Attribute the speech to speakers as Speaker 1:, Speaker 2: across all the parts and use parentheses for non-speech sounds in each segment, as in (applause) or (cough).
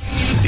Speaker 1: The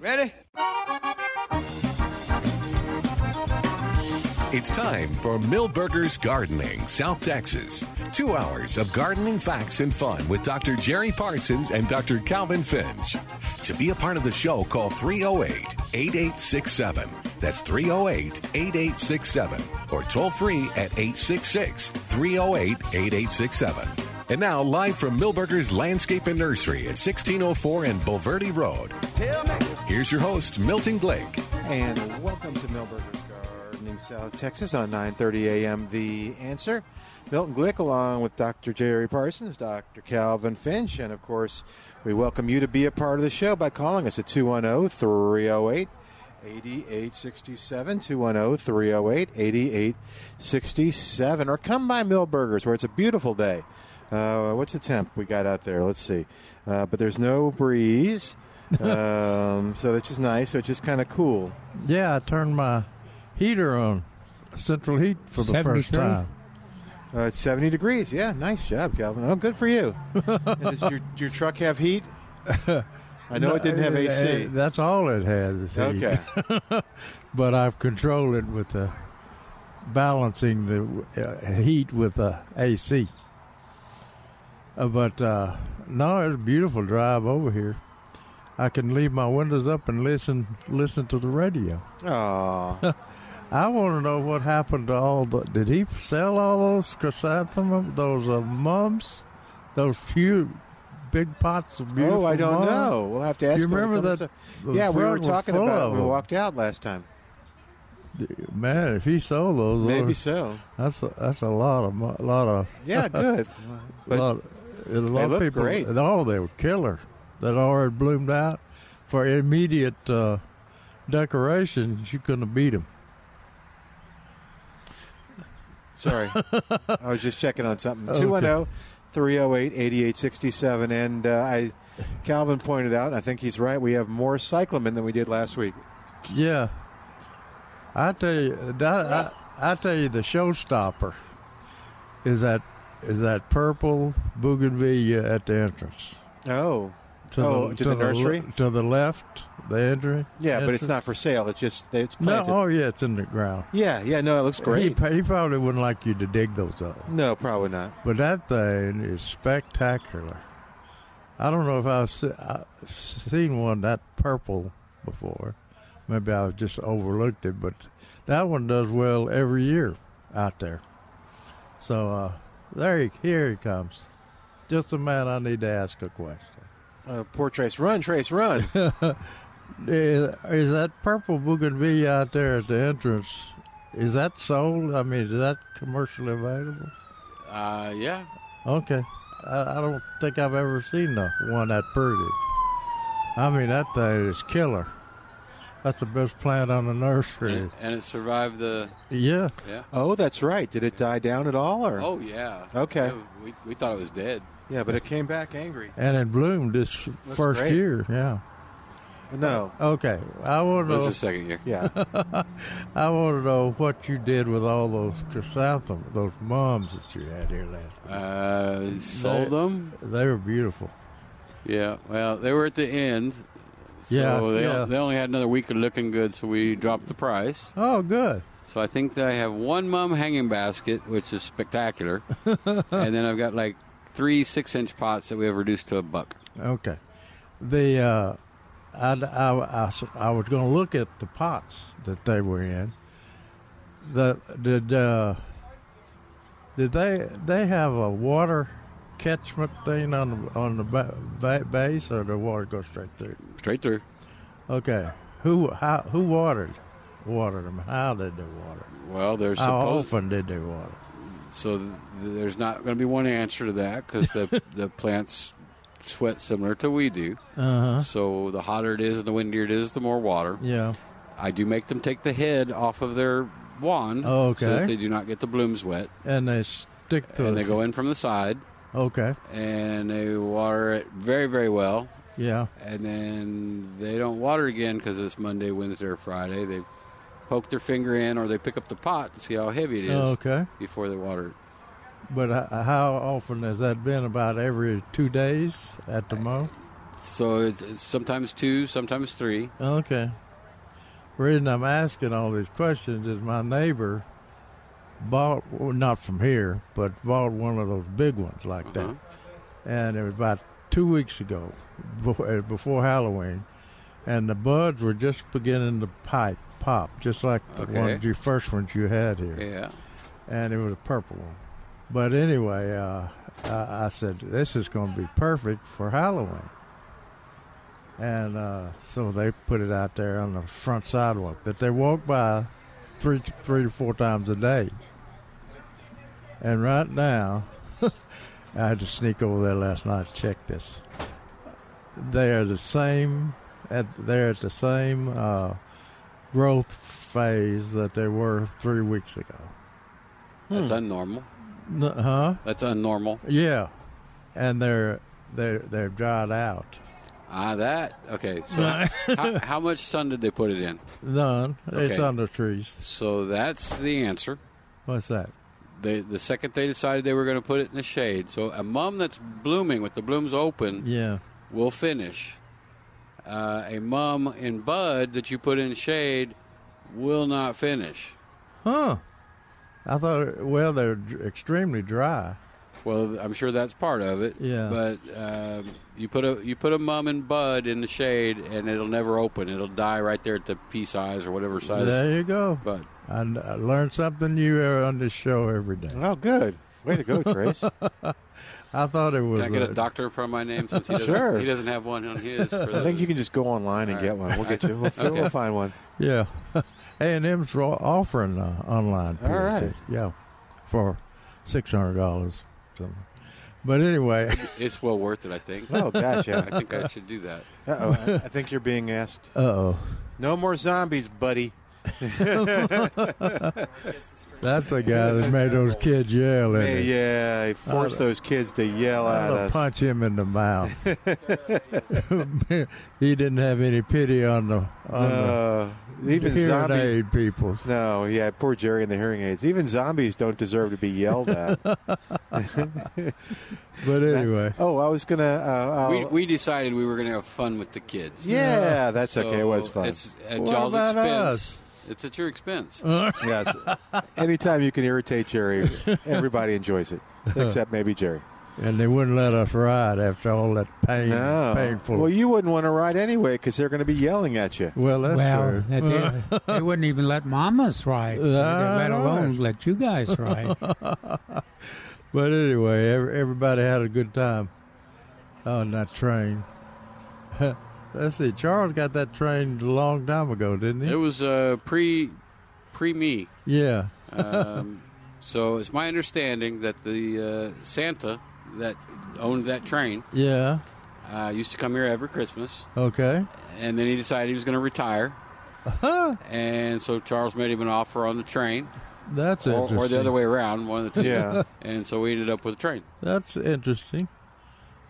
Speaker 2: Ready?
Speaker 3: It's time for Millburgers Gardening, South Texas. Two hours of gardening facts and fun with Dr. Jerry Parsons and Dr. Calvin Finch. To be a part of the show, call 308 8867. That's 308 8867. Or toll free at 866 308 8867. And now, live from Millburgers Landscape and Nursery at 1604 and Bulverde Road, here's your host, Milton Blake.
Speaker 4: And welcome to Millburgers Gardening South Texas on 9:30 a.m. The Answer. Milton Glick along with Dr. Jerry Parsons, Dr. Calvin Finch, and of course, we welcome you to be a part of the show by calling us at 210-308 8867 210-308 8867 or come by Millburgers where it's a beautiful day. Uh, what's the temp we got out there? Let's see. Uh, but there's no breeze. um, so that's just nice. So it's just kind of cool.
Speaker 5: Yeah, I turned my heater on, central heat for the first
Speaker 6: 73?
Speaker 5: time.
Speaker 4: Uh, it's 70 degrees. Yeah, nice job, Calvin. Oh, good for
Speaker 5: (laughs)
Speaker 4: you. And does your, your truck have heat? I know it didn't have
Speaker 5: Uh,
Speaker 4: AC.
Speaker 5: uh, That's all it has. is heat. (laughs)
Speaker 4: Okay.
Speaker 5: but I've controlled it with the balancing the uh, heat with the AC. Uh, but uh, no, it's a beautiful drive over here. I can leave my windows up and listen listen to the radio.
Speaker 4: Oh,
Speaker 5: I want to know what happened to all the. Did he sell all those chrysanthemums, those uh, mums, those few big pots of beautiful?
Speaker 4: oh, I don't
Speaker 5: mums?
Speaker 4: know. We'll have to ask.
Speaker 5: You
Speaker 4: him when he
Speaker 5: remember
Speaker 4: comes
Speaker 5: that-
Speaker 4: up.
Speaker 5: the
Speaker 4: Yeah, we
Speaker 5: front
Speaker 4: were
Speaker 5: was
Speaker 4: talking
Speaker 5: full
Speaker 4: about it.
Speaker 5: of
Speaker 4: when We
Speaker 5: them.
Speaker 4: walked out last time.
Speaker 5: Man, if he sold those,
Speaker 4: Maybe
Speaker 5: those-
Speaker 4: so.
Speaker 5: That's a, that's a lot of mu- lot of (laughs)
Speaker 4: Yeah, good. But
Speaker 5: a lot, a lot
Speaker 4: look
Speaker 5: of people.
Speaker 4: great.
Speaker 5: Oh, they were killer. That already bloomed out for immediate uh, decorations. You couldn't have beat them.
Speaker 4: Sorry. I was just checking on
Speaker 5: (laughs)
Speaker 4: something. oh, 210 308 8867. And uh, I, Calvin pointed out, and I think he's right, we have more cyclamen than we did last week.
Speaker 5: Yeah, I tell you, that, I, I tell you, the showstopper is that is that purple bougainvillea at the entrance.
Speaker 4: Oh. oh, to, the,
Speaker 5: le-
Speaker 4: nursery?
Speaker 5: to the left, the entry.
Speaker 4: yeah, but it's
Speaker 5: entrance.
Speaker 4: not for sale. It's just it's
Speaker 5: No,
Speaker 4: planted.
Speaker 5: oh yeah, it's in the ground.
Speaker 4: Yeah, yeah, no, it looks
Speaker 5: He,
Speaker 4: great.
Speaker 5: pa- he probably wouldn't like you to dig those up.
Speaker 4: No, probably not.
Speaker 5: But that thing is spectacular. I don't know if I've, se- I've seen one that purple before. Maybe I just overlooked it, but that one does well every year out there. So uh, there, he, here he comes. Just the man I need to ask a question.
Speaker 4: Uh, poor Trace, run, Trace,
Speaker 5: (laughs)
Speaker 4: run.
Speaker 5: Is, is that purple bougainvillea out there at the entrance? Is that sold? I mean, is that commercially available?
Speaker 6: Uh, yeah.
Speaker 5: Okay. I, I don't think I've ever seen the one that pretty. I mean, that thing is killer. That's the best plant on the
Speaker 6: And
Speaker 5: nursery.
Speaker 6: it, and it survived the.
Speaker 5: Yeah.
Speaker 6: Yeah.
Speaker 4: oh, that's right. Did it die down at all? Or
Speaker 6: Oh, yeah.
Speaker 4: Okay.
Speaker 6: Yeah, we, we thought it was dead.
Speaker 4: yeah, but it came back angry.
Speaker 5: And it bloomed this first
Speaker 4: great.
Speaker 5: year. Yeah.
Speaker 4: No,
Speaker 5: Okay. I want to
Speaker 6: This is
Speaker 5: know,
Speaker 6: the second year.
Speaker 5: (laughs)
Speaker 4: yeah,
Speaker 5: I want to know what you did with all those chrysanthemums, those mums that you had here last.
Speaker 6: Uh, sold them.
Speaker 5: They were beautiful.
Speaker 6: Yeah. Well, they were at the end. So
Speaker 5: Yeah,
Speaker 6: They,
Speaker 5: yeah.
Speaker 6: they only had another week of looking good, so we dropped the price.
Speaker 5: Oh, good.
Speaker 6: So I think that I have one mum hanging basket, which
Speaker 5: (laughs)
Speaker 6: is spectacular, and then I've got like three six-inch pots that we have reduced to a buck.
Speaker 5: Okay. The uh, I, I- I s- I was going to look at the pots that they were in. The did uh, did they they have a water catchment thing on the, on the ba- ba- base or the water goes straight through?
Speaker 6: Straight through.
Speaker 5: Okay. Who how who watered watered them? How did they water?
Speaker 6: Well, they're
Speaker 5: How
Speaker 6: supposed.
Speaker 5: often did they water? (laughs)
Speaker 6: So th- there's not going to be one answer to that because the the plants sweat similar to we do.
Speaker 5: Uh huh.
Speaker 6: So the hotter it is and the windier it is, the more water.
Speaker 5: Yeah.
Speaker 6: I do make them take the head off of their wand
Speaker 5: Oh, okay.
Speaker 6: so that they do not get the blooms wet.
Speaker 5: And they stick to
Speaker 6: And
Speaker 5: it.
Speaker 6: they go in from the side
Speaker 5: Okay.
Speaker 6: and they water it very, very well.
Speaker 5: Yeah.
Speaker 6: And then they don't water again because it's Monday, Wednesday, or Friday. They poke their finger in or they pick up the pot to see how heavy it is
Speaker 5: Oh, Okay.
Speaker 6: before they water it.
Speaker 5: But h- how often has that been? About every two days at the most?
Speaker 6: So it's, it's sometimes two, sometimes three.
Speaker 5: Okay. reason I'm asking all these questions is my neighbor bought, well, not from here, but bought one of those big ones like
Speaker 6: Uh-huh.
Speaker 5: that. And it was about two weeks ago, before, before Halloween. And the buds were just beginning to pipe, pop, just like the
Speaker 6: Okay.
Speaker 5: ones you first ones you had here.
Speaker 6: Yeah.
Speaker 5: and it was a purple one. But anyway, uh, I, I said this is going to be perfect for Halloween, and uh, so they put it out there on the front sidewalk that they walk by three, three to four times a day. And right now, (laughs) I had to sneak over there last night to check this. They are the same at they're at the same uh, growth phase that they were three weeks ago.
Speaker 6: That's unnormal.
Speaker 5: N- huh?
Speaker 6: That's unnormal.
Speaker 5: Yeah, and they're they're they're dried out.
Speaker 6: Ah, that. Okay. So how, how much sun did they put it in?
Speaker 5: None. It's
Speaker 6: Okay.
Speaker 5: under trees.
Speaker 6: So that's the answer.
Speaker 5: What's that?
Speaker 6: They, the second they decided they were going to put it in the shade. So a mum that's blooming with the blooms open
Speaker 5: Yeah.
Speaker 6: will finish. Uh, a mum in bud that you put in shade will not finish.
Speaker 5: Huh. I thought. Well, they're dr- extremely dry.
Speaker 6: Well, I'm sure that's part of it.
Speaker 5: Yeah.
Speaker 6: But um, you put a you put a mum and bud in the shade, and it'll never open. It'll die right there at the pea size or whatever size.
Speaker 5: there you go.
Speaker 6: Bud.
Speaker 5: I, kn- I learned something new here on this show every day.
Speaker 4: Oh, good. Way to go, Trace.
Speaker 5: I thought it was.
Speaker 6: Can I get a
Speaker 5: uh,
Speaker 6: doctor for my
Speaker 4: (laughs)
Speaker 6: name since he doesn't,
Speaker 4: Sure.
Speaker 6: he doesn't have one on his? For
Speaker 4: I think you can just go online and
Speaker 6: All
Speaker 4: get one. We'll get you.
Speaker 5: (laughs)
Speaker 4: We'll, we'll find one.
Speaker 5: Yeah. (laughs) A and M's offering uh, online.
Speaker 4: All right.
Speaker 5: PhD. Yeah, for six hundred dollars. But anyway, (laughs)
Speaker 6: it's well worth it.
Speaker 4: (laughs)
Speaker 6: I think.
Speaker 4: Oh,
Speaker 6: I
Speaker 4: gotcha.
Speaker 6: think I should do that.
Speaker 4: Uh oh. I, I think you're being asked.
Speaker 5: uh oh,
Speaker 4: No more zombies, buddy.
Speaker 5: that's a guy that made those kids yell. isn't
Speaker 4: Hey,
Speaker 5: he?
Speaker 4: yeah, he forced those kids to yell at
Speaker 5: I'll
Speaker 4: us.
Speaker 5: punch him in the mouth. (laughs) he didn't have any pity on the on
Speaker 4: Uh,
Speaker 5: the
Speaker 4: even
Speaker 5: hearing
Speaker 4: zombies.
Speaker 5: aid people.
Speaker 4: No, yeah, poor Jerry and the hearing aids. Even zombies don't deserve to be yelled
Speaker 5: (laughs)
Speaker 4: at.
Speaker 5: But anyway,
Speaker 4: oh, I was gonna. Uh, I'll-
Speaker 6: We, we decided we were going to have fun with the kids.
Speaker 4: yeah, that's okay. It was
Speaker 6: So
Speaker 4: fun.
Speaker 6: It's at
Speaker 5: What
Speaker 6: y'all's
Speaker 5: about
Speaker 6: expense.
Speaker 5: us? Uh-huh.
Speaker 6: It's at your expense.
Speaker 4: yes. Anytime you can irritate Jerry, everybody enjoys
Speaker 5: (laughs)
Speaker 4: it, except maybe Jerry.
Speaker 5: and they wouldn't let us ride after all that pain,
Speaker 4: No,
Speaker 5: painful.
Speaker 4: Well, you wouldn't want to ride anyway because they're going to be yelling at
Speaker 5: (laughs)
Speaker 4: you.
Speaker 5: Well, that's
Speaker 2: well,
Speaker 5: true. (laughs)
Speaker 2: that they, they wouldn't even let mamas ride, let
Speaker 5: All
Speaker 2: alone
Speaker 5: right.
Speaker 2: let you guys ride.
Speaker 5: But anyway, ev- everybody had a good time on that train. (laughs) Let's see, Charles got that train a long time ago, didn't he?
Speaker 6: It was uh, pre pre me.
Speaker 5: yeah.
Speaker 6: Um, so it's my understanding that the uh, Santa that owned that train
Speaker 5: Yeah.
Speaker 6: uh, used to come here every Christmas,
Speaker 5: Okay.
Speaker 6: and then he decided he was going to retire.
Speaker 5: Uh-huh.
Speaker 6: And so Charles made him an offer on the train,
Speaker 5: That's
Speaker 6: or,
Speaker 5: interesting.
Speaker 6: or the other way around, one of the two.
Speaker 4: Yeah.
Speaker 6: And so we ended up with a train.
Speaker 5: That's interesting.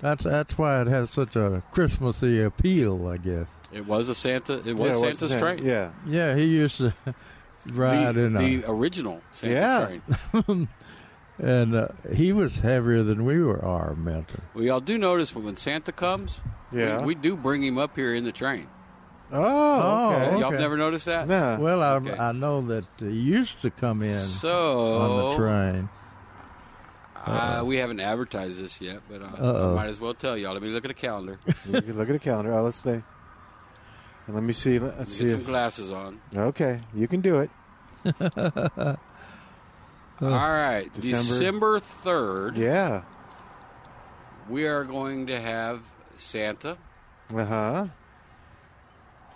Speaker 5: That's that's why it has such a Christmassy appeal, I guess.
Speaker 6: It was a Santa. It
Speaker 4: Yeah,
Speaker 6: was
Speaker 4: what's
Speaker 6: Santa's
Speaker 4: his name?
Speaker 6: train.
Speaker 4: Yeah.
Speaker 5: Yeah, he used (laughs) to ride
Speaker 6: The,
Speaker 5: in
Speaker 6: the original Santa
Speaker 4: Yeah.
Speaker 6: train.
Speaker 5: a, and uh, he was heavier than we were are, Milton.
Speaker 6: We all do notice when Santa comes,
Speaker 4: Yeah.
Speaker 6: we, we do bring him up here in the train.
Speaker 4: Oh,
Speaker 5: Oh,
Speaker 4: okay.
Speaker 6: Y'all
Speaker 5: Okay.
Speaker 6: have never noticed that?
Speaker 4: No.
Speaker 5: Well, I
Speaker 6: okay.
Speaker 5: I know that he used to come in
Speaker 6: So
Speaker 5: on the train.
Speaker 6: Uh, we haven't advertised this yet, but uh, I, I
Speaker 5: Uh-oh.
Speaker 6: might as well tell y'all. Let me look at
Speaker 4: (laughs)
Speaker 6: a calendar.
Speaker 4: You can look at the calendar. Oh, let's see. And let me see. Let's
Speaker 6: Let's get
Speaker 4: see.
Speaker 6: some
Speaker 4: If,
Speaker 6: glasses on.
Speaker 4: okay, you can do it.
Speaker 6: All right,
Speaker 4: Oh. December.
Speaker 6: December third,
Speaker 4: Yeah.
Speaker 6: we are going to have Santa
Speaker 4: Uh huh.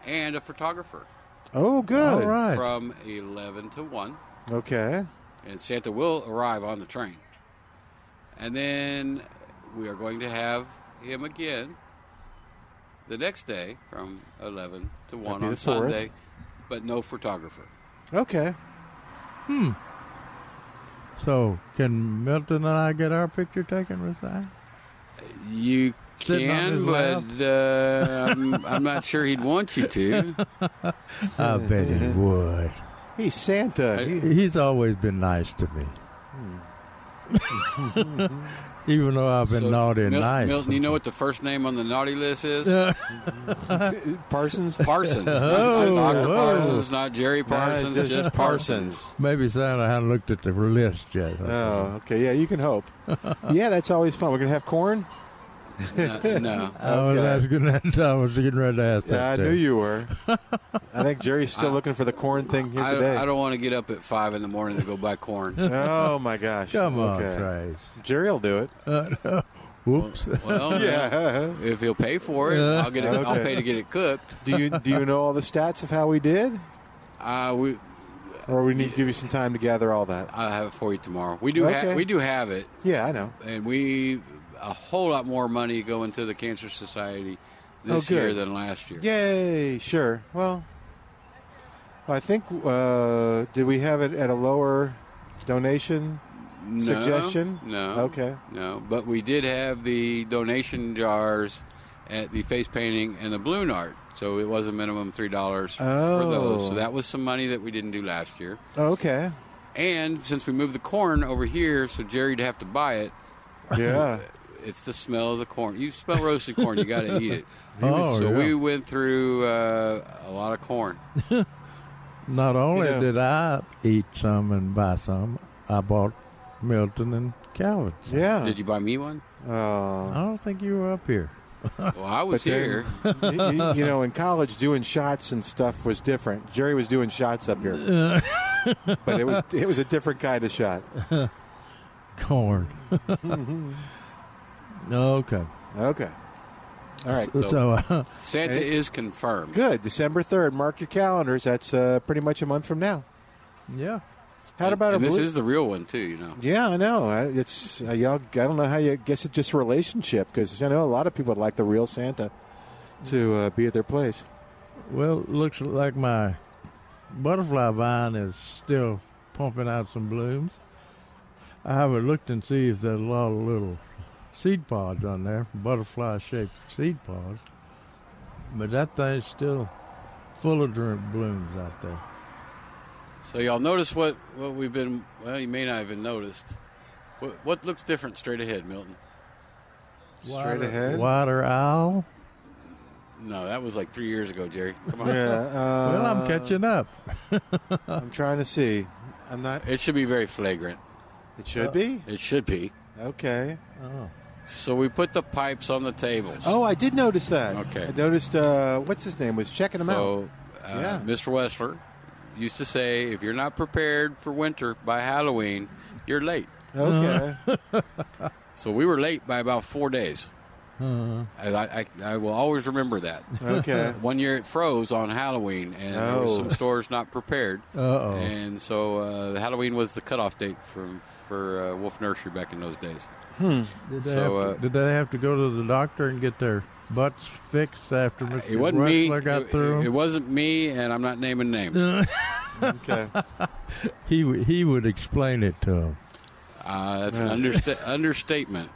Speaker 6: and a photographer
Speaker 4: Oh,
Speaker 5: All
Speaker 4: good.
Speaker 5: right.
Speaker 6: from eleven to one,
Speaker 4: Okay.
Speaker 6: and Santa will arrive on the train. And then we are going to have him again the next day from 11 to 1
Speaker 4: be
Speaker 6: on
Speaker 4: the fourth.
Speaker 6: Sunday, but no photographer.
Speaker 4: Okay.
Speaker 5: So can Milton and I get our picture taken with that?
Speaker 6: You
Speaker 5: Sitting on his
Speaker 6: can, but uh, I'm, I'm not sure he'd want you to.
Speaker 5: I bet (laughs) he would.
Speaker 4: He's Santa.
Speaker 6: I-
Speaker 4: He-
Speaker 5: He's always been nice to me. Hmm. (laughs) Even though I've been
Speaker 6: So,
Speaker 5: naughty and
Speaker 6: Mil-
Speaker 5: nice.
Speaker 6: Milton, you know what the first name on the naughty list is?
Speaker 4: (laughs) Parsons. (laughs)
Speaker 6: Parsons.
Speaker 5: Oh,
Speaker 6: not Dr.
Speaker 5: oh.
Speaker 6: Parsons, not Jerry Parsons,
Speaker 4: just
Speaker 6: just Parsons.
Speaker 5: Maybe Santa hadn't looked at the list yet.
Speaker 4: Oh, okay. Yeah, you can hope. yeah, that's always fun. We're gonna have corn.
Speaker 6: No, no.
Speaker 5: I was
Speaker 4: okay.
Speaker 5: asking (laughs) that. I was getting ready to ask
Speaker 4: Yeah, I
Speaker 5: that.
Speaker 4: knew
Speaker 5: too.
Speaker 4: you were. I think Jerry's still
Speaker 6: I-
Speaker 4: looking for the corn thing (laughs) here
Speaker 6: I,
Speaker 4: today.
Speaker 6: I don't want to get up at 5 in the morning to go
Speaker 4: (laughs)
Speaker 6: buy corn.
Speaker 4: Oh my gosh!
Speaker 5: Come on,
Speaker 4: Okay.
Speaker 5: Trace.
Speaker 4: Jerry'll do it.
Speaker 5: Whoops.
Speaker 6: Well,
Speaker 4: (laughs) Yeah.
Speaker 6: If he'll pay for it, I'll get it. I'll
Speaker 4: Okay.
Speaker 6: pay to get it cooked.
Speaker 4: (laughs) do you do you know all the stats of how we did,
Speaker 6: Uh, we,
Speaker 4: or we need to give you some time to gather all that?
Speaker 6: I'll have it for you tomorrow. We do.
Speaker 4: Okay.
Speaker 6: Ha- we do have it,
Speaker 4: Yeah, I know.
Speaker 6: and we a whole lot more money going to the Cancer Society this
Speaker 4: Oh, good.
Speaker 6: year than last year.
Speaker 4: Yay! Sure. Well, I think uh, did we have it at a lower donation?
Speaker 6: No,
Speaker 4: Suggestion?
Speaker 6: No.
Speaker 4: Okay.
Speaker 6: No, but we did have the donation jars at the face painting and the balloon art. So it was a minimum three dollars for
Speaker 4: Oh.
Speaker 6: those. So that was some money that we didn't do last year.
Speaker 4: Okay.
Speaker 6: And since we moved the corn over here, so Jerry'd have to buy it. (laughs)
Speaker 4: Yeah.
Speaker 6: It's the smell of the corn. You smell roasted corn, you got to
Speaker 4: (laughs)
Speaker 6: eat it.
Speaker 5: Oh,
Speaker 6: so
Speaker 5: yeah.
Speaker 6: we went through uh, a lot of corn.
Speaker 5: Not only
Speaker 4: You know-
Speaker 5: did I eat some and buy some, I bought Milton and Calvin. some.
Speaker 4: Yeah.
Speaker 6: Did you buy
Speaker 4: (laughs)
Speaker 6: me one?
Speaker 4: Oh.
Speaker 5: I don't think you were up here. (laughs)
Speaker 6: Well, I was
Speaker 4: But then-
Speaker 6: here.
Speaker 4: Y- y- you know, in college, doing shots and stuff was different. Jerry was doing shots up here, but it was it was a different kind of shot. (laughs)
Speaker 5: Corn. okay.
Speaker 4: Okay. All right.
Speaker 5: So, (laughs) uh,
Speaker 6: Santa is confirmed.
Speaker 4: Good. December third. Mark your calendars. That's uh, pretty much a month from now.
Speaker 5: yeah.
Speaker 4: How about
Speaker 6: and
Speaker 4: a
Speaker 6: this
Speaker 4: blue-
Speaker 6: is the real one too, you know.
Speaker 4: Yeah, I know. I- It's uh, y'all. I don't know how you guess it's just a relationship because I know a lot of people would like the real Santa to uh, be at their place.
Speaker 5: Well, looks like my butterfly vine is still pumping out some blooms. I haven't looked and see if there's a lot of little seed pods on there, butterfly-shaped seed pods. But that thing's still full of dr- blooms out there.
Speaker 6: So y'all notice what what we've been. Well, you may not have even noticed. What, what looks different straight ahead, Milton?
Speaker 4: Straight ahead.
Speaker 5: Water owl.
Speaker 6: No, that was like three years ago, Jerry. Come on.
Speaker 4: Yeah. Uh,
Speaker 5: Well, I'm catching up.
Speaker 4: I'm trying to see. I'm not.
Speaker 6: It should be very flagrant.
Speaker 4: It should be.
Speaker 6: It should be.
Speaker 4: Okay.
Speaker 6: So we put the pipes on the tables.
Speaker 4: Oh, I did notice that.
Speaker 6: Okay.
Speaker 4: I noticed. Uh, what's his name was checking him out.
Speaker 6: So, uh,
Speaker 4: Yeah.
Speaker 6: Mr. Wessler used to say, if you're not prepared for winter by Halloween, you're late.
Speaker 4: Okay.
Speaker 6: So we were late by about four days.
Speaker 4: Uh-huh.
Speaker 6: And I, I, I will always remember that.
Speaker 4: (laughs) okay.
Speaker 6: One year it froze on Halloween, and there were
Speaker 4: Oh.
Speaker 6: some stores not prepared.
Speaker 5: Uh-oh.
Speaker 6: And so uh, Halloween was the cutoff date from, for uh, Wolf Nursery back in those days.
Speaker 5: Did they,
Speaker 6: So,
Speaker 5: have to,
Speaker 6: uh,
Speaker 5: did they have to go to the doctor and get their butts fixed after Mr.
Speaker 6: It wasn't me.
Speaker 5: Wessler got
Speaker 6: it,
Speaker 5: through?
Speaker 6: it wasn't me, and I'm not naming names.
Speaker 4: Okay.
Speaker 5: he w- he would explain it to him.
Speaker 6: Uh, that's an
Speaker 5: (laughs)
Speaker 6: understa- understatement.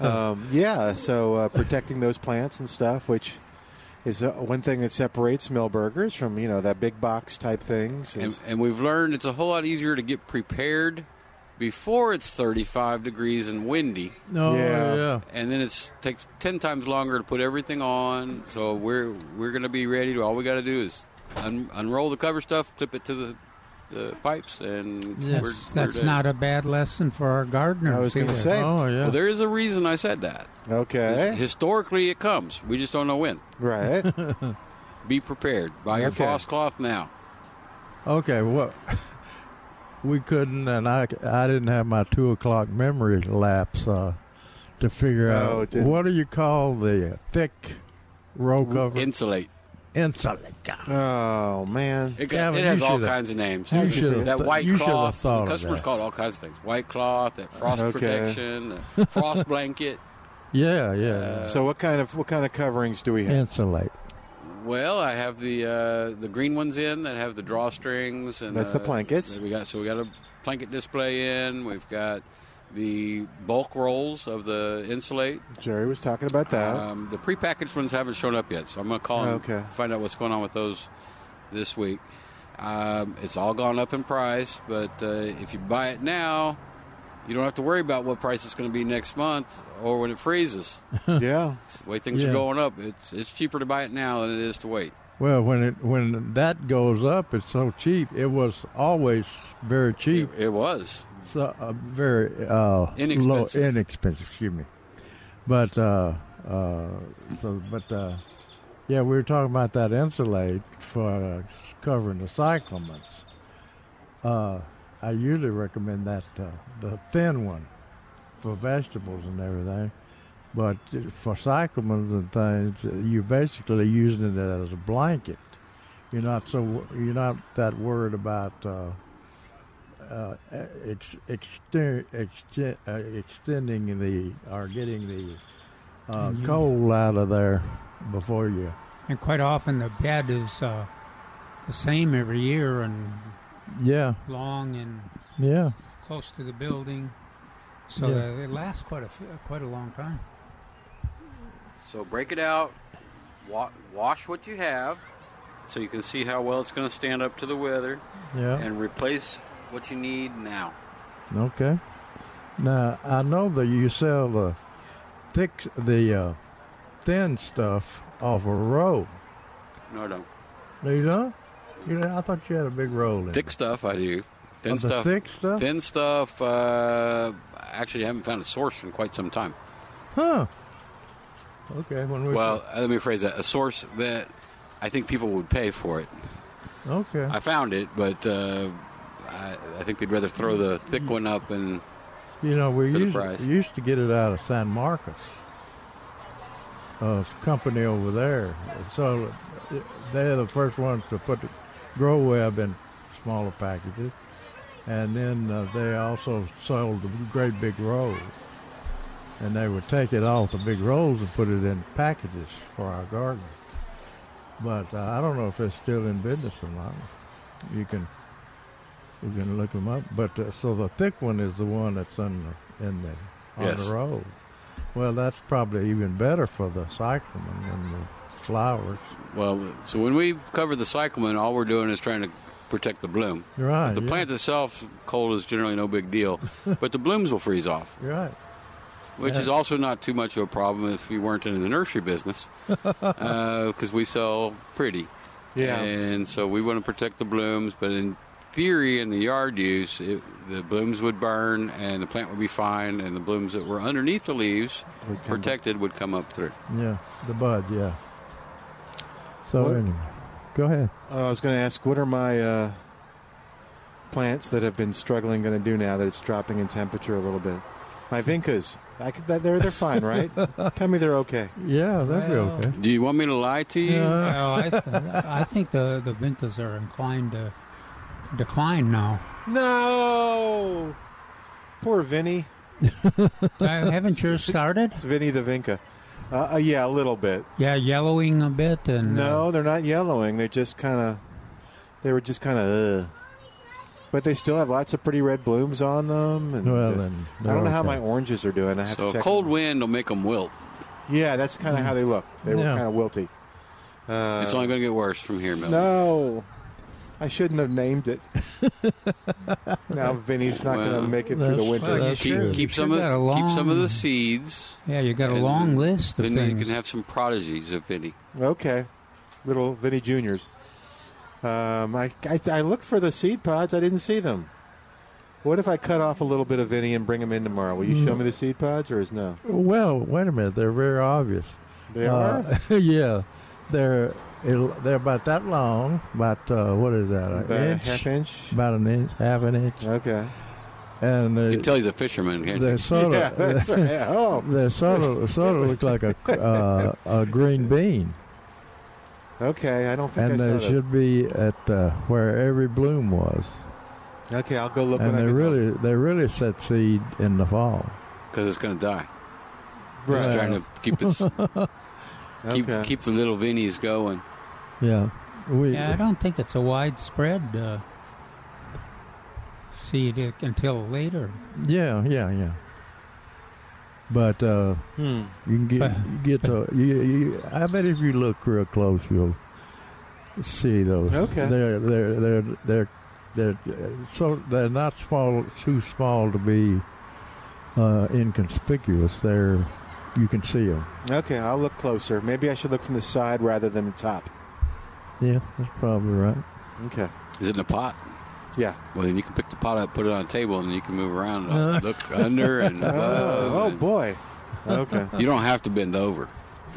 Speaker 4: Um, yeah. So uh, protecting those plants and stuff, which is uh, one thing that separates mill burgers from you know that big box type things.
Speaker 6: and,
Speaker 4: Is,
Speaker 6: and we've learned it's a whole lot easier to get prepared before it's 35 degrees and windy
Speaker 5: Oh,
Speaker 4: Yeah.
Speaker 5: yeah.
Speaker 6: and then it takes 10 times longer to put everything on so we're we're going to be ready to all we got to do is un- unroll the cover stuff clip it to the the pipes and
Speaker 2: That's,
Speaker 6: we're,
Speaker 2: that's
Speaker 6: we're done.
Speaker 2: not a bad lesson for our gardeners.
Speaker 4: I was going to
Speaker 2: either.
Speaker 4: say. (laughs)
Speaker 5: Oh, yeah.
Speaker 6: well, there is a reason I said that.
Speaker 4: okay.
Speaker 6: Historically, it comes. We just don't know when.
Speaker 4: right.
Speaker 6: Be prepared. Buy your
Speaker 4: Okay.
Speaker 6: frost cloth now.
Speaker 5: Okay, well, (laughs) we couldn't, and I, I didn't have my two o'clock memory lapse uh, to figure
Speaker 4: No, it
Speaker 5: out
Speaker 4: didn't.
Speaker 5: what do you call the thick row cover
Speaker 6: Insulate.
Speaker 5: Ensalada.
Speaker 4: Oh man.
Speaker 6: It,
Speaker 5: Yeah,
Speaker 6: got,
Speaker 5: but
Speaker 6: it
Speaker 5: you
Speaker 6: has all
Speaker 5: should've-
Speaker 6: kinds of names.
Speaker 5: you should've
Speaker 6: that
Speaker 5: th-
Speaker 6: white
Speaker 5: you should've
Speaker 6: cloth.
Speaker 5: thought
Speaker 6: The
Speaker 5: of
Speaker 6: customers
Speaker 5: that.
Speaker 6: call it all kinds of things. White cloth, that frost
Speaker 4: Okay.
Speaker 6: protection,
Speaker 4: (laughs)
Speaker 6: that frost blanket.
Speaker 5: Yeah, yeah.
Speaker 4: So what kind of what kind of coverings do we have?
Speaker 5: Insulate.
Speaker 6: Well, I have the uh, the green ones in that have the drawstrings and
Speaker 4: That's the
Speaker 6: uh,
Speaker 4: blankets.
Speaker 6: We got so we got a blanket display in. We've got the bulk rolls of the insulate.
Speaker 4: Jerry was talking about that.
Speaker 6: Um, the prepackaged ones haven't shown up yet, so I'm going to call and
Speaker 4: Oh. Okay.
Speaker 6: find out what's going on with those this week. Um, it's all gone up in price, but uh, if you buy it now, you don't have to worry about what price it's going to be next month or when
Speaker 4: (laughs)
Speaker 6: it freezes.
Speaker 4: yeah.
Speaker 6: the way things
Speaker 5: Yeah.
Speaker 6: are going up, it's it's cheaper to buy it now than it is to wait.
Speaker 5: Well, when it when that goes up, it's so cheap. It was always very
Speaker 6: It,
Speaker 5: cheap,
Speaker 6: it was.
Speaker 5: so uh, very uh,
Speaker 6: Inexpensive.
Speaker 5: low, inexpensive. Excuse me, but uh, uh, so but uh, yeah, we were talking about that insulate for uh, covering the cyclamens. Uh, I usually recommend that uh, the thin one for vegetables and everything, but for cyclamens and things, you're basically using it as a blanket. You're not so you're not that worried about uh, uh, ex, exter, exten- uh, extending the or getting the uh,
Speaker 2: And you-
Speaker 5: coal out of there before you.
Speaker 2: And quite often the bed is uh, the same every year and
Speaker 5: Yeah,
Speaker 2: long and
Speaker 5: yeah.
Speaker 2: close to the building, so
Speaker 5: Yeah.
Speaker 2: that it lasts quite a few- quite a long time.
Speaker 6: So break it out, wa- wash what you have, so you can see how well it's going to stand up to the weather,
Speaker 5: Yeah.
Speaker 6: and replace what you need now.
Speaker 5: Okay. Now I know that you sell the thick, the uh, thin stuff off a roll.
Speaker 6: No, I don't.
Speaker 5: No, you don't. You know, I thought you had a big roll in
Speaker 6: Thick
Speaker 5: it.
Speaker 6: stuff, I do. Thin
Speaker 5: Of the
Speaker 6: stuff.
Speaker 5: thick stuff?
Speaker 6: Thin stuff. Uh, actually, I haven't found a source in quite some time.
Speaker 5: huh? Okay. When we
Speaker 6: Well, uh, let me phrase that. A source that I think people would pay for it.
Speaker 5: okay.
Speaker 6: I found it, but uh, I, I think they'd rather throw the thick one up and
Speaker 5: You know, we
Speaker 6: for the
Speaker 5: used,
Speaker 6: price.
Speaker 5: used to get it out of San Marcos, of company over there. So uh, they're the first ones to put the grow web in smaller packages, and then uh, they also sold the great big rolls, and they would take it off the big rolls and put it in packages for our garden. But uh, I don't know if it's still in business or not. You can you can look them up. But uh, so the thick one is the one that's on the, in the on
Speaker 6: Yes.
Speaker 5: the road. Well, that's probably even better for the cyclamen and the flowers.
Speaker 6: Well, so when we cover the cyclamen, all we're doing is trying to protect the bloom.
Speaker 5: You're right.
Speaker 6: The
Speaker 5: yeah.
Speaker 6: plant itself, cold is generally no
Speaker 5: (laughs)
Speaker 6: big deal, but the blooms will freeze off,
Speaker 5: You're right.
Speaker 6: which is
Speaker 5: Yeah.
Speaker 6: also not too much of a problem if you weren't in the nursery
Speaker 5: (laughs)
Speaker 6: business, because we sell pretty.
Speaker 4: Yeah.
Speaker 6: And so we want to protect the blooms, but in theory, in the yard use, it, the blooms would burn and the plant would be fine, and the blooms that were underneath the leaves,
Speaker 4: Would come
Speaker 6: protected, would come up through.
Speaker 5: Yeah, the bud. Yeah. So
Speaker 4: What-
Speaker 5: anyway, go ahead.
Speaker 4: Uh, I was going to ask, what are my uh, plants that have been struggling going to do now that it's dropping in temperature a little bit? My vincas, I could, they're they're fine, right? Tell me they're okay.
Speaker 5: Yeah, that'd
Speaker 2: Well,
Speaker 5: be okay.
Speaker 6: Do you want me to lie to you?
Speaker 5: Yeah.
Speaker 2: well, I, I think the the Ventas are inclined to decline now.
Speaker 4: No, poor Vinny.
Speaker 2: Uh, haven't yours started?
Speaker 4: It's Vinny the vinca. Uh, uh, yeah, a little bit.
Speaker 2: Yeah, yellowing a bit and uh,
Speaker 4: No, they're not yellowing. They're just kind of. They were just kind of. Uh, but they still have lots of pretty red blooms on them. And
Speaker 5: Well, then
Speaker 4: I don't know
Speaker 5: they're
Speaker 4: how my
Speaker 5: okay.
Speaker 4: oranges are doing. I have
Speaker 6: So
Speaker 4: to
Speaker 6: a
Speaker 4: check.
Speaker 6: cold wind will make them wilt.
Speaker 4: Yeah, that's kind of how they look. They were
Speaker 5: Yeah.
Speaker 4: kind of wilty. Uh,
Speaker 6: It's only going to get worse from here, Mel.
Speaker 4: no, I shouldn't have named
Speaker 5: (laughs)
Speaker 4: it. now Vinny's not going
Speaker 6: Well,
Speaker 4: to make it through the
Speaker 5: that's
Speaker 4: winter.
Speaker 2: Well, you
Speaker 6: keep,
Speaker 2: should.
Speaker 6: keep
Speaker 2: You
Speaker 6: some
Speaker 2: should got a
Speaker 6: of keep some of
Speaker 2: long-
Speaker 6: the seeds.
Speaker 2: yeah, you got a
Speaker 6: and uh,
Speaker 2: long list of
Speaker 6: then
Speaker 2: things.
Speaker 6: you can have some prodigies, if any.
Speaker 4: Okay, little Vinny Juniors. Um, I, I I looked for the seed pods. I didn't see them. What if I cut off a little bit of Vinny and bring them in tomorrow? Will you show
Speaker 5: Mm.
Speaker 4: me the seed pods, or is no?
Speaker 5: Well, wait a minute. They're very obvious.
Speaker 4: They are.
Speaker 5: Uh, (laughs) yeah, they're it, they're about that long. About uh, what is that? An
Speaker 4: About a
Speaker 5: inch?
Speaker 4: half inch.
Speaker 5: About an inch, half an inch,
Speaker 4: Okay.
Speaker 5: and
Speaker 6: You
Speaker 5: uh,
Speaker 6: can tell he's a fisherman. Can't
Speaker 5: they're
Speaker 6: you?
Speaker 4: (laughs)
Speaker 5: sort
Speaker 4: yeah,
Speaker 5: of
Speaker 4: that's right. Oh,
Speaker 5: (laughs) They sort of sort of look like a uh, a green bean.
Speaker 4: Okay, I don't think
Speaker 5: and
Speaker 4: I saw
Speaker 5: they
Speaker 4: that.
Speaker 5: should be at uh, where every bloom was.
Speaker 4: Okay, I'll go look.
Speaker 5: and
Speaker 4: when I
Speaker 5: they
Speaker 4: get home.
Speaker 5: really they really set seed in the fall.
Speaker 6: because it's going to die. It's
Speaker 4: Right.
Speaker 6: trying to
Speaker 4: (laughs)
Speaker 6: keep its keep
Speaker 4: okay.
Speaker 6: keep the little vinnies going.
Speaker 5: Yeah, we
Speaker 2: Yeah, I don't think it's a widespread uh, seed i- until later.
Speaker 5: yeah yeah yeah. But uh,
Speaker 4: Hmm.
Speaker 5: you (laughs) can get
Speaker 2: But-
Speaker 5: you get the you, you, I bet if you look real close, you'll see those.
Speaker 4: Okay.
Speaker 5: they're they're they're they're they're uh, so they're not small too small to be uh, inconspicuous. They're you can see them.
Speaker 4: Okay, I'll look closer. Maybe I should look from the side rather than the top.
Speaker 5: Yeah, that's probably right.
Speaker 4: Okay.
Speaker 6: Is it in a pot?
Speaker 4: Yeah.
Speaker 6: Well, then you can pick the pot up, put it on a table, and you can move around and look
Speaker 4: (laughs)
Speaker 6: under and above.
Speaker 4: Oh,
Speaker 6: and-
Speaker 4: boy. Okay.
Speaker 6: You don't have to bend over,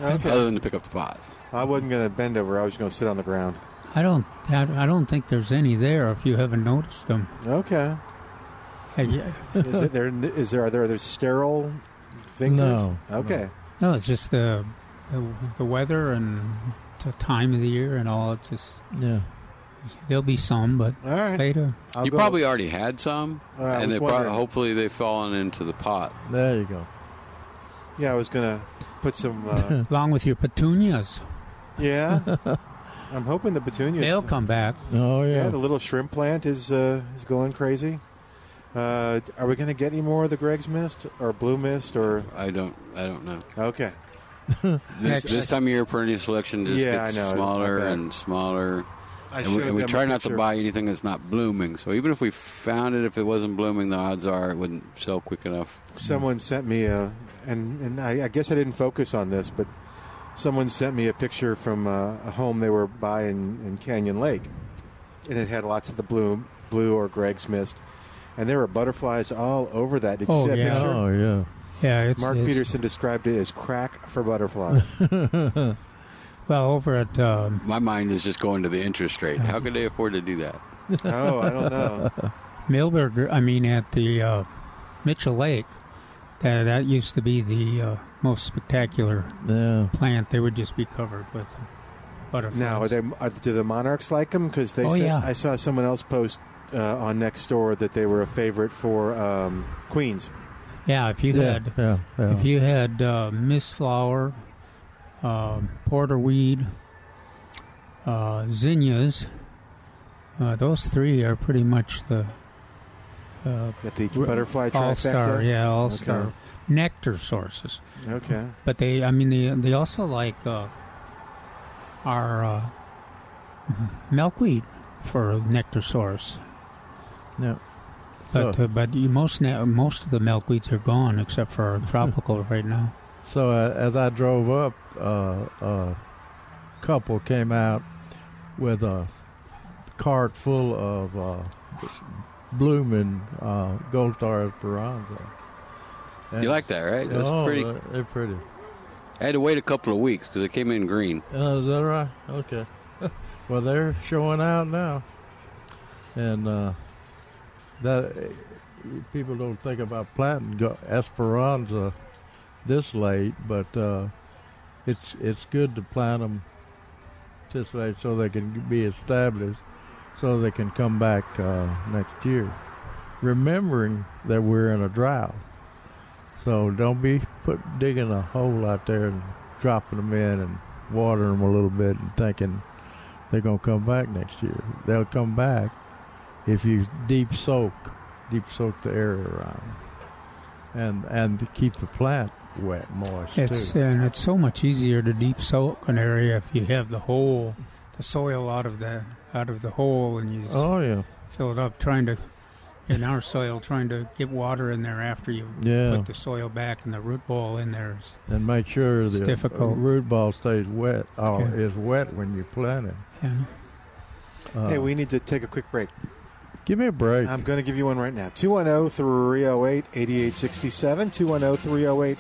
Speaker 4: Okay.
Speaker 6: other than to pick up the pot.
Speaker 4: I wasn't going to bend over. I was going to sit on the ground.
Speaker 2: I don't. I, I don't think there's any there. If you haven't noticed them,
Speaker 4: Okay.
Speaker 2: Have you-
Speaker 4: Is it there? Is there? Are there, are there sterile fingers?
Speaker 5: No.
Speaker 4: Okay.
Speaker 2: no, it's just the the, the weather and the time of the year and all. It just
Speaker 5: Yeah.
Speaker 2: there'll be some, but
Speaker 4: All right.
Speaker 2: later.
Speaker 4: I'll
Speaker 6: you
Speaker 4: go-
Speaker 6: probably already had some,
Speaker 4: Uh, I
Speaker 6: and
Speaker 4: was
Speaker 6: they prob-
Speaker 4: wondering.
Speaker 6: hopefully they've fallen into the pot.
Speaker 5: There you go.
Speaker 4: Yeah, I was going to put some.
Speaker 5: (laughs)
Speaker 4: Uh,
Speaker 2: Along with your petunias,
Speaker 4: yeah. I'm hoping the petunias.
Speaker 2: they'll come back.
Speaker 5: Oh
Speaker 4: Yeah,
Speaker 5: yeah.
Speaker 4: the little shrimp plant is uh, is going crazy. Uh, are we going to get any more of the Greg's mist or blue mist or
Speaker 6: I don't, I don't know.
Speaker 4: okay?
Speaker 6: This,
Speaker 2: Next.
Speaker 6: this time of year, perennial selection just
Speaker 4: Yeah,
Speaker 6: gets
Speaker 4: I know.
Speaker 6: smaller
Speaker 4: I bet.
Speaker 6: and smaller,
Speaker 4: I
Speaker 6: and we,
Speaker 4: showed
Speaker 6: and we
Speaker 4: them a
Speaker 6: try not to
Speaker 4: picture.
Speaker 6: buy anything that's not blooming. So even if we found it, if it wasn't blooming, the odds are it wouldn't sell quick enough.
Speaker 4: Someone sent me a, and and I, I guess I didn't focus on this, but someone sent me a picture from uh, a home they were by in, in Canyon Lake, and it had lots of the blue blue or Greg's mist, and there were butterflies all over that. Did you
Speaker 2: Oh,
Speaker 4: see that
Speaker 2: yeah.
Speaker 4: picture?
Speaker 5: Oh yeah.
Speaker 2: Yeah, it's
Speaker 4: Mark
Speaker 2: it's-
Speaker 4: Peterson described it as crack for
Speaker 2: (laughs)
Speaker 4: butterflies.
Speaker 2: Well, over at um,
Speaker 6: My mind is just going to the interest rate. How could they afford to do that?
Speaker 4: oh, I don't know.
Speaker 2: Milberger, I mean at the uh, Mitchell Lake, that that used to be the uh, most spectacular
Speaker 5: Yeah.
Speaker 2: plant. They would just be covered with butterflies.
Speaker 4: Now, are they, are, do the Monarchs like them? Because they,
Speaker 2: Oh,
Speaker 4: said,
Speaker 2: yeah.
Speaker 4: I saw someone else post uh, on next door that they were a favorite for um, Queens.
Speaker 2: yeah, if you
Speaker 5: Yeah.
Speaker 2: had
Speaker 5: Yeah. yeah.
Speaker 2: if you had uh, Miss Flower, um, porterweed, uh, zinnias, uh, those three are pretty much the uh,
Speaker 4: At the
Speaker 2: Re-
Speaker 4: butterfly
Speaker 2: all
Speaker 4: trifecta.
Speaker 2: star. Yeah, all star
Speaker 4: Okay.
Speaker 2: nectar sources.
Speaker 4: Okay.
Speaker 2: But they, I mean, they they also like uh, our uh, milkweed for nectar source.
Speaker 5: Yeah.
Speaker 2: But
Speaker 5: so,
Speaker 2: uh, but you, most na- most of the milkweeds are gone except for
Speaker 5: (laughs)
Speaker 2: our tropical right now.
Speaker 5: so uh, as I drove up, uh, a couple came out with a cart full of uh, blooming uh, gold star esperanza. And-
Speaker 6: You like that, right? That's
Speaker 5: oh,
Speaker 6: pretty.
Speaker 5: They're, they're pretty.
Speaker 6: I had to wait a couple of weeks because it came in green.
Speaker 5: Uh, is that right? Okay. (laughs) well, they're showing out now, and uh, that eh, people don't think about planting go- Esperanza this late, but uh, it's it's good to plant them this late so they can be established, so they can come back uh, next year. Remembering that we're in a drought, so don't be put digging a hole out there and dropping them in and watering them a little bit and thinking they're going to come back next year. They'll come back if you deep soak, deep soak the area around 'em. and and to keep the plant wet, moist
Speaker 2: It's
Speaker 5: too.
Speaker 2: and it's so much easier to deep soak an area if you have the hole, the soil out of the out of the hole, and you just
Speaker 5: Oh yeah,
Speaker 2: fill it up. Trying to in our soil, trying to get water in there after you
Speaker 5: yeah.
Speaker 2: put the soil back and the root ball in there is
Speaker 5: and make sure
Speaker 2: It's
Speaker 5: the uh,
Speaker 2: difficult.
Speaker 5: root ball stays wet or
Speaker 2: Yeah.
Speaker 5: is wet when you plant it.
Speaker 2: yeah.
Speaker 5: Uh,
Speaker 4: hey, we need to take a quick break.
Speaker 5: give me a break.
Speaker 4: I'm going to give you one oh, right now. 210 308 8867. 210 308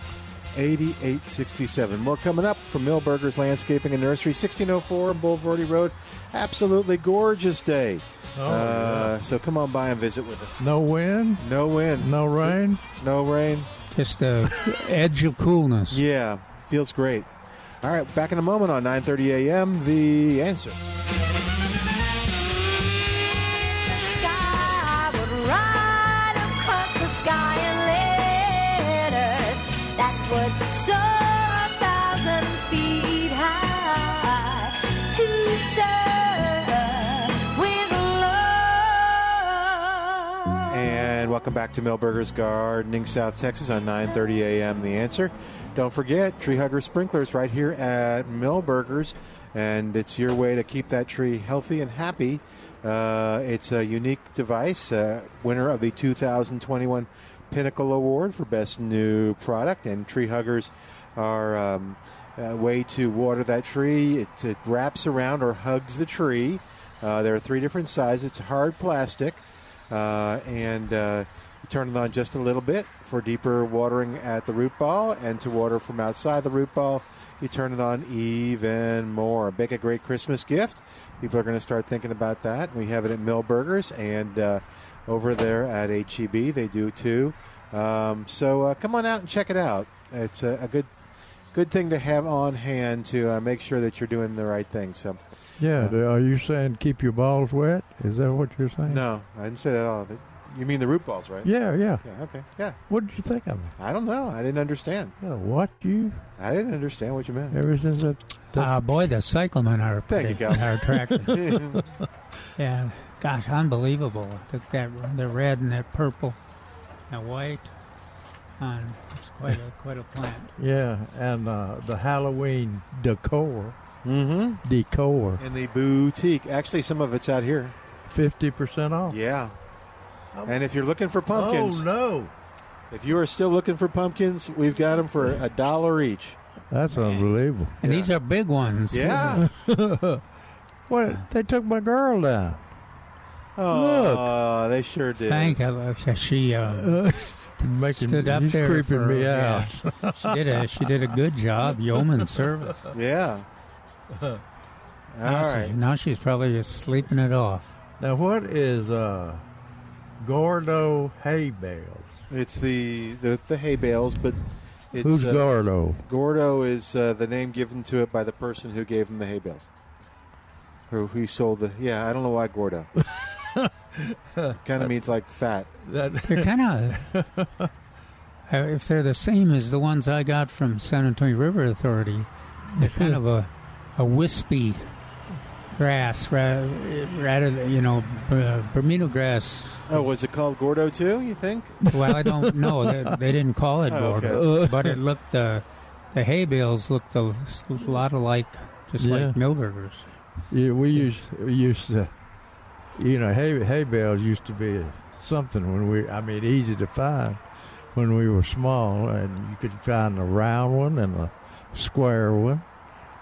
Speaker 4: 8867. More coming up from Millburgers Landscaping and Nursery, 1604 Boulevardy Road. Absolutely gorgeous day.
Speaker 5: Oh,
Speaker 4: uh, So come on by and visit with us.
Speaker 5: no wind,
Speaker 4: No wind,
Speaker 5: no rain.
Speaker 4: no rain.
Speaker 2: Just the edge of coolness.
Speaker 4: Yeah, feels great. All right, back in a moment on 9:30 a.m. The answer.
Speaker 7: I would ride across the sky in letters that would soar a thousand feet high to serve with love.
Speaker 4: And welcome back to Millburgers Gardening, South Texas on 9:30 a.m. The answer. Don't forget Tree Hugger sprinklers right here at Millburgers, and it's your way to keep that tree healthy and happy. Uh, it's a unique device, uh, winner of the 2021 Pinnacle Award for best new product, and Tree Huggers are. Um, a way to water that tree. It, it wraps around or hugs the tree. Uh, there are three different sizes. It's hard plastic, uh, and uh, you turn it on just a little bit for deeper watering at the root ball, and to water from outside the root ball, you turn it on even more. Make a great Christmas gift. People are going to start thinking about that. We have it at Mill Burgers and uh, over there at HEB. They do too. Um, so uh, come on out and check it out. It's a, a good, good thing to have on hand to uh, make sure that you're doing the right thing. So.
Speaker 5: Yeah, the- uh, are you saying keep your balls wet? Is that what you're saying?
Speaker 4: No, I didn't say that at all. Th- You mean the root balls, right?
Speaker 5: Yeah, yeah.
Speaker 4: Yeah, okay. Yeah.
Speaker 5: What did you think of it?
Speaker 4: I don't know. I didn't understand.
Speaker 5: Yeah, what you?
Speaker 4: I didn't understand what you meant.
Speaker 5: Ever since that, that
Speaker 2: Ah, boy, the cyclamen are
Speaker 4: Thank you, Cal.
Speaker 2: are
Speaker 4: (laughs)
Speaker 2: attractive. yeah, gosh, unbelievable. Took that the red and that purple, and white, and it's quite a quite a plant.
Speaker 5: yeah, and uh, the Halloween decor,
Speaker 4: Mm-hmm.
Speaker 5: decor,
Speaker 4: In the boutique. Actually, some of it's out here.
Speaker 5: fifty percent off.
Speaker 4: Yeah. And if you're looking for pumpkins,
Speaker 5: Um, Oh no,
Speaker 4: if you are still looking for pumpkins, we've got them for a dollar each.
Speaker 5: that's unbelievable.
Speaker 2: And these are big ones. too.
Speaker 4: Yeah. (laughs)
Speaker 5: What they took my girl down.
Speaker 4: Oh, they sure did.
Speaker 2: Thank you. She uh,
Speaker 5: Making,
Speaker 2: stood up
Speaker 5: he's
Speaker 2: there
Speaker 5: creeping
Speaker 2: for-
Speaker 5: me
Speaker 2: yeah.
Speaker 5: out.
Speaker 2: she did a she did a good job, yeoman service.
Speaker 5: (laughs)
Speaker 4: Yeah. All
Speaker 2: now, she-
Speaker 4: right.
Speaker 2: now she's probably just sleeping it off.
Speaker 5: Now what is uh, Gordo hay bales?
Speaker 4: It's the, the the hay bales, but it's
Speaker 5: Who's
Speaker 4: uh,
Speaker 5: Gordo?
Speaker 4: Gordo is uh, the name given to it by the person who gave him the hay bales. Who who sold the? Yeah, I don't know why
Speaker 2: (laughs)
Speaker 4: Gordo. kind of means like fat.
Speaker 5: That
Speaker 2: They're kind
Speaker 4: (laughs)
Speaker 2: of. Uh, if they're the same as the ones I got from San Antonio River Authority, they're kind of a, a wispy grass, ra- rather than, you know, uh, Bermuda grass.
Speaker 4: Oh, was it called Gordo too? You think?
Speaker 2: Well, I
Speaker 4: (laughs)
Speaker 2: don't know. They, they didn't call it
Speaker 4: Oh, okay.
Speaker 2: Gordo, but it looked, uh, the hay bales looked a lot alike, just
Speaker 5: Yeah.
Speaker 2: like Millburgers.
Speaker 5: yeah, we used we used to, you know, hay hay bales used to be something when we. I mean, easy to find when we were small, and you could find a round one and a square one.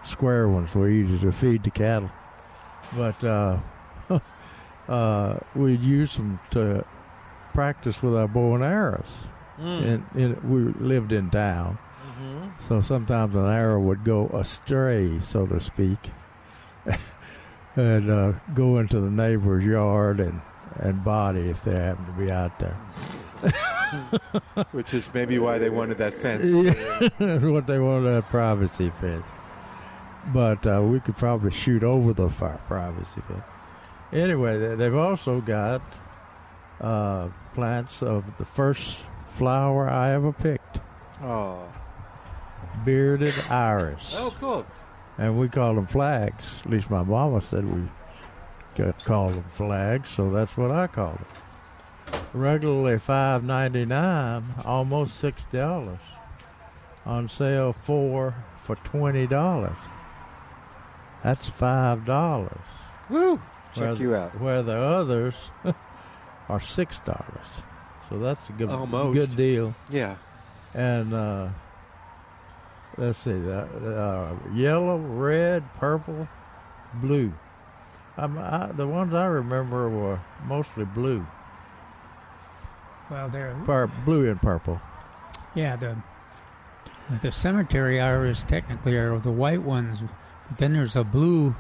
Speaker 5: Square ones were easy to feed the cattle, but uh, (laughs) uh, we'd use them to practice with our bow and arrows. And, and we lived in town, so sometimes an arrow would go astray, so to speak, and uh, go into the neighbor's yard and, and body if they happen to be out there.
Speaker 4: Which is maybe why they wanted that
Speaker 2: (laughs)
Speaker 4: fence.
Speaker 5: That's (laughs) what they wanted a privacy fence. But uh, we could probably shoot over the fire privacy fence. Anyway, they- they've also got uh, plants of the first flower I ever picked,
Speaker 4: Oh,
Speaker 5: bearded iris.
Speaker 4: oh, cool.
Speaker 5: And we call them flags. At least my mama said we ca- called them flags, so that's what I call them. Regularly five ninety nine, almost six dollars. On sale four for twenty dollars. That's five dollars.
Speaker 4: Woo! Check you out.
Speaker 5: Where the others (laughs) are six dollars. So that's a good
Speaker 4: Almost.
Speaker 5: good deal.
Speaker 4: Yeah.
Speaker 5: And uh, let's see, the uh, yellow, red, purple, blue. Um, I, the ones I remember were mostly blue,
Speaker 2: Well, they're
Speaker 5: pur- blue and purple.
Speaker 2: Yeah, the the cemetery iris technically are the white ones, but then there's a blue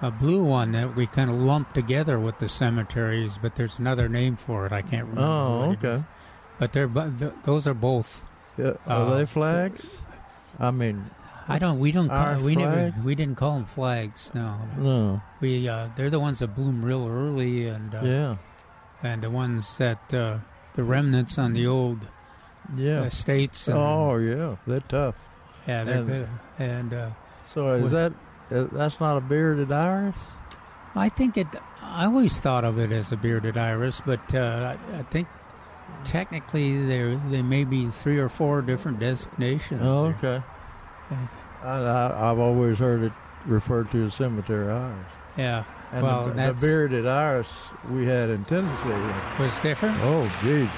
Speaker 2: a blue one that we kind of lump together with the cemeteries, but there's another name for it. I can't remember.
Speaker 5: Oh,
Speaker 2: what it is.
Speaker 5: okay.
Speaker 2: But they're bu- th- those are both.
Speaker 5: Yeah, are
Speaker 2: Uh,
Speaker 5: they flags? I mean,
Speaker 2: I don't. We don't.
Speaker 5: Our
Speaker 2: Call, we never.
Speaker 5: flag?
Speaker 2: We didn't call them flags. No.
Speaker 5: No.
Speaker 2: We. Uh, they're the ones that bloom real early, and uh,
Speaker 5: Yeah.
Speaker 2: and the ones that uh, the remnants on the old
Speaker 5: Yeah.
Speaker 2: estates. And,
Speaker 5: Oh, yeah. They're tough.
Speaker 2: yeah, they're
Speaker 5: and-
Speaker 2: good. And uh,
Speaker 5: So is
Speaker 2: What-
Speaker 5: that uh, that's not a bearded iris?
Speaker 2: I think it. I always thought of it as a bearded iris, but uh, I, I think technically there there may be three or four different designations.
Speaker 5: Oh, okay. I, I, I've always heard it referred to as cemetery iris.
Speaker 2: Yeah.
Speaker 5: And
Speaker 2: well,
Speaker 5: the, the
Speaker 2: that's
Speaker 5: bearded iris we had in Tennessee.
Speaker 2: was different.
Speaker 5: Oh, gee,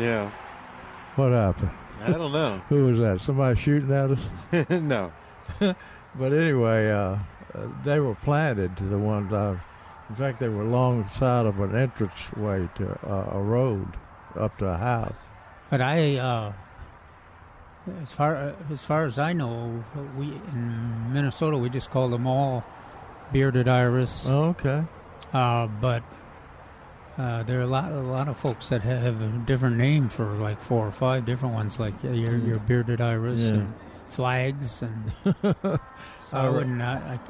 Speaker 4: Yeah.
Speaker 5: what happened?
Speaker 4: I don't know.
Speaker 5: Who was that? Somebody shooting at us?
Speaker 4: (laughs) no.
Speaker 5: But anyway, uh, uh, they were planted to the ones I. In fact, they were alongside of an entranceway to uh, a road up to a house.
Speaker 2: But I, uh, as far as far as I know, we in Minnesota we just call them all bearded iris.
Speaker 5: Oh, Okay.
Speaker 2: Uh, but uh, there are a lot a lot of folks that ha- have a different name for like four or five different ones, like uh, your your bearded iris
Speaker 5: Yeah.
Speaker 2: and flags and. so I
Speaker 5: Ira-
Speaker 2: wouldn't. uh, I, I,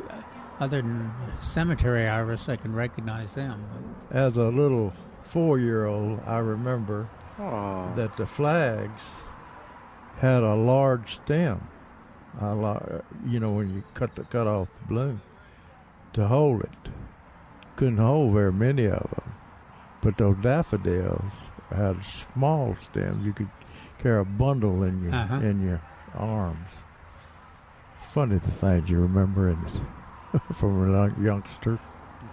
Speaker 2: other than cemetery iris, I can recognize them.
Speaker 5: As a little four-year-old, I remember
Speaker 4: Oh.
Speaker 5: that the flags had a large stem, a lar- you know, when you cut the cut off the bloom to hold it. Couldn't hold very many of them, but those daffodils had small stems. You could carry a bundle in your
Speaker 2: Uh-huh.
Speaker 5: in your arms. Funny the things you remember in it (laughs) from a young- youngster.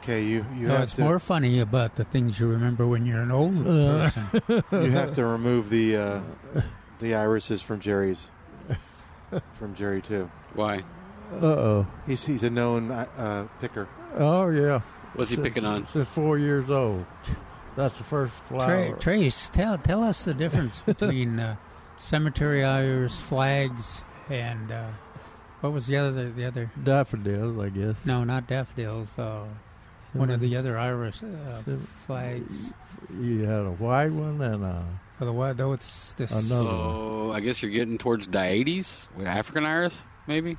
Speaker 4: Okay, you you
Speaker 2: No,
Speaker 4: have
Speaker 2: it's
Speaker 4: to
Speaker 2: more funny about the things you remember when you're an older
Speaker 5: Uh.
Speaker 2: person.
Speaker 4: you have
Speaker 2: (laughs)
Speaker 4: to remove the uh, the irises from Jerry's from Jerry too.
Speaker 6: Why?
Speaker 5: Uh oh.
Speaker 4: He's he's a known uh, uh, picker.
Speaker 5: Oh yeah.
Speaker 6: What's he
Speaker 5: Since-
Speaker 6: picking on?
Speaker 5: Since four years old. That's the first flower.
Speaker 2: Tra- Trace, tell tell us the difference between uh, cemetery iris flags and uh, what was the other the other?
Speaker 5: Daffodils, I guess.
Speaker 2: No, not daffodils. Uh, one of the other iris uh,
Speaker 5: Cem-
Speaker 2: flags.
Speaker 5: You had a white one and a.
Speaker 2: Otherwise, though it's this.
Speaker 5: Another.
Speaker 6: So oh, I guess you're getting towards dieties, African iris, maybe,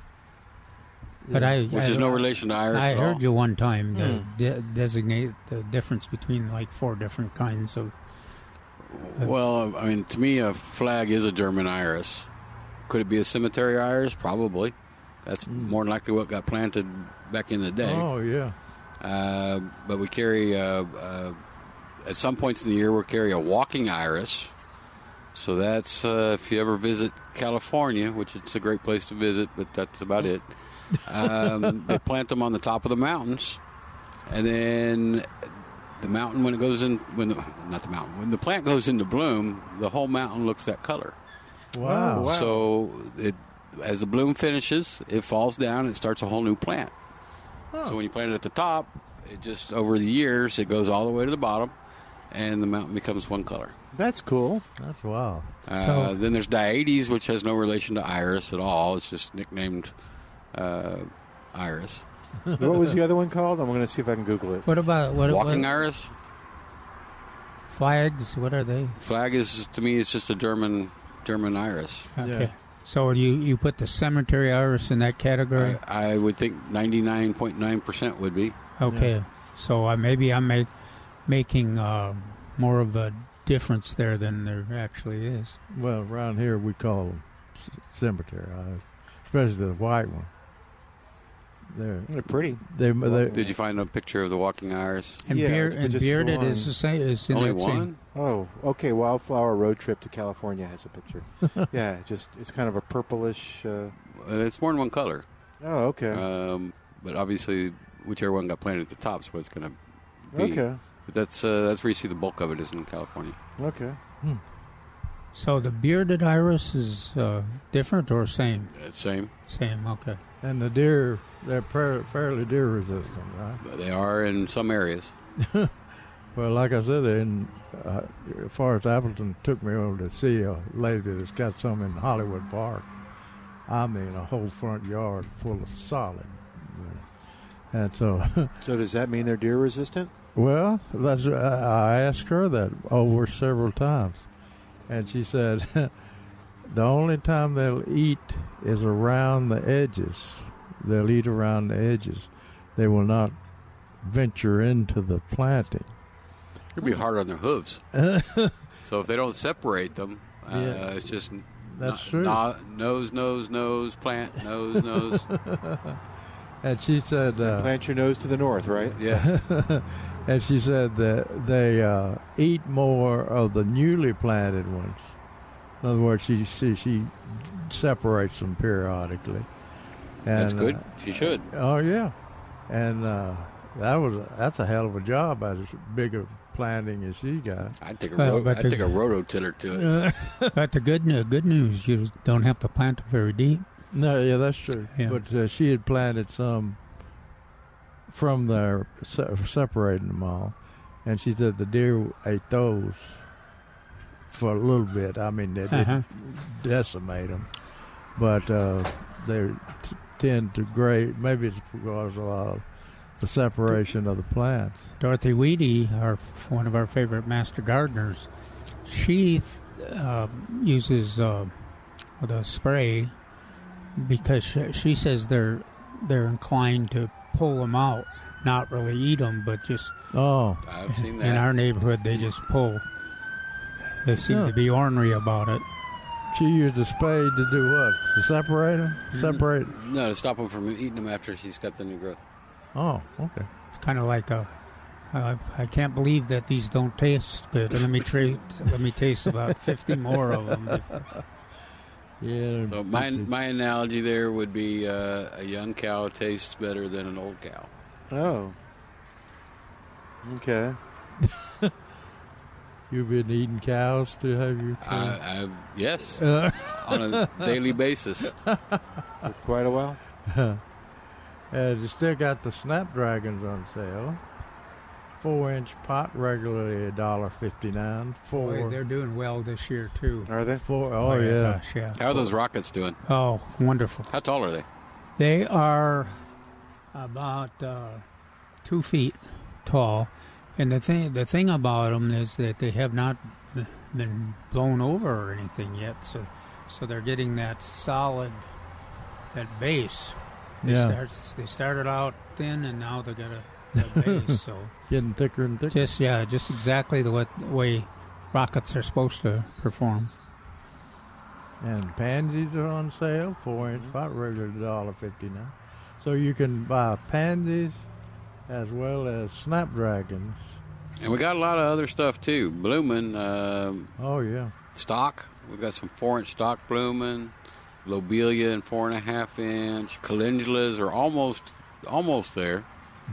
Speaker 2: But I,
Speaker 6: which
Speaker 2: I,
Speaker 6: is no relation to iris.
Speaker 2: I
Speaker 6: at
Speaker 2: heard
Speaker 6: all. Hmm.
Speaker 2: you one time uh, de- designate the difference between like four different kinds of.
Speaker 6: Well, I mean, to me, a flag is a German iris. Could it be a cemetery iris? Probably. That's more than likely what got planted back in the day.
Speaker 5: Oh yeah.
Speaker 6: Uh, but we carry, uh, uh, at some points in the year, we'll carry a walking iris. So that's uh, if you ever visit California, which it's a great place to visit, but that's about it. Um, they plant them on the top of the mountains, and then the mountain when it goes in when the, not the mountain when the plant goes into bloom, the whole mountain looks that color. Oh,
Speaker 5: Wow.
Speaker 6: So it, as the bloom finishes, it falls down and starts a whole new plant. So when you plant it at the top, it just over the years it goes all the way to the bottom, and the mountain becomes one color.
Speaker 4: That's cool.
Speaker 5: That's wow.
Speaker 6: Uh,
Speaker 2: So-
Speaker 6: then there's Diades, which has no relation to Iris at all. It's just nicknamed uh, Iris.
Speaker 4: what was the other one called? I'm going to see if I can Google it.
Speaker 2: What about what?
Speaker 6: Walking
Speaker 2: what,
Speaker 6: Iris
Speaker 2: flags? What are they?
Speaker 6: flag is to me it's just a German German Iris.
Speaker 2: Okay. So you you put the cemetery iris in that category?
Speaker 6: I, I would think 99.9 percent would be.
Speaker 2: Okay, so uh, maybe I'm make, making uh, more of a difference there than there actually is.
Speaker 5: Well, around here we call them c- cemetery, iris, especially the white one. They're
Speaker 4: They're pretty.
Speaker 5: they they.
Speaker 6: Did you find a picture of the walking Iris?
Speaker 2: And,
Speaker 4: Yeah,
Speaker 2: beer,
Speaker 4: but
Speaker 2: and
Speaker 4: just
Speaker 2: bearded
Speaker 4: one.
Speaker 2: is the same. Is in
Speaker 6: Only
Speaker 2: that same-
Speaker 6: one.
Speaker 4: Oh, okay. Wildflower road trip to California has a (laughs) picture. yeah, just it's kind of a purplish. Uh,
Speaker 6: Uh, It's more than one color.
Speaker 4: oh, okay.
Speaker 6: Um, but obviously, whichever one got planted at the top is what it's going to be.
Speaker 4: okay.
Speaker 6: But that's uh, that's where you see the bulk of it is in California.
Speaker 4: Okay.
Speaker 2: So the bearded iris is uh, different or same?
Speaker 6: Uh, same. (laughs)
Speaker 2: Same. Okay.
Speaker 5: And the deer, they're par- fairly deer resistant, right?
Speaker 6: But They are in some areas.
Speaker 5: Well, like I said, in uh, Forrest Appleton took me over to see a lady that's got some in Hollywood Park. I mean, a whole front yard full of solid. And so, (laughs)
Speaker 4: So does that mean they're deer resistant?
Speaker 5: well, that's, uh, I I asked her that over several times, and she said, (laughs) The only time they'll eat is around the edges. They'll eat around the edges. They will not venture into the planting.
Speaker 6: It'd be hard on their
Speaker 2: (laughs)
Speaker 6: hooves. so if they don't separate them, uh,
Speaker 5: Yeah.
Speaker 6: it's just n-
Speaker 5: That's
Speaker 6: no-
Speaker 5: true.
Speaker 6: no- nose, nose, nose, plant,
Speaker 2: (laughs)
Speaker 6: nose, nose.
Speaker 5: And she said, uh, (laughs)
Speaker 4: Plant your nose to the north, right?
Speaker 6: yes.
Speaker 5: and she said that they uh, eat more of the newly planted ones. In other words, she she, she separates them periodically. And,
Speaker 6: That's good.
Speaker 5: uh,
Speaker 6: She should.
Speaker 5: Oh yeah, and uh, that was that's a hell of a job. As big a planting as she got.
Speaker 6: I'd take a,
Speaker 2: Well,
Speaker 6: ro-
Speaker 2: but
Speaker 6: I'd
Speaker 2: the-
Speaker 6: take a rototiller to it.
Speaker 2: But the good news, good news, you don't have to plant it very deep.
Speaker 5: No, yeah, that's true.
Speaker 2: Yeah.
Speaker 5: But uh, she had planted some from there, se- separating them all, and she said the deer ate those for a little bit. I mean, they
Speaker 2: Uh-huh.
Speaker 5: didn't decimate them, but uh, they t- tend to grade. Maybe it's because of the separation of the plants.
Speaker 2: Dorothy Weedy, our one of our favorite master gardeners, she uh, uses uh, the spray because she, she says they're they're inclined to pull them out, not really eat them, but just
Speaker 5: Oh,
Speaker 6: I've seen that.
Speaker 2: in our neighborhood they just pull. They seem
Speaker 5: Yeah.
Speaker 2: to be ornery about it.
Speaker 5: she used a spade to do what? To separate them? Separate?
Speaker 6: no, to stop them from eating them after she's got the new growth.
Speaker 5: Oh, okay.
Speaker 2: It's kind of like a. Uh, I can't believe that these don't taste good. Let me tra- let me taste (laughs) about fifty more of (laughs) them.
Speaker 5: Yeah.
Speaker 6: So my my analogy there would be uh, a young cow tastes better than an old cow.
Speaker 4: Oh. Okay.
Speaker 5: You've been eating cows too, have you?
Speaker 6: I, I yes, on a daily basis.
Speaker 4: For quite a while.
Speaker 5: Uh, they still got the snapdragons on sale. Four inch pot regularly a dollar fifty nine.
Speaker 2: Boy,
Speaker 5: Four
Speaker 2: they're doing well this year too.
Speaker 4: Are they?
Speaker 5: four oh yeah.
Speaker 2: gosh, yeah.
Speaker 6: How are those rockets doing?
Speaker 2: Oh, wonderful.
Speaker 6: How tall are they?
Speaker 2: They are about uh, two feet tall, and the thing the thing about them is that they have not b- been blown over or anything yet. So, so they're getting that solid that base. They
Speaker 5: Yeah.
Speaker 2: start, they started out thin, and now they got a, (laughs) a base. so
Speaker 5: Getting thicker and thicker.
Speaker 2: just yeah, just exactly the wa- way rockets are supposed to perform.
Speaker 5: And pansies are on sale, four inch pot regularly a dollar fifty nine. So you can buy pansies as well as snapdragons.
Speaker 6: And we got a lot of other stuff too. Blooming um,
Speaker 5: Oh yeah.
Speaker 6: stock. We've got some four inch stock blooming. Lobelia and four and a half inch. Calendulas are almost almost there.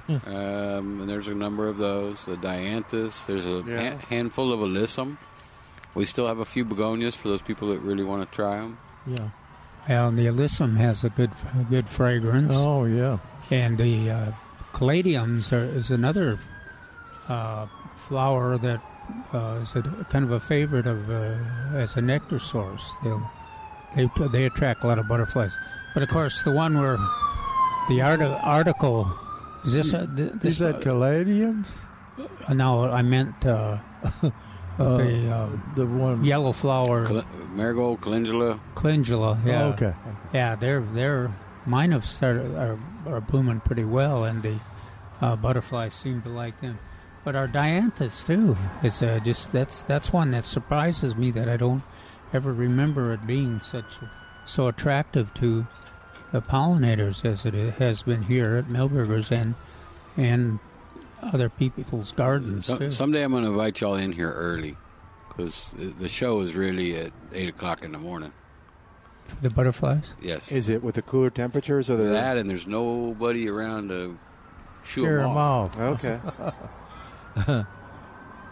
Speaker 4: Hmm.
Speaker 6: um, and there's a number of those. The dianthus. There's a
Speaker 4: Yeah.
Speaker 6: ha- handful of alyssum. We still have a few begonias for those people that really want to try them.
Speaker 5: Yeah.
Speaker 2: Well, the alyssum has a good a good fragrance.
Speaker 5: Oh yeah.
Speaker 2: And the uh, caladiums are, is another uh, flower that uh, is a, kind of a favorite of uh, as a nectar source. They'll, they they attract a lot of butterflies. But of course, the one where the art, article is this. Uh, th-
Speaker 5: You
Speaker 2: this
Speaker 5: said caladiums?
Speaker 2: uh, no, I meant uh, the uh,
Speaker 5: the one
Speaker 2: yellow flower
Speaker 6: Cal- marigold, calendula.
Speaker 2: calendula. Yeah.
Speaker 5: Oh, okay.
Speaker 2: Yeah, they're they're mine have started are, are blooming pretty well, and the uh, butterflies seem to like them. But our dianthus too is uh, just that's that's one that surprises me that I don't ever remember it being such so attractive to the pollinators as it has been here at Millburgers and and other people's gardens
Speaker 6: So,
Speaker 2: too.
Speaker 6: someday I'm going to invite y'all in here early because the show is really at eight o'clock in the morning.
Speaker 2: the butterflies.
Speaker 6: Yes,
Speaker 4: Is it with the cooler temperatures or the
Speaker 6: that and there's nobody around to shoo 'em
Speaker 5: Hear 'em
Speaker 6: off.
Speaker 5: off.
Speaker 4: (laughs) Okay.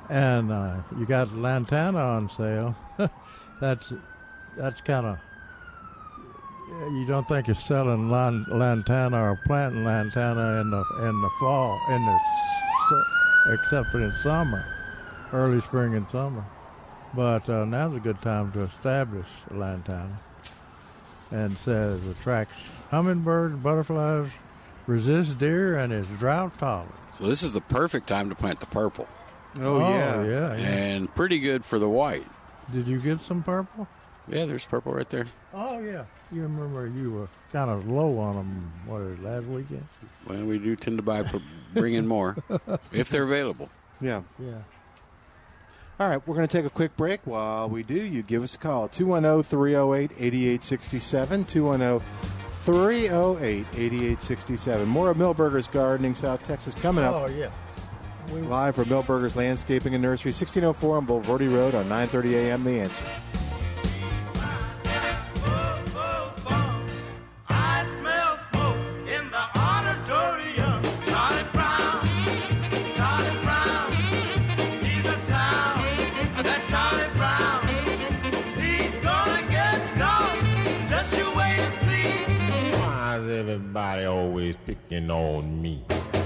Speaker 5: and uh, you got lantana on sale. (laughs) that's that's kind of you don't think it's selling lan- lantana or planting lantana in the in the fall in the s- except for in summer, early spring and summer. But uh, now's a good time to establish lantana. And says attracts hummingbirds, butterflies, resists deer, and is drought tolerant.
Speaker 6: So this is the perfect time to plant the purple,
Speaker 4: Oh, yeah.
Speaker 5: yeah, yeah.
Speaker 6: and pretty good for the white.
Speaker 5: Did you get some purple?
Speaker 6: Yeah, there's purple right there.
Speaker 5: Oh yeah, you remember you were kind of low on them. What is it, last weekend?
Speaker 6: Well, we do tend to buy, pur- bring
Speaker 5: (laughs)
Speaker 6: in more if they're available.
Speaker 4: Yeah.
Speaker 5: Yeah.
Speaker 4: All right, we're going to take a quick break. While we do, you give us a call oh, 210 308 8867. 210 308 8867. More of Millburgers Gardening, South Texas, coming up.
Speaker 5: Oh yeah. Oh.
Speaker 4: Live from Millburgers Landscaping and Nursery, 1604 on Boulevardy Road on 9:30 a.m. The Answer.
Speaker 8: I smell smoke in the auditorium. Charlie Brown, Charlie Brown, he's a clown. That Charlie Brown, he's gonna get down. Just you wait and see.
Speaker 9: Why is everybody always picking on me?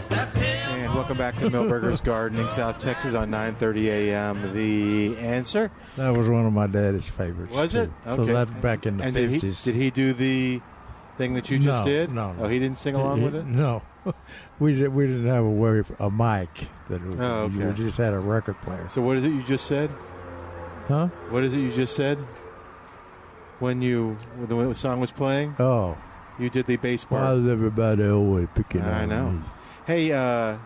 Speaker 8: That's him.
Speaker 4: And welcome back to
Speaker 5: (laughs)
Speaker 4: Millburgers Gardening, South Texas on 9:30 a.m. The Answer.
Speaker 5: That was one of my daddy's favorites.
Speaker 4: Was it?
Speaker 5: too. So that's back in the
Speaker 4: and
Speaker 5: fifties.
Speaker 4: Did he, did he do the thing that you just
Speaker 5: no,
Speaker 4: did?
Speaker 5: No, no.
Speaker 4: Oh, he didn't sing along
Speaker 5: He-
Speaker 4: with it?
Speaker 5: No, (laughs) we did, we didn't have a way for- a mic that was,
Speaker 4: Oh,
Speaker 5: you
Speaker 4: okay.
Speaker 5: just had a record player.
Speaker 4: So what is it you just said?
Speaker 5: Huh?
Speaker 4: What is it you just said? When you when the song was playing,
Speaker 5: Oh,
Speaker 4: you did the bass part.
Speaker 5: why is everybody always picking on
Speaker 4: I know.
Speaker 5: me?
Speaker 4: Hey, uh,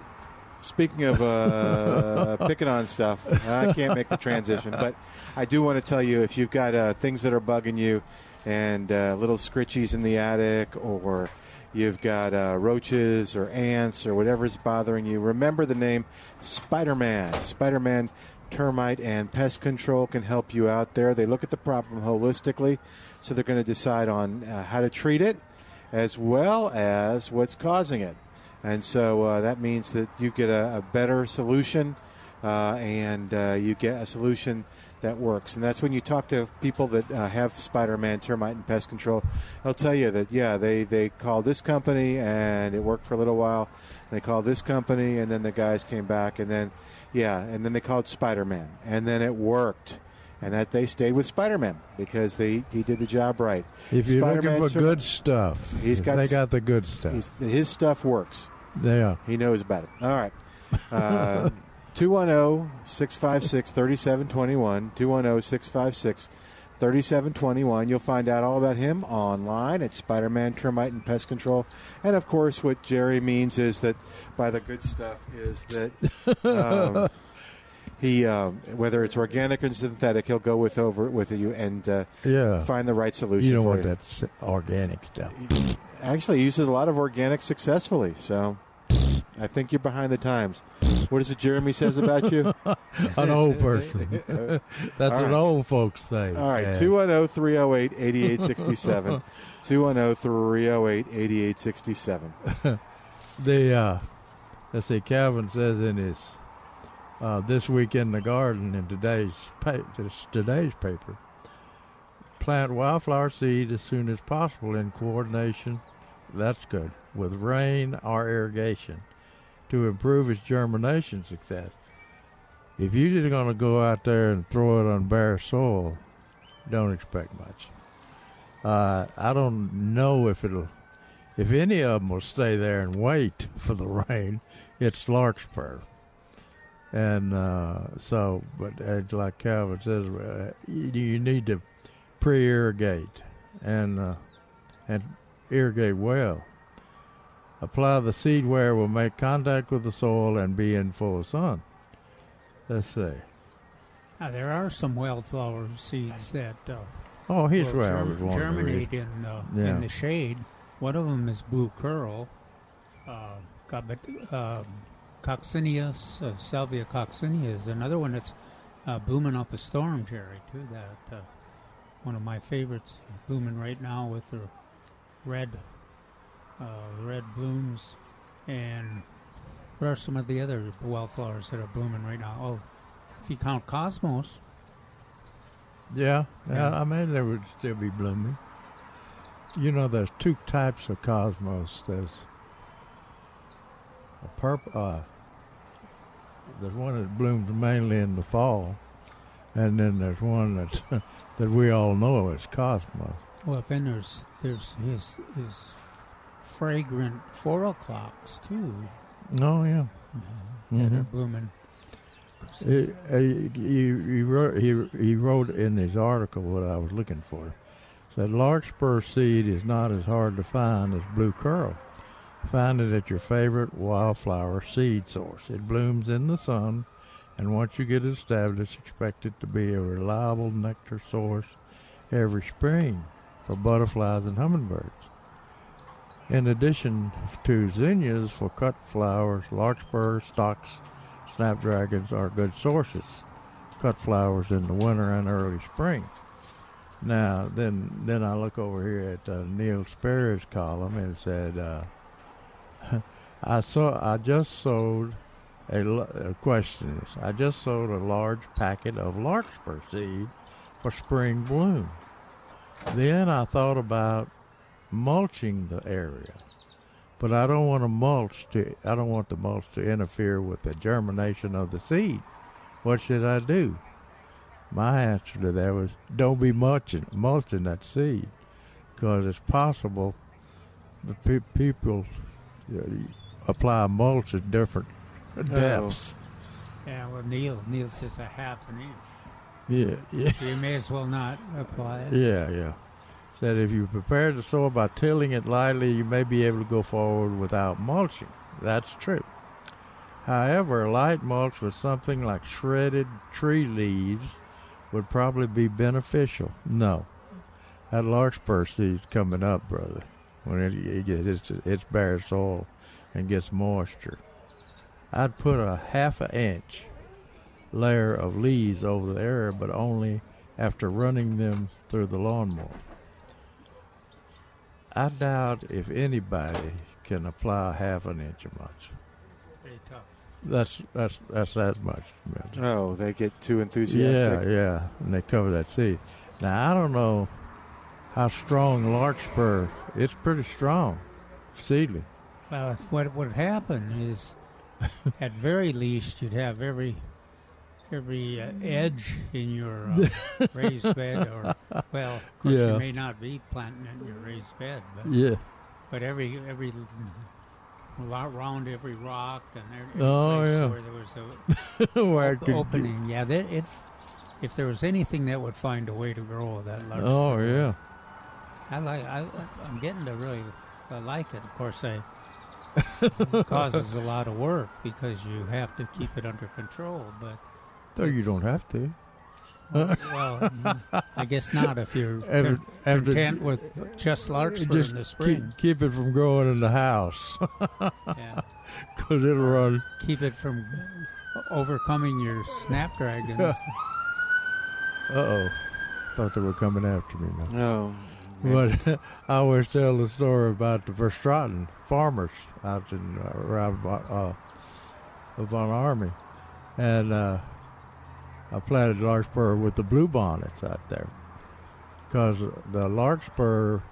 Speaker 4: speaking of uh, (laughs) picking on stuff, I can't make the transition, but I do want to tell you if you've got uh, things that are bugging you and uh, little scritchies in the attic or you've got uh, roaches or ants or whatever's bothering you, remember the name Spider Man. Spider Man termite and pest control can help you out there. They look at the problem holistically, so they're going to decide on uh, how to treat it as well as what's causing it. And so uh, that means that you get a, a better solution uh, and uh, you get a solution that works. And that's when you talk to people that uh, have Spider Man termite and pest control. They'll tell you that, yeah, they, they called this company and it worked for a little while. They called this company and then the guys came back and then, yeah, and then they called Spider Man and then it worked. And that they stayed with Spider Man because they, he did the job right.
Speaker 5: If you're
Speaker 4: Spider-Man
Speaker 5: looking for
Speaker 4: term-
Speaker 5: good stuff,
Speaker 4: He's got
Speaker 5: they
Speaker 4: s-
Speaker 5: got the good stuff.
Speaker 4: He's, his stuff works.
Speaker 5: Yeah.
Speaker 4: He knows about it. All right.
Speaker 5: (laughs)
Speaker 4: Uh, oh, 210-656-3721, 210-656-3721. You'll find out all about him online at Spider-Man Termite and Pest Control. And of course, what Jerry means is that by the good stuff is that
Speaker 5: (laughs)
Speaker 4: um, he, um, whether it's organic or synthetic, he'll go with over with you and uh,
Speaker 5: Yeah.
Speaker 4: find the right solution.
Speaker 5: You don't
Speaker 4: for
Speaker 5: want that s- organic stuff.
Speaker 4: Actually, he uses a lot of organic successfully, so I think you're behind the times. What is it Jeremy says about you?
Speaker 5: an old
Speaker 4: (laughs)
Speaker 5: person. That's
Speaker 4: All right.
Speaker 5: an old folks thing.
Speaker 4: All right, oh,
Speaker 5: Yeah.
Speaker 4: 210 308 8867. 210 308 8867.
Speaker 5: The uh, let's see, Calvin says in his uh, this week in the garden in today's pa- this- today's paper, plant wildflower seed as soon as possible in coordination. That's good with rain or irrigation to improve its germination success. If you're just going to go out there and throw it on bare soil, don't expect much. Uh, I don't know if it'll if any of them will stay there and wait for the (laughs) rain, it's larkspur. And uh, so, but uh, like Calvin says, uh, you, you need to pre-irrigate and uh, and irrigate well. Apply the seed where it will make contact with the soil and be in full sun. Let's see.
Speaker 2: Now, Ah, there are some wildflower seeds that uh,
Speaker 5: Oh, here's
Speaker 2: will
Speaker 5: where I
Speaker 2: germ-
Speaker 5: was wanting to read.
Speaker 2: germinate in, uh,
Speaker 5: Yeah.
Speaker 2: in the shade. One of them is blue curl, uh, Cob- uh, coccineus, uh, salvia coccinea is another one that's uh, blooming up a storm, Jerry, too. That uh, one of my favorites, blooming right now with the red, uh, red blooms, and what are some of the other wildflowers that are blooming right now? Oh, if you count cosmos,
Speaker 5: Yeah, yeah.
Speaker 2: Yeah.
Speaker 5: I mean, they would still be blooming. You know, there's two types of cosmos. There's a purple. Uh, there's one that blooms mainly in the fall, and then there's one that (laughs) that we all know as cosmos.
Speaker 2: Well, then there's there's his his fragrant four o'clocks too
Speaker 5: Oh yeah.
Speaker 2: that
Speaker 5: Mhm.
Speaker 2: are blooming.
Speaker 5: He, he, he, wrote, he, he wrote in his article what I was looking for. Said larkspur seed is not as hard to find as blue curl. Find it at your favorite wildflower seed source. It blooms in the sun, and once you get established, expect it to be a reliable nectar source every spring for butterflies and hummingbirds. In addition to zinnias for cut flowers, larkspur stocks, snapdragons are good sources. Cut flowers in the winter and early spring. Now, then, then I look over here at uh, Neil Sperry's column and said, uh, (laughs) "I saw, I just sold a, l- a question. is, I just sold a large packet of larkspur seed for spring bloom. Then I thought about mulching the area, but I don't want to mulch to. I don't want the mulch to interfere with the germination of the seed. What should I do? My answer to that was don't be mulching mulching that seed, because it's possible the pe- people you know, apply mulch at different depths.
Speaker 2: Yeah, well, Neil, Neil says a half an inch.
Speaker 5: Yeah, yeah.
Speaker 2: You may as well not apply it.
Speaker 5: Yeah, yeah. Said if you prepare the soil by tilling it lightly, you may be able to go forward without mulching. That's true. However, a light mulch with something like shredded tree leaves would probably be beneficial. No, that larkspur seed's coming up, brother. When it, it gets it's, it's bare soil and gets moisture, I'd put a half an inch layer of leaves over the area, but only after running them through the lawnmower. I doubt if anybody can apply half an inch of mulch.
Speaker 2: Pretty tough.
Speaker 5: That's that's that's that much. man.
Speaker 4: Oh, they get too
Speaker 5: Yeah,
Speaker 4: enthusiastic.
Speaker 5: yeah, and they cover that seed. Now I don't know how strong larkspur. It's pretty strong, seedling.
Speaker 2: Well, it's- what would happen
Speaker 5: (laughs)
Speaker 2: is, at very least, you'd have every every
Speaker 5: Mm.
Speaker 2: uh, edge in your uh, raised
Speaker 5: (laughs)
Speaker 2: bed, or well, of course,
Speaker 5: Yeah.
Speaker 2: you may not be planting it in your raised bed, but
Speaker 5: Yeah.
Speaker 2: but every every lot round every rock and every, every
Speaker 5: Oh,
Speaker 2: place
Speaker 5: yeah.
Speaker 2: where there was a
Speaker 5: (laughs) Where it
Speaker 2: op-
Speaker 5: could-
Speaker 2: opening, yeah, that it. If there was anything that would find a way to grow that large,
Speaker 5: Oh yeah.
Speaker 2: I like. I, I'm getting to really I like it. Of course,
Speaker 5: (laughs)
Speaker 2: I it causes a lot of work because you have to keep it under control. But
Speaker 5: Though you don't have to.
Speaker 2: well, I guess not if you're
Speaker 5: After-
Speaker 2: con-
Speaker 5: after-
Speaker 2: content with just larkspur
Speaker 5: Just
Speaker 2: in the
Speaker 5: keep,
Speaker 2: spring.
Speaker 5: keep it from growing in the house (laughs)
Speaker 2: yeah.
Speaker 5: because it'll run.
Speaker 2: Keep it from overcoming your
Speaker 5: (laughs)
Speaker 2: snapdragons.
Speaker 5: Uh oh. Thought they were coming after me (laughs) now.
Speaker 4: No.
Speaker 5: But I always tell the story about the Verstraten farmers out in uh, around Von- uh, Von Army, and uh, I planted larkspur with the bluebonnets out there because the larkspur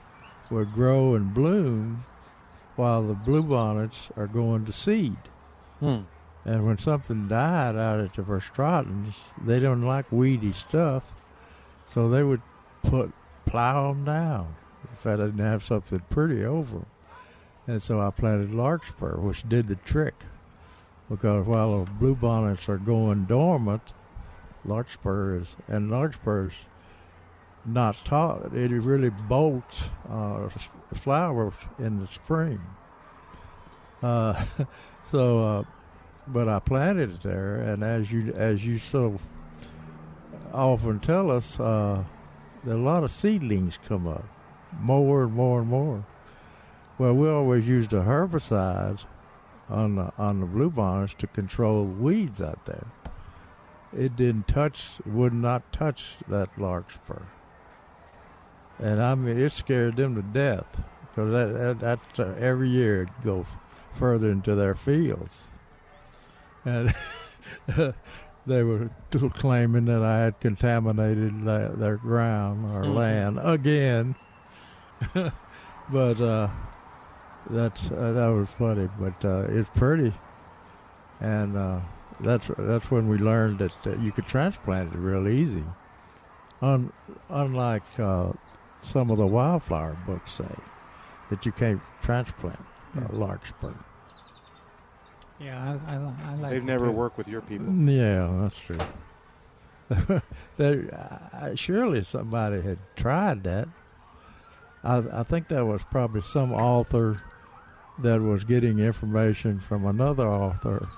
Speaker 5: would grow and bloom while the bluebonnets are going to seed.
Speaker 4: Hmm.
Speaker 5: And when something died out at the Verstratens, they don't like weedy stuff, so they would put plow them down if I didn't have something pretty over 'em. And so I planted larkspur, which did the trick, because while the bluebonnets are going dormant, larkspur is and larkspur's not taught. It really bolts uh, s- flowers in the spring. Uh, (laughs) so, uh, but I planted it there, and as you as you so often tell us, uh, there are a lot of seedlings come up, more and more and more. Well, we always used the herbicides on the on the bluebonnets to control weeds out there. It didn't touch, would not touch that larkspur, and I mean it scared them to death because that, that that's uh, every year it go f- further into their fields, and (laughs) they were t- claiming that I had contaminated their, their ground or land again. (laughs) but uh, that's uh, that was funny, but uh, it's pretty, and uh, that's that's when we learned that, that you could transplant it real easy, Un, unlike uh, some of the wildflower
Speaker 2: Mm.
Speaker 5: books say that you can't transplant
Speaker 2: Yeah.
Speaker 5: a larkspur.
Speaker 2: Yeah, I, I, li- I like.
Speaker 4: They've
Speaker 2: it
Speaker 4: never
Speaker 2: too.
Speaker 4: worked with your
Speaker 5: Hmm.
Speaker 4: people.
Speaker 5: Yeah, that's true. (laughs) There- I- I- surely somebody had tried that. I, I think that was probably some author that was getting information from another author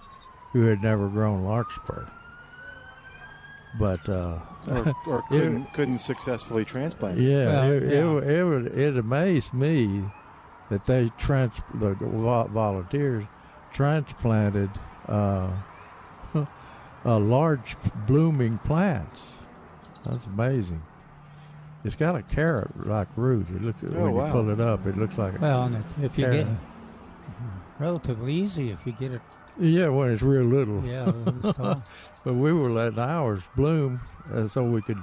Speaker 5: who had never grown larkspur. But uh,
Speaker 4: Or, or
Speaker 5: Yeah.
Speaker 4: couldn't, couldn't successfully transplant. it.
Speaker 5: yeah,
Speaker 2: Well,
Speaker 5: it,
Speaker 2: yeah.
Speaker 5: It, wa- it, would- it amazed me that they trans the vo- volunteers transplanted uh, (laughs) a large blooming plants. That's amazing. It's got a carrot like root. It look
Speaker 4: Oh,
Speaker 5: when
Speaker 4: wow.
Speaker 5: you pull it up, it looks like a
Speaker 2: Well, and if, if you
Speaker 5: carrot.
Speaker 2: get relatively easy, if you
Speaker 5: (laughs)
Speaker 2: get it,
Speaker 5: Yeah, when it's real little.
Speaker 2: yeah, it's tall.
Speaker 5: But we were letting ours bloom, and so we could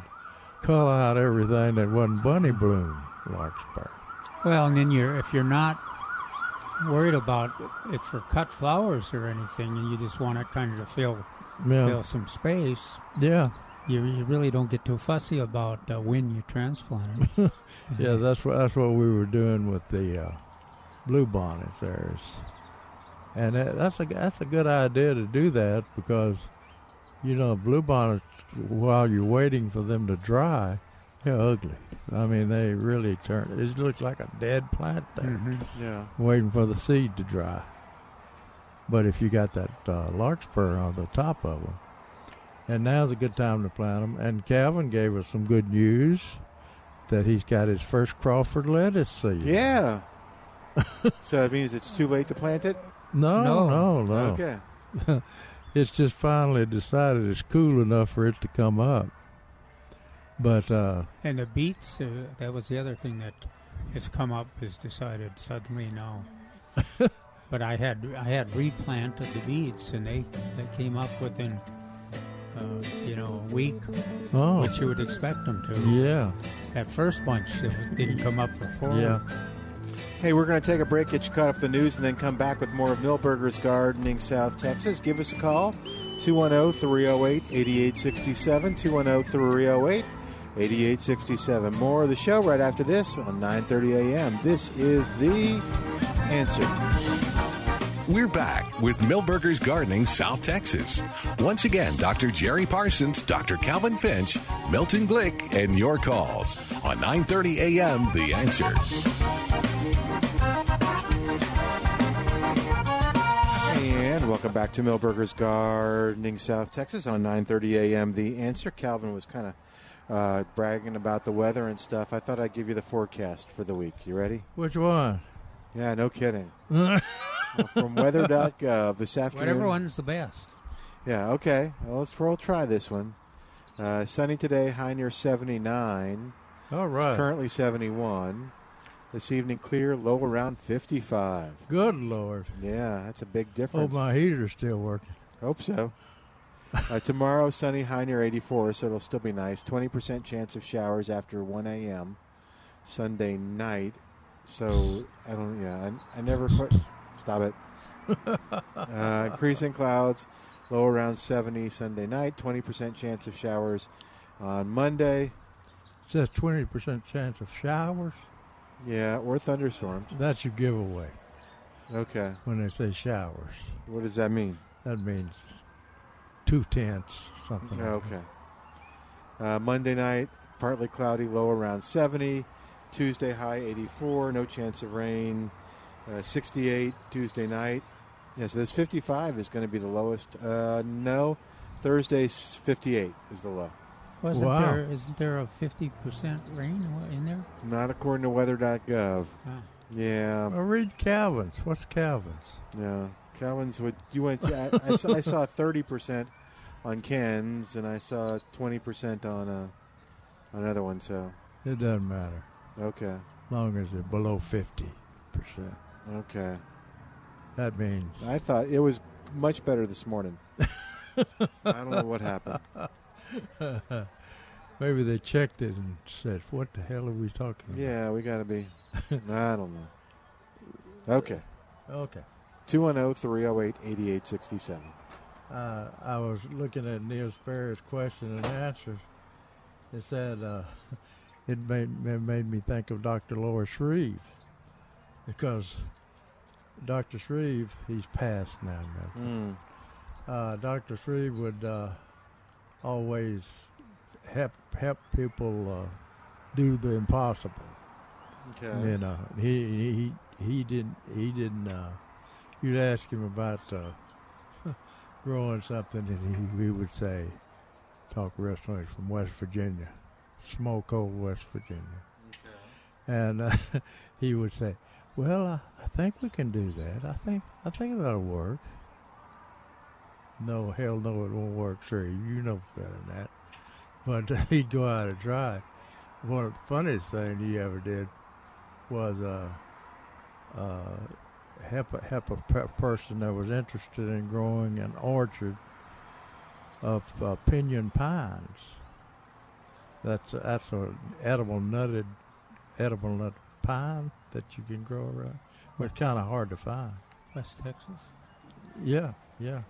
Speaker 5: cull out everything that wasn't bunny bloom larkspur.
Speaker 2: Well, and then you're if you're not worried about it for cut flowers or anything, and you just want it kind of to fill
Speaker 5: Yeah,
Speaker 2: fill some space.
Speaker 5: yeah,
Speaker 2: You, you really don't get too fussy about uh, when you transplant them.
Speaker 5: (laughs) yeah. That's what that's what we were doing with the uh, blue bonnets there, is- and that, that's a that's a good idea to do that because you know blue bonnets while you're waiting for them to dry, they're ugly. I mean, they really turn. It looks like a dead plant there.
Speaker 4: Yeah.
Speaker 5: waiting for the seed to dry. But if you got that uh, larkspur on the top of them, and now's a good time to plant them. And Calvin gave us some good news that he's got his first Crawford lettuce seed.
Speaker 4: Yeah. (laughs) so it means it's too late to plant it?
Speaker 5: No,
Speaker 2: No.
Speaker 5: no, no.
Speaker 4: Okay.
Speaker 5: It's just finally decided it's cool enough for it to come up. But uh,
Speaker 2: and the beets, uh, that was the other thing that has come up is decided suddenly no.
Speaker 5: (laughs)
Speaker 2: but I had I had replanted the beets, and they they came up within uh, you know a week,
Speaker 5: oh,
Speaker 2: which you would expect them to.
Speaker 5: yeah,
Speaker 2: That first bunch that didn't come up before.
Speaker 5: yeah.
Speaker 4: Hey, we're going to take a break, get you caught up with the news, and then come back with more of Millburgers Gardening South Texas. Give us a call, oh, 210 308 8867. 210 308 8867. More of the show right after this on 9.30 a.m. This is The Answer.
Speaker 3: We're back with Millburgers Gardening South Texas. Once again, Dr. Jerry Parsons, Dr. Calvin Finch, Milton Glick, and your calls on 9:30 a.m. The Answer.
Speaker 4: And welcome back to Millburgers Gardening South Texas on 9:30 a.m. The answer Calvin was kind of uh, bragging about the weather and stuff. I thought I'd give you the forecast for the week. You ready?
Speaker 5: Which one?
Speaker 4: Yeah, no
Speaker 5: (laughs)
Speaker 4: kidding. From weather.gov this afternoon.
Speaker 2: Whatever one's the best.
Speaker 4: Yeah, okay. Well, let's we'll try this one. Uh, sunny today, high near 79.
Speaker 5: All
Speaker 4: It's
Speaker 5: right.
Speaker 4: currently 71. This evening clear, low around 55.
Speaker 5: Good lord.
Speaker 4: Yeah, that's a big
Speaker 5: Oh,
Speaker 4: difference.
Speaker 5: my heater's still working.
Speaker 4: Hope so. Uh, tomorrow, sunny, high near 84, so it'll still be nice. 20% chance of showers after 1 a.m. Sunday night. So, I don't, yeah, I, I never quite. Stop it. Uh, increasing clouds, low around 70 Sunday night. 20% chance of showers on Monday.
Speaker 5: says 20% chance of showers.
Speaker 4: Yeah, or thunderstorms.
Speaker 5: That's your giveaway
Speaker 4: Okay.
Speaker 5: when they say showers.
Speaker 4: What does that mean?
Speaker 5: That means two tenths, something. like
Speaker 4: Okay. Uh, Monday night, partly cloudy, low around 70. Tuesday, high 84, no chance of rain. Uh, 68 Tuesday night. Yeah, so this 55 is going to be the lowest. Uh, no, Thursday's 58 is the low.
Speaker 2: Wasn't
Speaker 5: Wow.
Speaker 2: there? Isn't there a fifty percent rain in there?
Speaker 4: Not according to weather.gov.
Speaker 2: Ah.
Speaker 4: Yeah,
Speaker 5: that. Well, read Calvin's. What's Calvin's?
Speaker 4: yeah. Cowan's would you went? To, I, I, saw, I saw 30% on Ken's, and I saw 20% on uh, another one. So
Speaker 5: It doesn't matter,
Speaker 4: okay,
Speaker 5: long as it's below 50%.
Speaker 4: okay.
Speaker 5: That means
Speaker 4: I thought it was much better this morning. (laughs) I don't know what happened.
Speaker 5: maybe they checked it and said, what the hell are we talking about?
Speaker 4: Yeah, we got to be. I don't know. Okay. oh,
Speaker 5: Okay.
Speaker 4: 210 308 8867.
Speaker 5: uh, I was looking at Neil Sperry's question and answers. It said uh, (laughs) it made it made me think of Dr. Laura Shreve because Dr. Shreve, he's passed now.
Speaker 4: Mm.
Speaker 5: Milton. uh, Dr. Shreve would uh, always help help people uh, do the impossible.
Speaker 4: Okay.
Speaker 5: You know, uh, he he he didn't he didn't. Uh, you'd ask him about uh, (laughs) growing something, and he, he would say, "Talk restaurants from West Virginia, smoke old West Virginia," and uh, (laughs) he would say, "Well, I, I think we can do that. I think I think that'll work." No, hell no, it won't work, sir. You know better than that. But (laughs) he'd go out and try. it. One of the funniest thing he ever did was uh, uh, help, a- help a pe- person that was interested in growing an orchard of uh, pinyon pines. That's a, that's an edible nutted, edible nut pine that you can grow around. Well, it's kind of hard to find.
Speaker 2: West Texas.
Speaker 5: Yeah, yeah.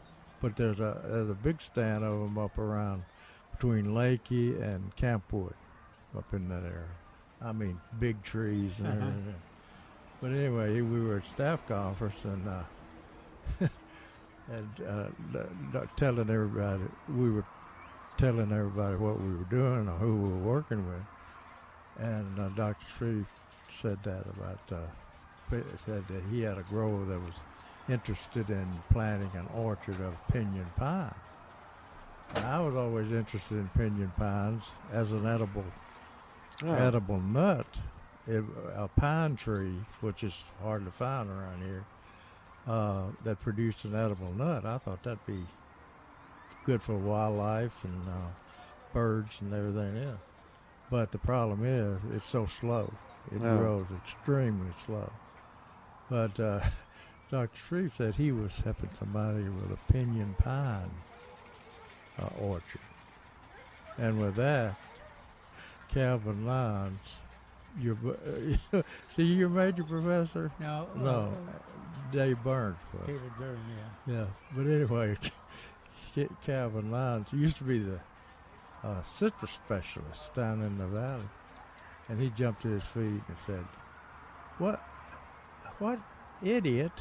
Speaker 5: But there's a there's a big stand of them up around between Lakey and Campwood, up in that area. I mean, big trees and
Speaker 2: Uh-huh.
Speaker 5: everything. But anyway, we were at staff conference and uh, (laughs) and uh, d- d- telling everybody we were telling everybody what we were doing or who we were working with. And uh, Dr. Shreve said that about uh, p- said that he had a grower that was interested in planting an orchard of pinyon pines. And I was always interested in pinyon pines as an edible
Speaker 4: Oh.
Speaker 5: edible nut. It, a pine tree, which is hard to find around here, uh, that produced an edible nut. I thought that'd be good for wildlife and uh, birds and everything else. But the problem is, it's so slow. It
Speaker 4: Yeah.
Speaker 5: grows extremely slow. But uh, (laughs) Dr. Shreve said he was helping somebody with a pinyon pine uh, orchard. And with that, Calvin Lyons, your bu- (laughs) see your major professor?
Speaker 2: No. uh,
Speaker 5: No, Dave Burns was.
Speaker 2: David Byrne, yeah.
Speaker 5: Yeah, but anyway, (laughs) Ca- Calvin Lyons used to be the uh, citrus specialist down in the valley, and he jumped to his feet and said, "What, what idiot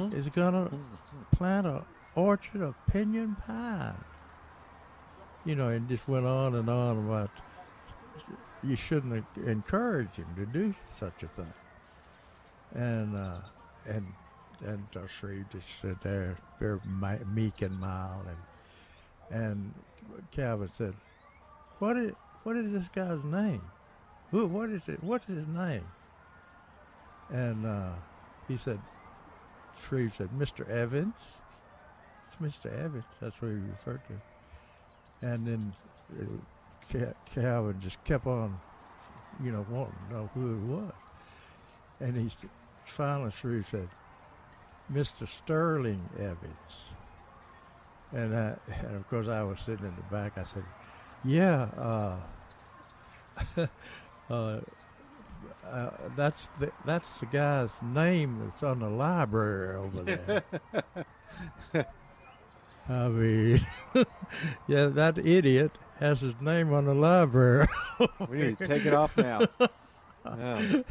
Speaker 5: is gonna plant a orchard of pinyon pines?" You know, and just went on and on about you shouldn't en- encourage him to do such a thing, and uh, and and uh, Shreve just stood there, very mi- meek and mild, and and Calvin said, "What is what is this guy's name? Who? What is it? What's his name?" And uh, he said, Shreve said, "Mr. Evans." It's Mr. Evans. That's what he referred to. And then uh, Ca- Calvin just kept on, you know, wanting to know who it was. And he s- finally Shreve said, Mr. Sterling Evans. And, I, and of course, I was sitting in the back. I said, Yeah, uh, (laughs) uh, uh, that's, the, that's the guy's name that's on the library over there. I mean, (laughs) yeah, that idiot has his name on the library. (laughs)
Speaker 4: We need to take it off now. Yeah.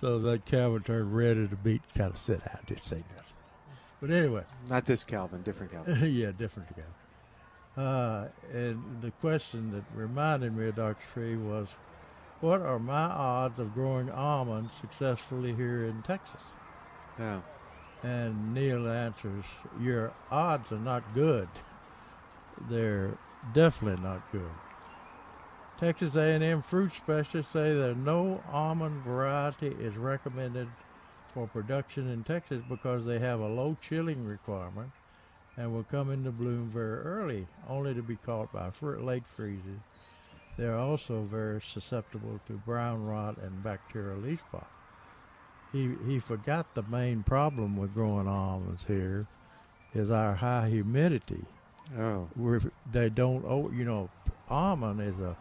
Speaker 5: so that Calvin turned red at the beat, kind of said, I did say that. But anyway,
Speaker 4: Not this Calvin, different Calvin.
Speaker 5: (laughs) yeah, different together. Uh, and the question that reminded me of Dr. Shreve was, what are my odds of growing almonds successfully here in Texas?
Speaker 4: Yeah.
Speaker 5: And Neil answers, your odds are not good. They're definitely not good. Texas A&M fruit specialists say that no almond variety is recommended for production in Texas because they have a low chilling requirement and will come into bloom very early, only to be caught by fr- late freezes. They are also very susceptible to brown rot and bacterial leaf spot. He he forgot the main problem with growing almonds here is our high humidity
Speaker 4: Oh.
Speaker 5: where they don't oh you know almond is a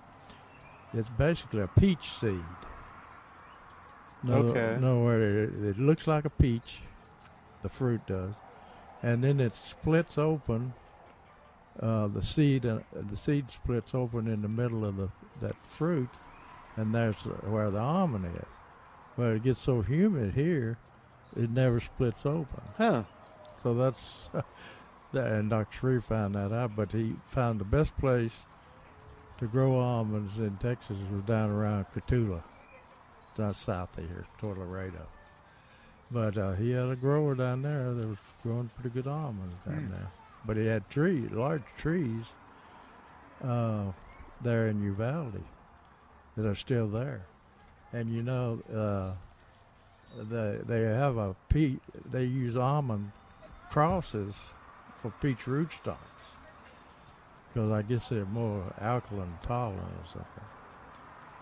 Speaker 5: it's basically a peach seed no
Speaker 4: Okay.
Speaker 5: no where it, it looks like a peach the fruit does and then it splits open uh, the seed uh, the seed splits open in the middle of the that fruit and there's where the almond is well it gets so humid here it never splits open.
Speaker 4: Huh.
Speaker 5: So that's, (laughs) that, and Dr. Shree found that out, but he found the best place to grow almonds in Texas was down around Catula, down south of here, toward Laredo. But uh, he had a grower down there that was growing pretty good almonds down
Speaker 2: Hmm.
Speaker 5: there. But he had trees, large trees, uh, there in Uvalde that are still there. And you know, uh, they they have a peach. They use almond crosses for peach rootstocks because I guess they're more alkaline tolerant or something.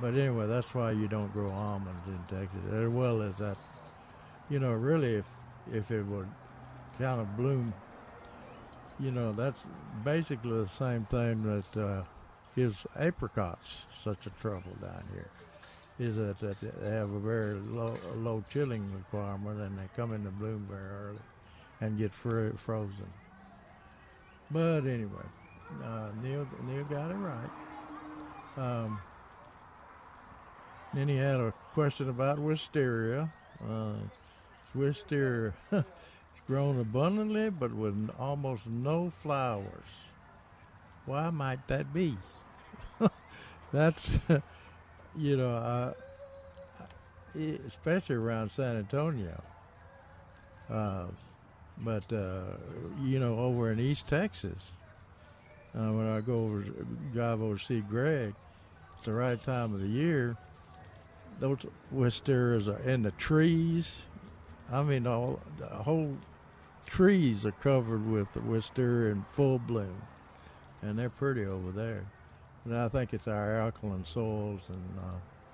Speaker 5: But anyway, that's why you don't grow almonds in Texas, as well as that. You know, really, if if it would kind of bloom, you know, that's basically the same thing that uh, gives apricots such a trouble down here. Is that, that they have a very low, a low chilling requirement, and they come into bloom very early, and get fro- frozen. But anyway, uh, Neil Neil got it right. Um, then he had a question about wisteria. Uh, wisteria is grown abundantly, but with n- almost no flowers. Why might that be? (laughs) That's you know, uh, e- especially around San Antonio. Uh, but uh, you know, over in East Texas, uh, when I go over drive over to see Greg, it's the right time of the year. Those wisterias are in the trees. I mean, all the whole trees are covered with the wisteria in full bloom, and they're pretty over there. And I think it's our alkaline soils and uh,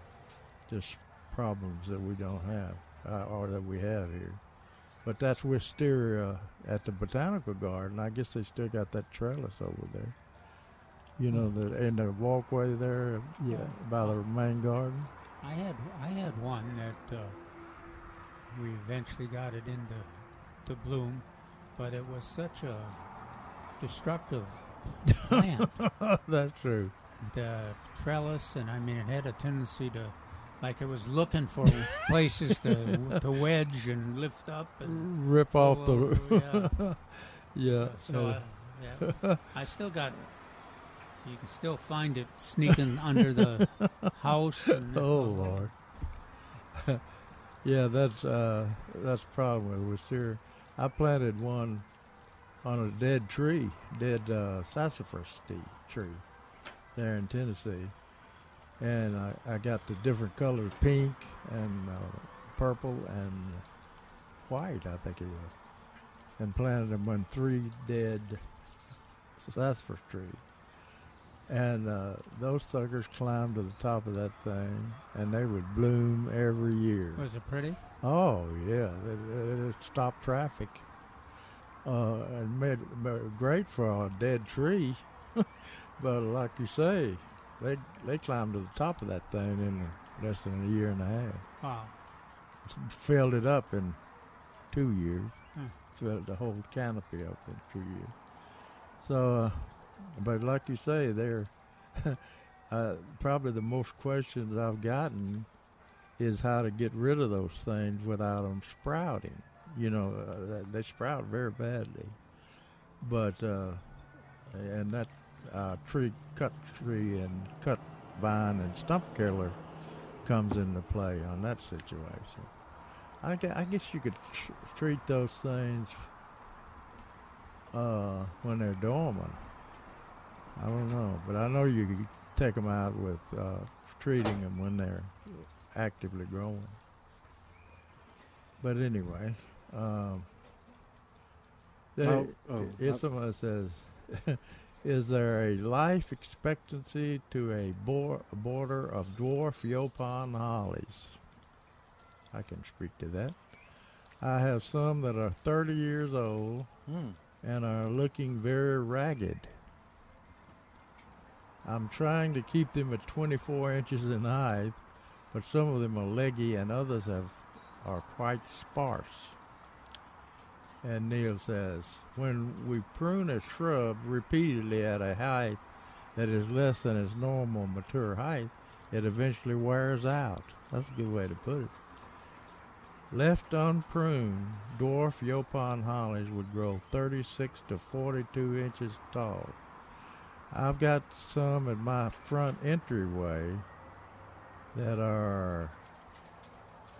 Speaker 5: just problems that we don't have, uh, or that we have here. But that's wisteria at the botanical garden. I guess they still got that trellis over there. You know, the and the walkway there, yeah, by the main garden. (laughs)
Speaker 2: I had I had one that uh, we eventually got it into to bloom, but it was such a destructive plant.
Speaker 5: that's true.
Speaker 2: the trellis, and I mean, it had a tendency to, like, it was looking for places to to wedge and lift up and
Speaker 5: Rip off
Speaker 2: pull over,
Speaker 5: the. (laughs) yeah.
Speaker 2: oh, So, so I, yeah, I still got. You can still find it sneaking under
Speaker 5: (laughs)
Speaker 2: the house. And
Speaker 5: oh (laughs) Lord. Oh, (laughs) yeah, that's uh, that's a problem with wisteria. I planted one on a dead tree, dead uh, sassafras tea, tree, there in Tennessee, and I, I got the different colors: pink and uh, purple and white, I think it was, and planted them on three dead sassafras trees. And uh, those suckers climbed to the top of that thing, and they would bloom every year.
Speaker 2: Was it pretty?
Speaker 5: Oh yeah, it, it, it stopped traffic, uh, and made, made great for a dead tree. (laughs) but like you say, they they climbed to the top of that thing in less than a year and a half.
Speaker 2: Wow.
Speaker 5: Filled it up in two years.
Speaker 2: Hmm.
Speaker 5: Filled the whole canopy up in two years. So, uh, but like you say, they're (laughs) uh, probably the most questions I've gotten is how to get rid of those things without them sprouting. You know, uh, they- they sprout very badly, but uh, and that uh, tree, cut tree, and cut vine and stump killer comes into play on that situation. I, gue- I guess you could tr- treat those things uh, when they're dormant. I don't know, but I know you could take them out with uh, treating them when they're actively growing. But anyway, um, they,
Speaker 4: Oh, oh,
Speaker 5: if
Speaker 4: uh,
Speaker 5: someone says, (laughs) "Is there a life expectancy to a, bor- a border of dwarf Yopon hollies?" I can speak to that. I have some that are 30 years old
Speaker 4: Hmm.
Speaker 5: and are looking very ragged. I'm trying to keep them at 24 inches in height, but some of them are leggy and others have are quite sparse. And Neil says, when we prune a shrub repeatedly at a height that is less than its normal mature height, it eventually wears out. That's a good way to put it. Left unpruned, dwarf Yopon hollies would grow 36 to 42 inches tall. I've got some in my front entryway that are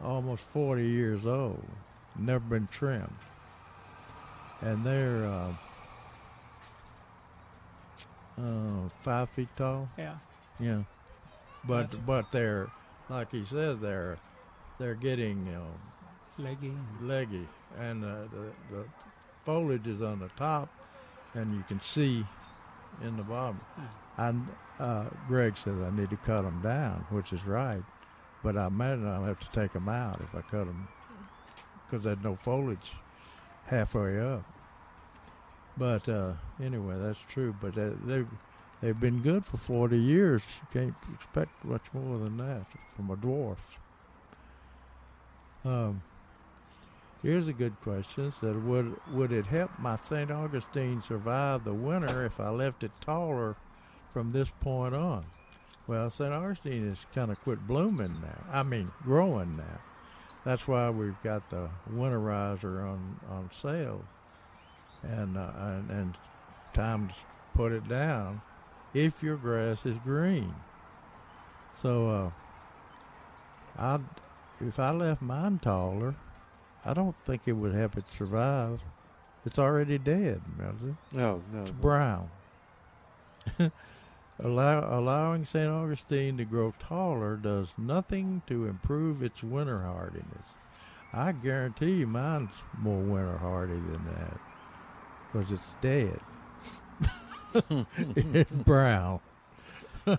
Speaker 5: almost 40 years old, never been trimmed. And they're uh, uh, five feet tall.
Speaker 2: Yeah.
Speaker 5: Yeah, but but they're like he said they're they're getting um, you know,
Speaker 2: Leggy.
Speaker 5: leggy, and uh, the the foliage is on the top, and you can see in the bottom. And uh, Greg says I need to cut them down, which is right, but I imagine I'll have to take them out if I cut them because there's no foliage halfway up. But uh, anyway, that's true. But they, they they've been good for forty years. You can't expect much more than that from a dwarf. Um, here's a good question. It Said, would would it help my St. Augustine survive the winter if I left it taller from this point on? Well, St. Augustine has kind of quit blooming now. I mean, growing now. That's why we've got the winterizer on on sale, and uh, and, and time to put it down if your grass is green. So. Uh, I, if I left mine taller, I don't think it would help it survive. It's already dead, Melody.
Speaker 4: No, no.
Speaker 5: It's (laughs) brown. Allow, allowing St. Augustine to grow taller does nothing to improve its winter hardiness. I guarantee you mine's more winter hardy than that because it's dead. (laughs) it's brown.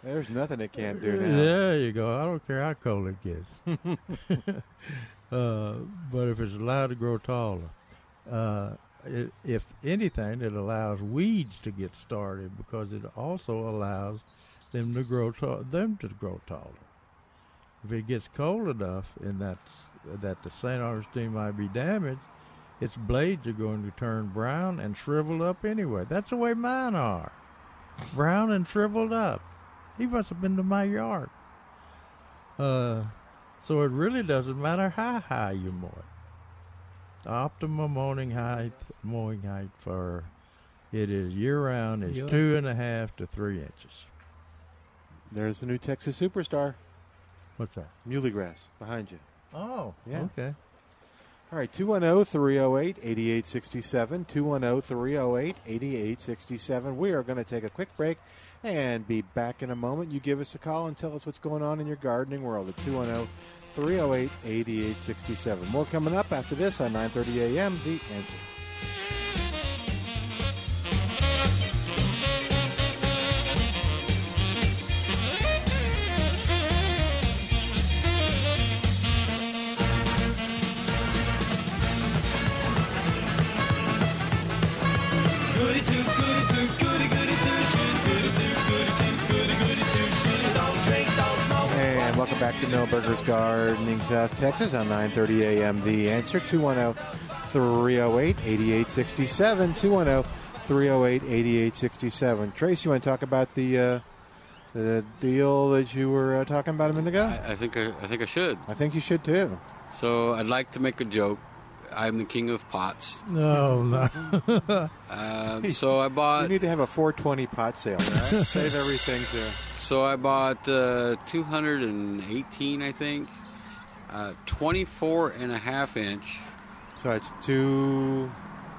Speaker 4: There's nothing it can't do now.
Speaker 5: There you go. I don't care how cold it gets. (laughs) uh, but if it's allowed to grow taller, uh, i if anything, it allows weeds to get started because it also allows them to grow ta- them to grow taller. If it gets cold enough, and that's that the St. Augustine might be damaged, its blades are going to turn brown and shrivel up anyway. That's the way mine are, brown and shriveled up. He must have been to my yard. Uh, so it really doesn't matter how high you mow it. The optimum mowing height, mowing height for it is year round is
Speaker 2: Yeah.
Speaker 5: two and a half to three inches.
Speaker 4: There's the new Texas superstar,
Speaker 5: What's that?
Speaker 4: Muleygrass, behind you.
Speaker 5: Oh,
Speaker 4: Yeah.
Speaker 5: Okay.
Speaker 4: All right, oh, 210 308 8867. 210 308 8867. We are going to take a quick break and be back in a moment. You give us a call and tell us what's going on in your gardening world at oh, 210 308 8867. More coming up after this on 9.30 a.m. The Answer.
Speaker 8: Goody two, goody two, goody goody two shoes. Goody two, goody two, goody goody two shoes. Don't drink, don't smoke.
Speaker 4: And welcome back to Millburgers Gardening South Texas on 9:30 a.m. The answer 210-308-8867 210-308-8867. Trace, you want to talk about the uh, the deal that you were uh, talking about a minute ago?
Speaker 6: I, I think I, I think I should.
Speaker 4: I think you should too.
Speaker 6: So I'd like to make a joke. I'm the king of pots.
Speaker 5: No, Oh, no.
Speaker 6: (laughs) Um, so I
Speaker 4: We
Speaker 6: bought
Speaker 4: need to have a 420 pot sale. all right? Save everything to
Speaker 6: so I bought uh, 218, I think, uh, 24 and a half inch,
Speaker 4: so it's two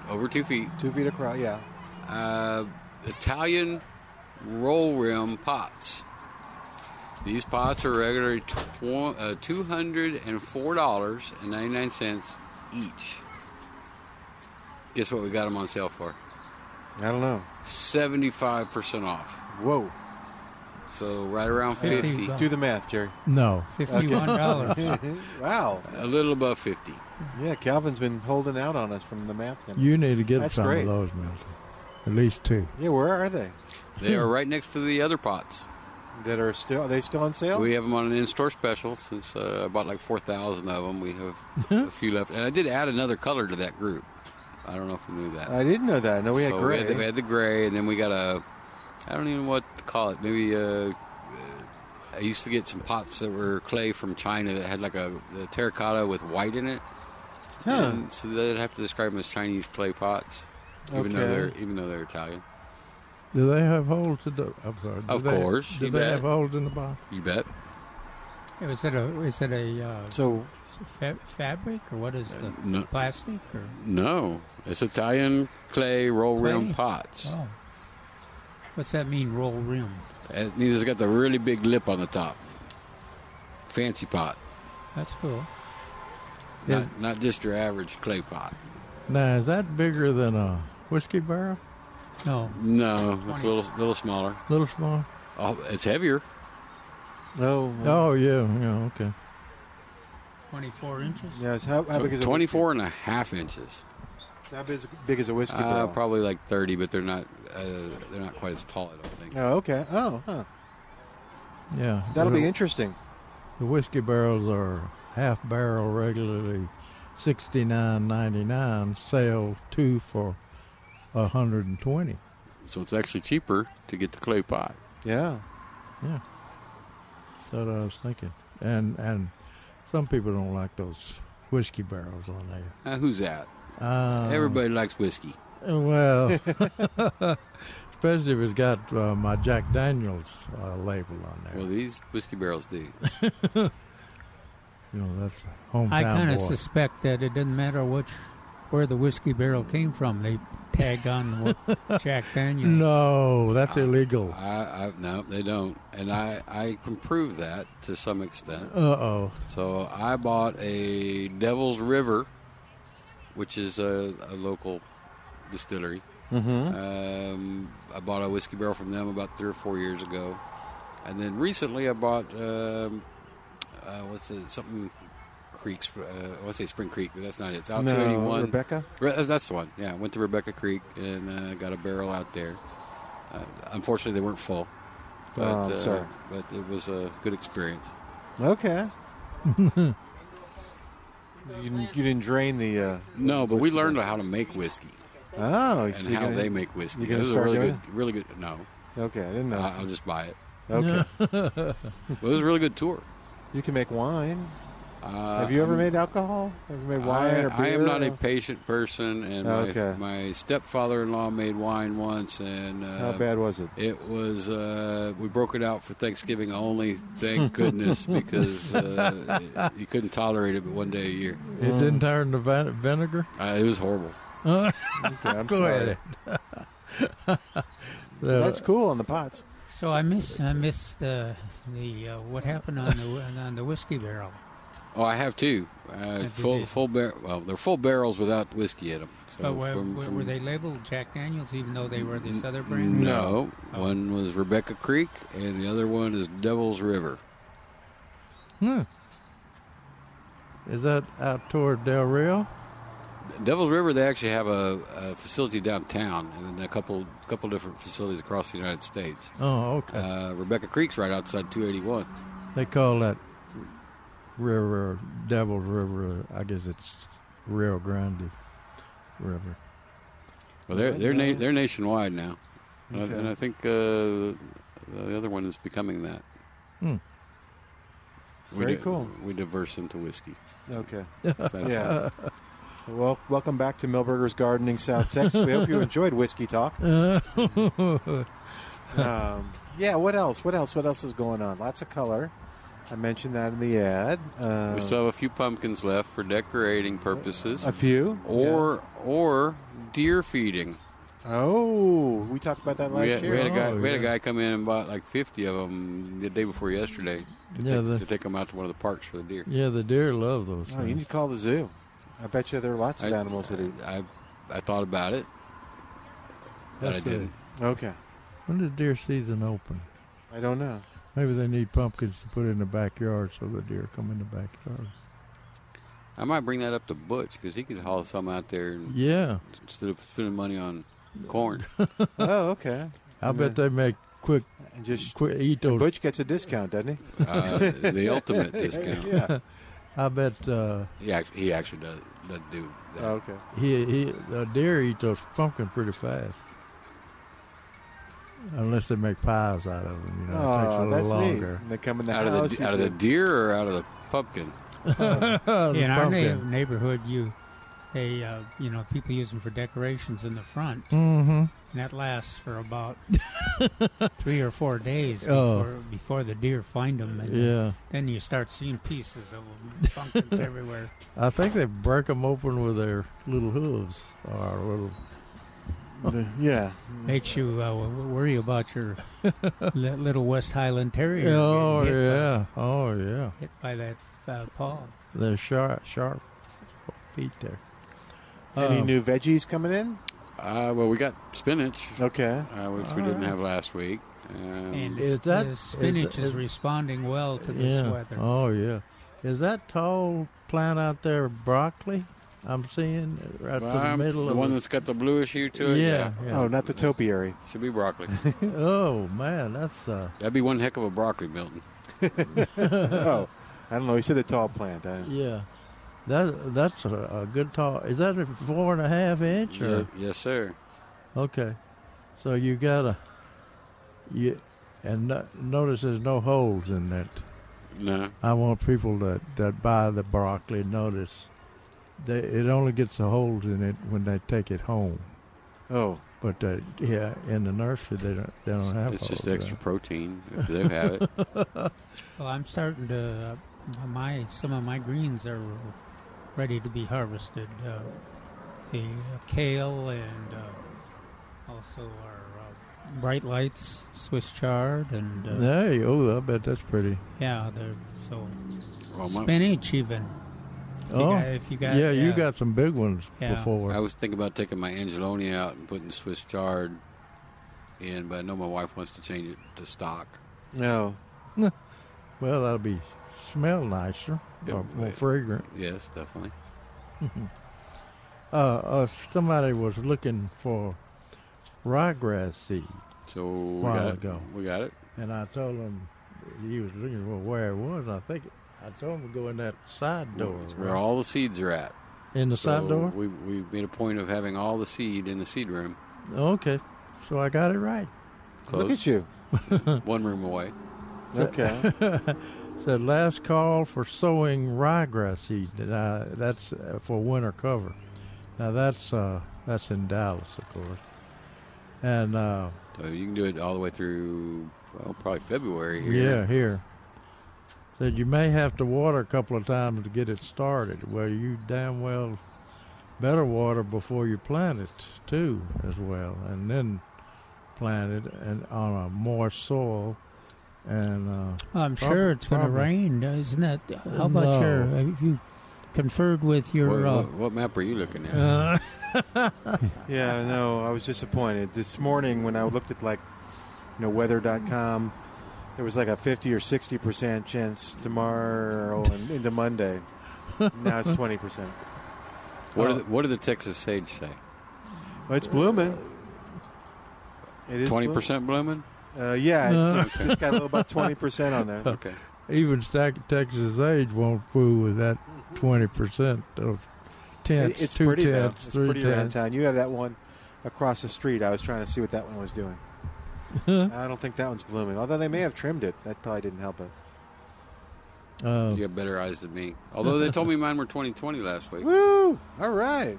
Speaker 6: over two feet,
Speaker 4: two feet across. Yeah,
Speaker 6: uh, Italian roll rim pots. These pots are regularly tw- uh, $204.99 each. Guess what we got them on sale for?
Speaker 4: I don't know.
Speaker 6: 75% off.
Speaker 4: Whoa,
Speaker 6: So right around
Speaker 2: Fifty
Speaker 6: 50.
Speaker 2: bucks.
Speaker 4: do the math, (laughs) Jerry.
Speaker 5: no.
Speaker 4: (laughs)
Speaker 2: Fifty-one dollars.
Speaker 4: Wow.
Speaker 6: A little above 50.
Speaker 4: Yeah, Calvin's been holding out on us from the math. game.
Speaker 5: You need to get
Speaker 4: That's
Speaker 5: some
Speaker 4: great.
Speaker 5: of those, Milton. At least two.
Speaker 4: Yeah, where are they?
Speaker 2: Hmm.
Speaker 6: They are right next to the other pots.
Speaker 4: That are still are they still on
Speaker 2: Oh.
Speaker 4: sale?
Speaker 6: We have them on an in-store special since uh, I bought like 4,000 of them. We have
Speaker 2: Hmm.
Speaker 6: a few left. And I did add another color to that group. I don't know if you knew that.
Speaker 4: I didn't know that. No, Oh, we
Speaker 6: So
Speaker 4: had gray.
Speaker 6: We had, the, we had the gray, and then we got a, I don't even know what to call it. Maybe uh, I used to get some pots that were clay from China that had like a, a terracotta with white in it. And so they'd have to describe them as Chinese clay pots, even though
Speaker 4: Okay.
Speaker 6: they're even though they're Italian.
Speaker 5: Do they have holes in the? I'm sorry. do
Speaker 6: Of
Speaker 5: they-
Speaker 6: course,
Speaker 5: Do
Speaker 6: you
Speaker 5: they
Speaker 6: bet.
Speaker 5: have holes in the bottom?
Speaker 6: You bet.
Speaker 2: Hey, Was it a is it a uh,
Speaker 4: So
Speaker 2: fa- fabric or what is the
Speaker 6: no.
Speaker 2: plastic or
Speaker 6: No, it's Italian clay roll rim
Speaker 2: Clay?
Speaker 6: pots.
Speaker 2: oh? What's that mean? Roll rim.
Speaker 6: It means it's got the really big lip on the top. Fancy pot,
Speaker 2: That's cool.
Speaker 5: Yeah.
Speaker 6: not, not just your average clay pot.
Speaker 5: Now is that bigger than a whiskey barrel?
Speaker 2: No,
Speaker 6: No, it's a little little smaller.
Speaker 5: Little small?
Speaker 6: Oh, it's heavier.
Speaker 4: no.
Speaker 5: Oh yeah, yeah, okay.
Speaker 2: twenty four inches.
Speaker 4: Yes. How, how big is a whiskey-
Speaker 6: 24 and a half inches.
Speaker 4: How big is, big is a whiskey
Speaker 6: Uh,
Speaker 4: barrel?
Speaker 6: probably like 30, but they're not uh, they're not quite as tall. I don't think.
Speaker 4: Oh, okay. Oh, huh.
Speaker 5: Yeah,
Speaker 4: That'll
Speaker 5: the,
Speaker 4: be interesting.
Speaker 5: The whiskey barrels are half barrel regularly, sixty nine ninety nine. Sale two for a hundred and twenty.
Speaker 6: So it's actually cheaper to get the clay pot.
Speaker 4: Yeah.
Speaker 5: Yeah, that's what I was thinking. And and some people don't like those whiskey barrels on there.
Speaker 6: Uh, who's that?
Speaker 5: Um,
Speaker 6: Everybody likes whiskey.
Speaker 5: Well,
Speaker 6: (laughs)
Speaker 5: (laughs) especially if it's got uh, my Jack Daniels uh, label on there.
Speaker 6: Well, these whiskey barrels do.
Speaker 5: you know, that's a hometown
Speaker 2: I kind of
Speaker 5: boy.
Speaker 2: suspect that it doesn't matter which where the whiskey barrel came from. They tag on what Jack Daniel.
Speaker 5: no, that's illegal.
Speaker 6: I, I no, they don't, and I I can prove that to some extent.
Speaker 5: Uh oh.
Speaker 6: So I bought a Devil's River, which is a, a local distillery. Mm-hmm. Um, I bought a whiskey barrel from them about three or four years ago, and then recently I bought um, uh, what's it something Creek. Sp- Uh, I want to say Spring Creek, but that's not it. It's out
Speaker 4: No,
Speaker 6: 281.
Speaker 4: Rebecca?
Speaker 6: Re- uh, that's the one. Yeah, I went to Rebecca Creek and uh, got a barrel out there. Uh, unfortunately, they weren't full, but
Speaker 4: Oh, I'm
Speaker 6: uh,
Speaker 4: sorry.
Speaker 6: but it was a good experience.
Speaker 5: (laughs)
Speaker 4: Okay. you, didn't- you didn't drain the. Uh,
Speaker 6: No, but we
Speaker 4: whiskey
Speaker 6: learned
Speaker 4: barrel.
Speaker 6: how to make whiskey
Speaker 4: Oh,
Speaker 6: and how they make whiskey.
Speaker 4: you're gonna
Speaker 6: It was a
Speaker 4: start
Speaker 6: really
Speaker 4: doing
Speaker 6: good, really good. No,
Speaker 4: Okay, I didn't know.
Speaker 6: I- I'll
Speaker 4: (laughs)
Speaker 6: just buy it.
Speaker 4: okay,
Speaker 5: (laughs)
Speaker 6: But it was a really good tour.
Speaker 4: you can make wine.
Speaker 6: Uh,
Speaker 4: Have you ever
Speaker 6: I'm-
Speaker 4: made alcohol? Have you made wine
Speaker 6: I,
Speaker 4: or beer?
Speaker 6: I am not a
Speaker 4: or-
Speaker 6: patient person, and
Speaker 4: Okay.
Speaker 6: my, my stepfather-in-law made wine once, and uh,
Speaker 4: How bad was it?
Speaker 6: It was. Uh, we broke it out for Thanksgiving only.
Speaker 4: (laughs)
Speaker 6: Thank goodness, because uh, you couldn't tolerate it. But one day a year,
Speaker 5: It didn't turn to vin- vinegar?
Speaker 6: uh, it was horrible.
Speaker 4: Okay, I'm
Speaker 5: Go
Speaker 4: sorry.
Speaker 5: (laughs) ahead.
Speaker 4: That's cool on the pots.
Speaker 2: So I miss I missed the the uh, what happened on the on the whiskey barrel.
Speaker 6: Oh, I have two uh,
Speaker 2: did
Speaker 6: full
Speaker 2: they-
Speaker 6: full bar- Well, they're full barrels without whiskey in them. So
Speaker 2: But were,
Speaker 6: from-
Speaker 2: were,
Speaker 6: from-
Speaker 2: were they labeled Jack Daniels even though they were this other brand?
Speaker 6: No, one was Rebecca Creek, and the other one is Devil's River.
Speaker 5: Is that out toward Del Rio?
Speaker 6: Devil's River, they actually have a, a facility downtown, and then a couple couple different facilities across the United States.
Speaker 5: Oh, okay.
Speaker 6: Uh, Rebecca Creek's right outside 281.
Speaker 5: they call that river, Devil's River. I guess it's Rio Grande River.
Speaker 6: Well, they're they're, na- they're nationwide now, And I-
Speaker 4: Okay.
Speaker 6: and I think uh, the other one is becoming that.
Speaker 5: Hmm.
Speaker 6: We
Speaker 4: Very
Speaker 6: di-
Speaker 4: cool.
Speaker 6: We diverse into
Speaker 4: (laughs)
Speaker 6: whiskey.
Speaker 4: Okay.
Speaker 6: So that's- (laughs)
Speaker 4: Yeah. Well, welcome back to Millburgers Gardening, South Texas. We
Speaker 6: (laughs)
Speaker 4: hope you enjoyed whiskey talk. um, yeah. What else? What else? What else is going on? Lots of color. I mentioned that in the ad. Uh,
Speaker 6: We still have a few pumpkins left for decorating purposes,
Speaker 4: a few.
Speaker 6: or or deer feeding.
Speaker 4: Oh, we talked about that last
Speaker 6: We had,
Speaker 4: year.
Speaker 6: we had a guy.
Speaker 5: Oh,
Speaker 6: we had a
Speaker 5: yeah.
Speaker 6: guy come in and bought like fifty of them the day before yesterday to,
Speaker 5: Yeah,
Speaker 6: take,
Speaker 5: the-
Speaker 6: to take them out to one of the parks for the deer.
Speaker 5: Yeah, the deer love those
Speaker 4: Oh, you
Speaker 5: things.
Speaker 4: need to call the zoo. I bet you there are lots of
Speaker 6: I-
Speaker 4: animals that eat.
Speaker 6: I I thought about it, but I
Speaker 5: That's it.
Speaker 6: didn't.
Speaker 4: Okay.
Speaker 5: When did deer season open?
Speaker 4: I don't
Speaker 6: (laughs)
Speaker 4: know.
Speaker 5: Maybe they need pumpkins to put in the backyard so the deer come in the backyard.
Speaker 6: I might bring that up to Butch because he could haul some out there and
Speaker 5: Yeah,
Speaker 6: instead of spending money on corn.
Speaker 4: oh, okay.
Speaker 5: I bet they make quick,
Speaker 4: And just
Speaker 5: quick eat those
Speaker 4: Butch gets a discount, doesn't
Speaker 6: (laughs) Uh, the
Speaker 5: (laughs)
Speaker 6: ultimate discount.
Speaker 4: he? Yeah.
Speaker 5: I bet uh,
Speaker 6: He actually, he actually does, does do that.
Speaker 4: Oh, okay.
Speaker 5: he he the deer eat those pumpkin pretty fast. Unless they make pies out of them, you know, it takes a
Speaker 4: Oh,
Speaker 5: little
Speaker 4: that's (laughs)
Speaker 5: longer.
Speaker 4: neat. And they come in the
Speaker 6: Out
Speaker 4: house.
Speaker 6: of the
Speaker 4: you
Speaker 6: out of the
Speaker 4: should-
Speaker 6: deer or out of the pumpkin?
Speaker 5: Oh, the
Speaker 2: In our
Speaker 5: pumpkin.
Speaker 2: na- neighborhood, you they uh, you know people use them for decorations in the front,
Speaker 5: Mhm.
Speaker 4: Mm-hmm.
Speaker 2: and that lasts
Speaker 5: (laughs)
Speaker 2: for about three or four days before,
Speaker 5: Oh.
Speaker 2: before the deer find them. And
Speaker 5: Yeah.
Speaker 2: then you start seeing pieces of 'em, pumpkins everywhere.
Speaker 5: I think they break them open with their little hooves or little.
Speaker 4: yeah.
Speaker 2: Makes you uh, w- w- worry about
Speaker 5: (laughs)
Speaker 2: your li- little West Highland Terrier. getting
Speaker 5: Oh
Speaker 2: hit by-
Speaker 5: yeah, oh yeah.
Speaker 2: hit by that uh, paw.
Speaker 5: They're sharp, sharp feet there.
Speaker 4: Any
Speaker 5: Um,
Speaker 4: new veggies coming in?
Speaker 6: Uh, well, we got spinach,
Speaker 4: Okay.
Speaker 6: uh, which we
Speaker 5: Ah.
Speaker 6: didn't have last week. Um,
Speaker 2: And
Speaker 5: Is
Speaker 2: is
Speaker 5: that-
Speaker 2: the spinach
Speaker 5: is-
Speaker 2: is,
Speaker 5: is-
Speaker 2: responding well to this
Speaker 5: Yeah.
Speaker 2: weather.
Speaker 5: Oh yeah. Is that tall plant out there broccoli? I'm seeing right
Speaker 6: well,
Speaker 5: to the
Speaker 6: I'm-
Speaker 5: middle
Speaker 6: the
Speaker 5: of
Speaker 6: one
Speaker 5: it.
Speaker 6: that's got the bluish hue to it.
Speaker 5: Yeah, yeah.
Speaker 4: Oh, not the topiary. (laughs)
Speaker 6: Should be broccoli.
Speaker 5: Oh man, that's uh,
Speaker 6: That'd be one heck of a broccoli, Milton.
Speaker 4: oh, I don't know. He said a tall plant. I,
Speaker 5: yeah. That that's a, a good tall. Is that a four and a half inch? Or?
Speaker 6: Ye- Yes, sir.
Speaker 5: Okay, so you gotta you and no, notice there's no holes in that.
Speaker 6: No.
Speaker 5: I want people that that buy the broccoli notice that it only gets the holes in it when they take it home.
Speaker 4: oh,
Speaker 5: But uh, yeah, in the nursery they don't they don't have.
Speaker 6: It's just
Speaker 5: holes,
Speaker 6: extra protein if they
Speaker 5: (laughs)
Speaker 6: have it.
Speaker 2: Well, I'm starting to uh, my some of my greens are ready to be harvested. Uh, the uh, kale and uh, also our uh, bright lights, Swiss chard, and
Speaker 5: uh,
Speaker 2: uh,
Speaker 5: There you go. I bet that's pretty.
Speaker 2: yeah, they're so
Speaker 6: Well, Oh, my-
Speaker 2: spinach even. If you
Speaker 5: oh,
Speaker 2: got- if you got
Speaker 5: yeah, you got some big ones
Speaker 2: Yeah.
Speaker 5: before.
Speaker 6: I was thinking about taking my Angeloni out and putting Swiss chard in, but I know my wife wants to change it to stock.
Speaker 4: no.
Speaker 5: well, that'll be smell nicer
Speaker 6: Yeah,
Speaker 5: or more
Speaker 6: right.
Speaker 5: fragrant.
Speaker 6: Yes, definitely.
Speaker 5: uh, uh, somebody was looking for ryegrass seed,
Speaker 6: So we
Speaker 5: While
Speaker 6: got
Speaker 5: ago.
Speaker 6: it. We got it.
Speaker 5: and I told him he was looking for where it was. And I think I told him to go in that side door,
Speaker 6: It's where all the seeds are at.
Speaker 5: in the
Speaker 6: So
Speaker 5: side door.
Speaker 6: We we made a point of having all the seed in the seed room.
Speaker 5: Okay, so I got it right.
Speaker 4: Look at
Speaker 6: Close.
Speaker 4: you.
Speaker 6: One room away.
Speaker 4: Okay.
Speaker 5: Said last call for sowing ryegrass seed. And I, that's uh, for winter cover. Now that's uh, that's in Dallas, of course, and. Uh,
Speaker 6: So you can do it all the way through, well, probably February here.
Speaker 5: Yeah, here. Said you may have to water a couple of times to get it started. Well, you damn well better water before you plant it too, as well, and then plant it and on a moist soil. And uh,
Speaker 2: I'm
Speaker 5: Prob-
Speaker 2: sure it's going to
Speaker 5: probably.
Speaker 2: rain, uh, isn't it? How about
Speaker 5: No.
Speaker 2: your? Have you conferred with
Speaker 6: What,
Speaker 2: your?
Speaker 6: what, what map are you looking at?
Speaker 2: uh, uh,
Speaker 4: (laughs) yeah, no, I was disappointed. This morning when I looked at like, you know, weather.com, there was like a 50 or 60% chance tomorrow (laughs) and into Monday. Now it's 20%. Well,
Speaker 6: what,
Speaker 5: Oh.
Speaker 6: do the, what do the Texas sage say?
Speaker 4: it's blooming. It is
Speaker 6: Twenty percent blooming.
Speaker 4: blooming. Uh, yeah, it's, it's just got a little about 20% on
Speaker 5: Oh.
Speaker 6: (laughs)
Speaker 4: there.
Speaker 6: Okay.
Speaker 5: even Stack Texas Age won't fool with that twenty percent of tenths,
Speaker 4: It- it's
Speaker 5: two
Speaker 4: pretty though.
Speaker 5: tenths,
Speaker 4: It's
Speaker 5: three
Speaker 4: pretty around
Speaker 5: tenths.
Speaker 4: town. You have that one across the street. I was trying to see what that one was doing. I don't think that one's blooming. Although they may have trimmed it. That probably didn't help it.
Speaker 5: Uh,
Speaker 6: You have better eyes than me. Although they told me mine were 2020 last week.
Speaker 4: Woo! All right.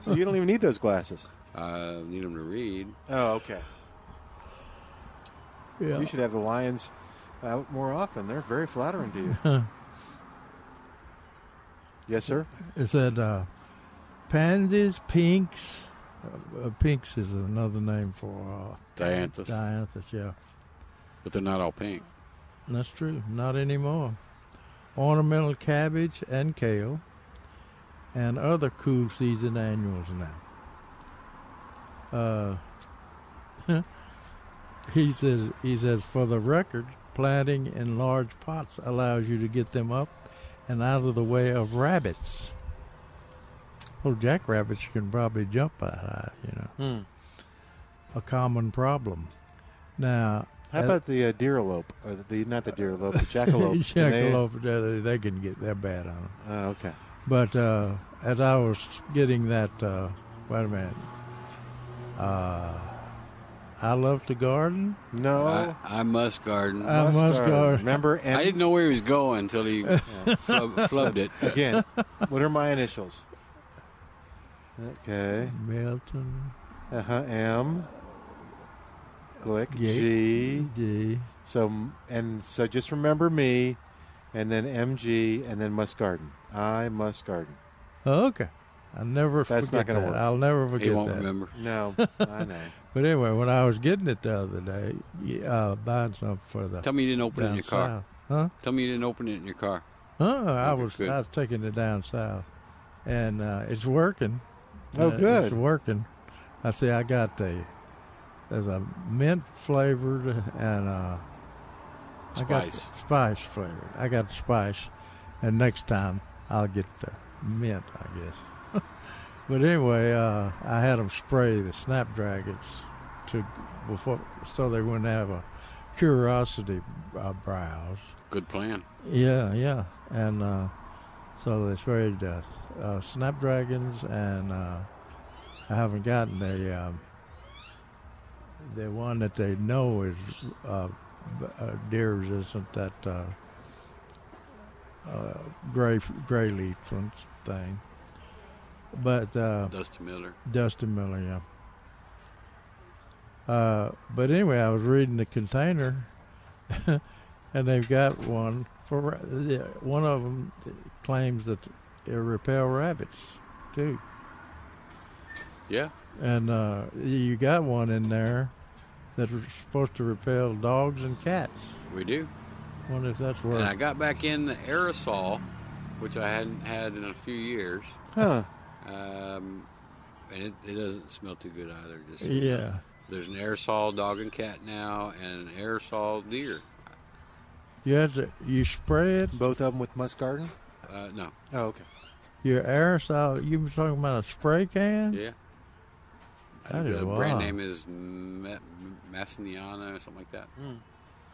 Speaker 4: So you don't even need those glasses.
Speaker 6: Uh, need them to read.
Speaker 4: Oh, okay.
Speaker 5: yeah.
Speaker 4: You should have the lions out more often. They're very flattering to you. yes, sir.
Speaker 5: It said uh, pansies, pinks. Uh, uh, pinks is another name for uh,
Speaker 6: Dianthus.
Speaker 5: dianthus. Yeah,
Speaker 6: But they're not all pink.
Speaker 5: that's true. Not anymore. Ornamental cabbage and kale, and other cool season annuals now. Uh, (laughs) he says. He says for the record, planting in large pots allows you to get them up and out of the way of rabbits. Well, jackrabbits you can probably jump that high, you know.
Speaker 4: Hmm.
Speaker 5: A common problem. Now,
Speaker 4: How
Speaker 5: uh,
Speaker 4: about the uh, deerlope? Or the not the deerlope, the jackalope.
Speaker 5: (laughs) jackalope? They, they can get that bad on them.
Speaker 4: Oh, okay.
Speaker 5: But uh, as I was getting that, uh, wait a minute. Uh, I love to garden.
Speaker 4: No.
Speaker 5: Oh.
Speaker 6: I, I must garden.
Speaker 5: I must
Speaker 4: Mustard.
Speaker 5: garden.
Speaker 4: Remember? And
Speaker 6: I didn't know where he was
Speaker 5: (laughs)
Speaker 6: going until he flub, flubbed it.
Speaker 4: again. What are my initials? Okay.
Speaker 5: Milton.
Speaker 4: Uh huh. M. Glick.
Speaker 5: G-
Speaker 4: G.
Speaker 5: G.
Speaker 4: So and so, just remember me, and then MG, and then Must Garden. I must garden.
Speaker 5: Okay. I never
Speaker 4: That's not
Speaker 5: forget
Speaker 4: gonna
Speaker 5: that.
Speaker 4: work.
Speaker 5: I'll never
Speaker 6: He
Speaker 5: forget
Speaker 6: won't
Speaker 5: that.
Speaker 6: remember.
Speaker 4: No, (laughs) I know.
Speaker 5: But anyway, when I was getting it the other day, yeah, uh, buying something for the
Speaker 6: Tell me you didn't open it in
Speaker 5: down
Speaker 6: your car.
Speaker 5: south. Huh?
Speaker 6: Tell me you didn't open it in your car.
Speaker 5: Huh? Oh, I
Speaker 6: Okay,
Speaker 5: was
Speaker 6: good.
Speaker 5: I was taking it down south, and uh, it's working.
Speaker 4: Oh,
Speaker 5: Uh,
Speaker 4: good.
Speaker 5: It's working. I see. I got the there's a mint flavored and uh, I got the
Speaker 6: Spice.
Speaker 5: spice flavored. I got the spice, and next time I'll get the mint, I guess. (laughs) but anyway, uh, I had them spray the snapdragons to before so they wouldn't have a curiosity uh, browse.
Speaker 6: Good plan.
Speaker 5: Yeah, yeah, and uh, so they sprayed uh, uh, snapdragons, and uh, I haven't gotten the um, the one that they know is uh, b- uh, deer resistant that uh, uh, gray gray leaf one thing, but uh,
Speaker 6: Dusty Miller.
Speaker 5: Dustin Miller, yeah. Uh, but anyway, I was reading the container, (laughs) and they've got one for ra- yeah, one of them claims that it repel rabbits too,
Speaker 6: Yeah.
Speaker 5: and uh, you got one in there that's supposed to repel dogs and cats.
Speaker 6: We do.
Speaker 5: Wonder if that's
Speaker 6: And I
Speaker 5: worth.
Speaker 6: got back in the aerosol, which I hadn't had in a few years.
Speaker 4: Huh?
Speaker 6: Um, and it, it doesn't smell too good either. Just
Speaker 5: Yeah,
Speaker 6: There's an aerosol dog and cat now and an aerosol deer.
Speaker 5: you have to you spray it.
Speaker 4: Both of them with Must Garden.
Speaker 6: Uh, no.
Speaker 4: Oh, okay.
Speaker 5: Your aerosol. You were talking about a spray can.
Speaker 6: Yeah. I
Speaker 5: That
Speaker 6: think
Speaker 5: is
Speaker 6: the brand
Speaker 5: wild.
Speaker 6: name is Ma- Massiniana or something like that.
Speaker 4: Hmm.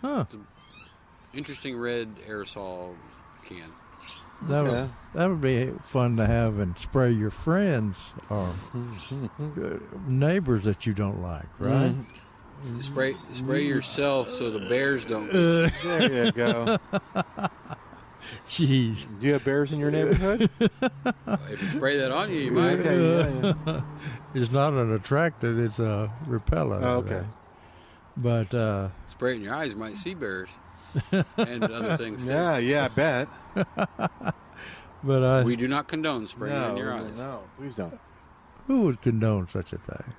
Speaker 5: Huh.
Speaker 6: Interesting red aerosol can.
Speaker 5: That would,
Speaker 4: Yeah.
Speaker 5: that would be fun to have and spray your friends
Speaker 4: (laughs)
Speaker 5: or neighbors that you don't like,
Speaker 4: Mm-hmm.
Speaker 5: right?
Speaker 4: Hmm.
Speaker 6: Spray spray yourself so the bears don't. Get
Speaker 5: Uh.
Speaker 6: you.
Speaker 4: There you go.
Speaker 5: Jeez.
Speaker 4: Do you have bears in your (laughs) neighborhood?
Speaker 6: If you spray that on you,
Speaker 5: (laughs)
Speaker 6: you might.
Speaker 4: Okay, yeah, yeah.
Speaker 5: It's not an attractant, it's a repellent. I
Speaker 4: Oh, okay.
Speaker 5: think. But uh,
Speaker 6: Spray it in your eyes, you might
Speaker 5: (laughs)
Speaker 6: see bears and other things. too.
Speaker 4: Yeah, yeah, I bet.
Speaker 5: but I,
Speaker 6: We do not condone spraying it
Speaker 4: no,
Speaker 6: in your eyes.
Speaker 4: no, please don't.
Speaker 5: who would condone such a thing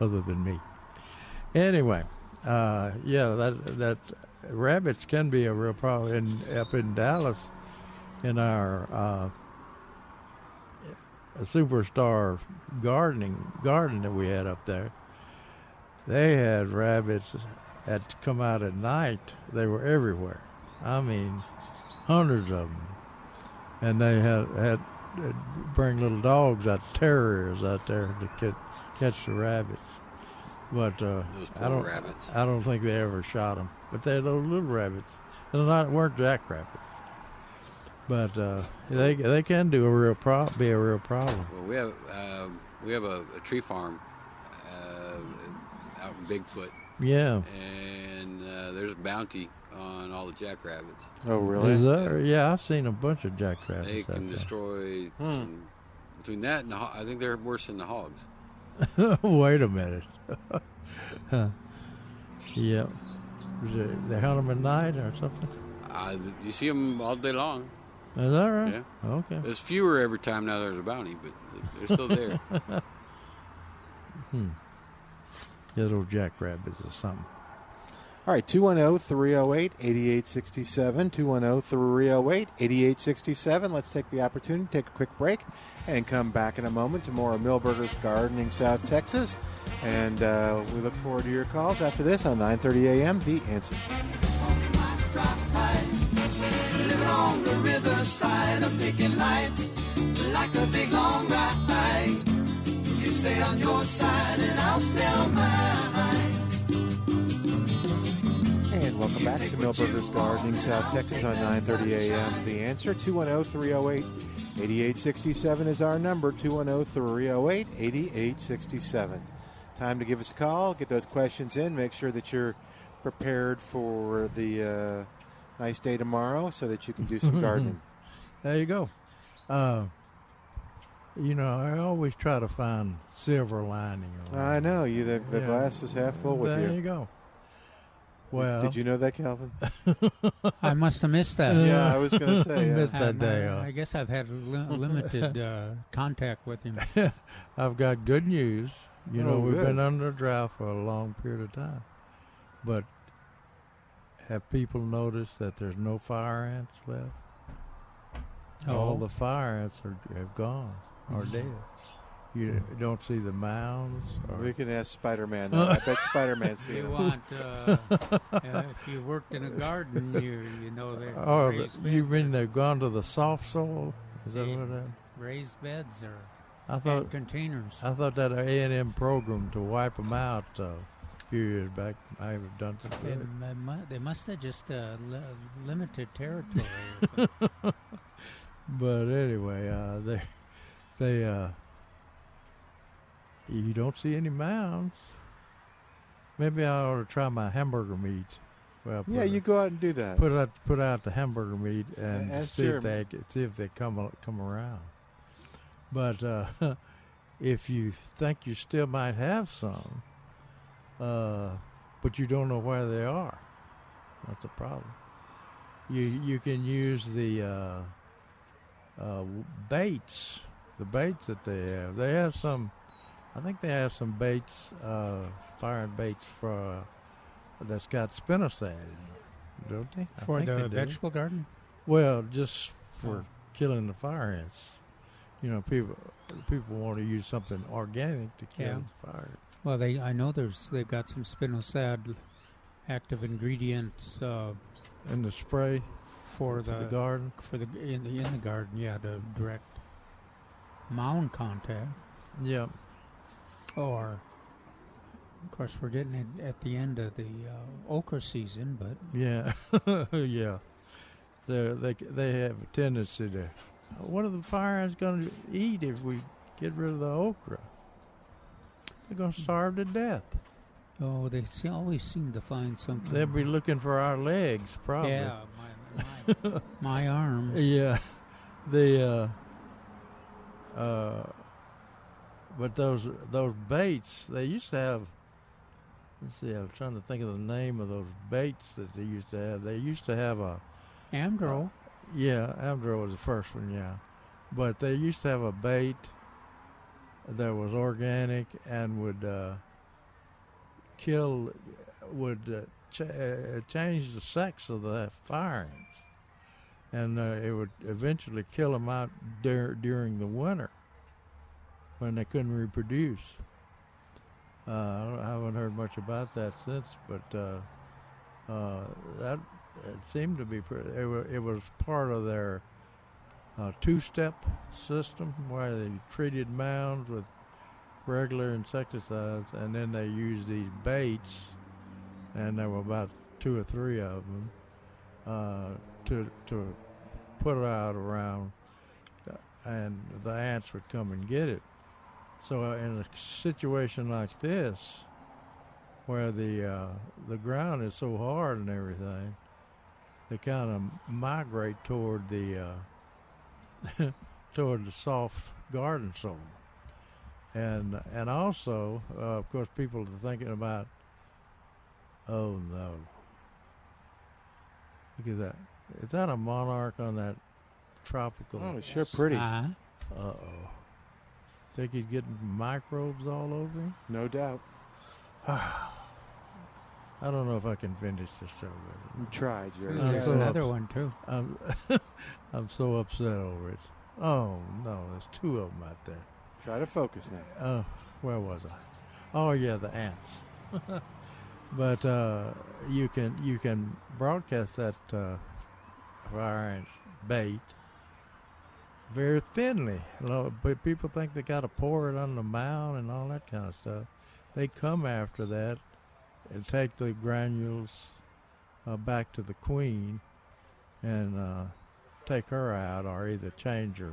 Speaker 5: other than me? Anyway, uh, yeah, that that rabbits can be a real problem in, up in Dallas in our uh, superstar gardening garden that we had up there. They had rabbits that come out at night. They were everywhere. I mean, hundreds of them, and they had had they'd bring little dogs out, terriers out there to ca- catch the rabbits. But uh,
Speaker 6: Those poor
Speaker 5: I don't,
Speaker 6: rabbits.
Speaker 5: I don't think they ever shot them. But they're those little rabbits. They're not weren't jackrabbits. But uh, they they can do a real pro- be a real problem.
Speaker 6: Well, we have um, we have a, a tree farm uh, out in Bigfoot,
Speaker 5: Yeah.
Speaker 6: and uh, there's bounty on all the jackrabbits.
Speaker 4: Oh, really?
Speaker 5: Is there? Yeah, I've seen a bunch of jackrabbits.
Speaker 6: They
Speaker 5: out
Speaker 6: can
Speaker 5: there.
Speaker 6: destroy some, between that and the, ho- I think they're worse than the hogs.
Speaker 5: (laughs) Wait a
Speaker 6: (laughs)
Speaker 5: minute. yeah. They, they hunt them at night or something.
Speaker 6: Uh, th- you see them all day long.
Speaker 5: Is that right?
Speaker 6: Yeah.
Speaker 5: Okay.
Speaker 6: There's fewer every time now. There's a bounty, but they're still there.
Speaker 5: Little jackrabbits or something.
Speaker 4: All right, oh, 210 308 8867. 210 308 8867. Let's take the opportunity to take a quick break and come back in a moment to more of Millburgers Gardening South Texas. And uh, we look forward to your calls after this on 9:30 a.m. The Answer. And welcome back to Millburgers Gardening South Texas on 9:30 a.m. The Answer oh, 210-308-8867 is our number oh, 210-308-8867. Time to give us a call, get those questions in, make sure that you're prepared for the uh, nice day
Speaker 5: (laughs)
Speaker 4: tomorrow so that you can do some gardening.
Speaker 5: There you go. Uh, you know, I always try to find silver lining. on
Speaker 4: I know you. The, the
Speaker 5: Yeah.
Speaker 4: glass is half full with
Speaker 5: there
Speaker 4: you.
Speaker 5: you go. Well,
Speaker 4: Did you know that,
Speaker 5: (laughs)
Speaker 4: Calvin?
Speaker 2: (laughs) I must have missed that.
Speaker 4: yeah, I was going to say. Yeah.
Speaker 5: Missed that
Speaker 2: Um,
Speaker 5: day. uh,
Speaker 2: I,
Speaker 5: off.
Speaker 2: I guess I've had li- limited uh, contact with him.
Speaker 5: I've got good news. You know,
Speaker 4: Oh,
Speaker 5: we've
Speaker 4: good.
Speaker 5: been under a drought for a long period of time. But have people noticed that there's no fire ants left?
Speaker 2: Oh.
Speaker 5: All the fire ants are, have gone, are
Speaker 4: Mm-hmm.
Speaker 5: dead. You don't see the mounds.
Speaker 4: uh, We
Speaker 5: (laughs) Or,
Speaker 4: can ask Spider Man. I
Speaker 5: (laughs)
Speaker 4: bet Spider Man
Speaker 2: If
Speaker 4: seen
Speaker 2: you
Speaker 4: them.
Speaker 2: want, uh, uh, if you worked in a garden, you you know
Speaker 5: (laughs)
Speaker 2: they
Speaker 5: or
Speaker 2: raised,
Speaker 5: Oh, the, you mean they've gone to the soft soil? Is that
Speaker 2: They-
Speaker 5: what that?
Speaker 2: raised beds or
Speaker 5: I thought
Speaker 2: and containers.
Speaker 5: I thought that A and M program to wipe them out uh, a few years back. I have done some
Speaker 2: They,
Speaker 5: good.
Speaker 2: mu- they must have just uh, li-
Speaker 5: (laughs)
Speaker 2: limited territory. or something.
Speaker 5: But anyway, uh, (laughs) they they uh, you don't see any mounds. Maybe I ought to try my hamburger meat. Well,
Speaker 4: Yeah,
Speaker 5: put
Speaker 4: you
Speaker 5: it-
Speaker 4: go out and do that.
Speaker 5: put out put out the hamburger meat and
Speaker 4: ask
Speaker 5: see if
Speaker 4: Jeremy.
Speaker 5: they see if they come al- come around. But uh, (laughs) if you think you still might have some, uh, but you don't know where they are, that's a problem. You you can use the uh, uh, baits, the baits that they have. They have some, I think they have some baits, uh, firing baits for uh, that's got spinosad, in it, don't they? I
Speaker 2: for
Speaker 5: think
Speaker 2: the
Speaker 5: they do.
Speaker 2: vegetable garden.
Speaker 5: Well, just for killing the fire ants. You know, people people want to use something organic to kill
Speaker 2: Yeah.
Speaker 5: the fire.
Speaker 2: Well, they I know there's they've got some spinosad active ingredients uh,
Speaker 5: And the spray for
Speaker 2: for the,
Speaker 5: the garden.
Speaker 2: for the in the in the garden. Yeah, the direct mound contact.
Speaker 5: Yeah.
Speaker 2: Or, of course, we're getting it at the end of the uh, okra season, but
Speaker 5: Yeah, (laughs) yeah. They they they have a tendency to. What are the fire ants going to eat if we get rid of the okra? They're going to starve to death.
Speaker 2: oh, they se- always seem to find something.
Speaker 5: They'll be looking for our legs, probably.
Speaker 2: yeah, my my, (laughs) my arms.
Speaker 5: Yeah, the uh, uh, but those those baits they used to have. Let's see, I'm trying to think of the name of those baits that they used to have. They used to have a
Speaker 2: Amdro,
Speaker 5: yeah, Amdro was the first one, yeah, but they used to have a bait that was organic and would uh, kill, would uh, ch- uh, change the sex of the fire ants, and uh, it would eventually kill them out dur- during the winter when they couldn't reproduce. Uh, I, don't, I haven't heard much about that since, but uh, uh, that it seemed to be pretty. It, wa- it was part of their uh, two-step system where they treated mounds with regular insecticides, and then they used these baits, and there were about two or three of them uh, to to put out around, uh, and the ants would come and get it. So uh, in a situation like this, where the uh, the ground is so hard and everything, they kind of migrate toward the uh, (laughs) toward the soft garden soil, and and also uh, of course people are thinking about oh no, look at that is that a monarch on that tropical?
Speaker 4: Oh, it's sure pretty.
Speaker 2: uh,
Speaker 5: Uh oh. Think he's getting microbes all over him?
Speaker 4: No doubt.
Speaker 5: I don't know if I can finish this show with it.
Speaker 4: You tried, Jerry.
Speaker 5: Uh,
Speaker 2: there's
Speaker 5: so-
Speaker 2: another one too.
Speaker 5: I'm, (laughs) I'm so upset over it. Oh, no, there's two of them out there.
Speaker 4: Try to focus now.
Speaker 5: Uh, where was I? Oh, yeah, the ants. (laughs) but uh, you can you can broadcast that uh, fire ant bait very thinly. You know, But people think they got to pour it on the mound and all that kind of stuff. They come after that and take the granules uh, back to the queen and uh, take her out or either change her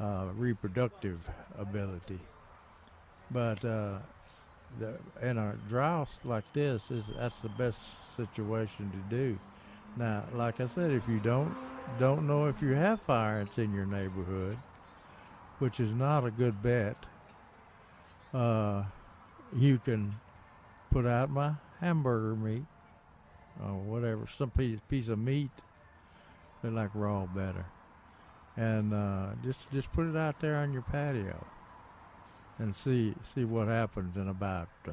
Speaker 5: uh, reproductive ability. But uh, the, in a drought like this, is that's the best situation to do. Now, like I said, if you don't don't know if you have fire ants in your neighborhood, which is not a good bet, uh, you can put out my hamburger meat or whatever, some piece, piece of meat. They like raw better. And uh, just just put it out there on your patio and see see what happens in about uh,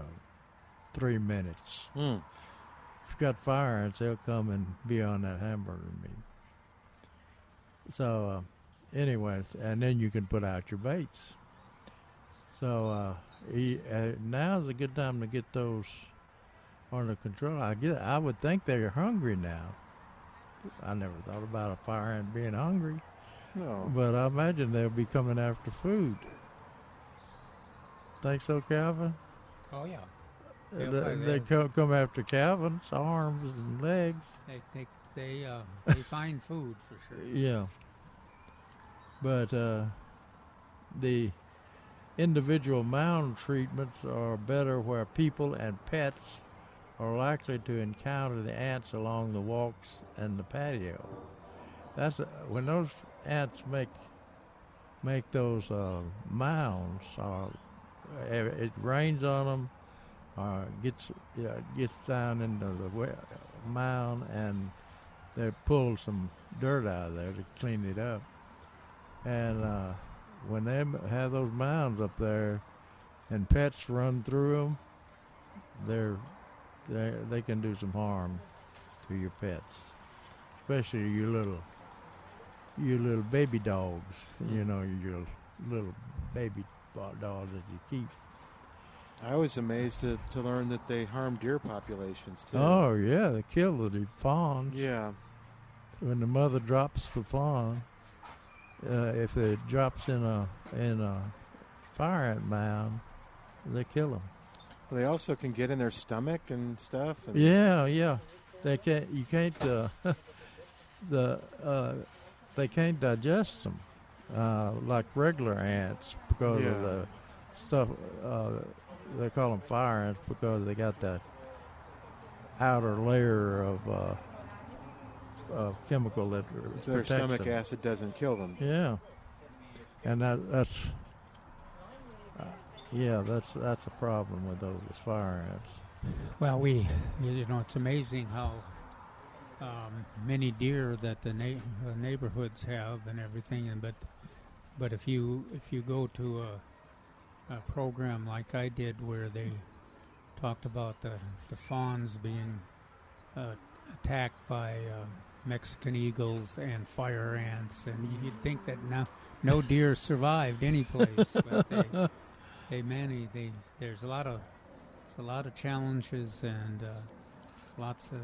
Speaker 5: three minutes.
Speaker 4: Mm.
Speaker 5: If you got fire ants, they'll come and be on that hamburger meat. So, uh, anyways, and then you can put out your baits. So uh, he, uh, now's a good time to get those under control. I get, I would think they're hungry now. I never thought about a fire ant being hungry,
Speaker 4: No.
Speaker 5: but I imagine they'll be coming after food. Think so, Calvin?
Speaker 2: Oh yeah.
Speaker 5: They,
Speaker 2: They'll find
Speaker 5: they
Speaker 2: out.
Speaker 5: co- come after Calvin's arms and legs.
Speaker 2: They they they (laughs) uh, they find food for sure.
Speaker 5: Yeah. But uh, the individual mound treatments are better where people and pets are likely to encounter the ants along the walks and the patio. That's uh, when those ants make make those uh, mounds. Or it rains on them, or gets yeah, gets down into the we- mound and they pulled some dirt out of there to clean it up. And uh, when they m- have those mounds up there, and pets run through them, they're they they can do some harm to your pets, especially your little your little baby dogs. You know your little baby bo- dogs that you keep.
Speaker 4: I was amazed to, to learn that they harm deer populations too.
Speaker 5: Oh yeah, they kill the fawns.
Speaker 4: Yeah.
Speaker 5: when the mother drops the fawn, uh, if it drops in a in a fire ant mound, they kill them.
Speaker 4: They also can get in their stomach and stuff. And
Speaker 5: Yeah, yeah. They can't. You can't. Uh, (laughs) the uh, they can't digest them uh, like regular ants because
Speaker 4: Yeah.
Speaker 5: of the stuff. Uh, they call them fire ants because they got that outer layer of uh, of chemical that
Speaker 4: So their
Speaker 5: protects
Speaker 4: stomach
Speaker 5: them.
Speaker 4: acid doesn't kill them.
Speaker 5: Yeah, and that, that's uh, yeah, that's that's a problem with those fire ants.
Speaker 2: Well, we you know it's amazing how um, many deer that the, na- the neighborhoods have and everything, and but but if you if you go to a, a program like I did where they talked about the the fawns being uh, attacked by uh, Mexican eagles and fire ants, and you'd think that no no deer survived any place, but they they manage. They there's a lot of it's a lot of challenges and uh, lots of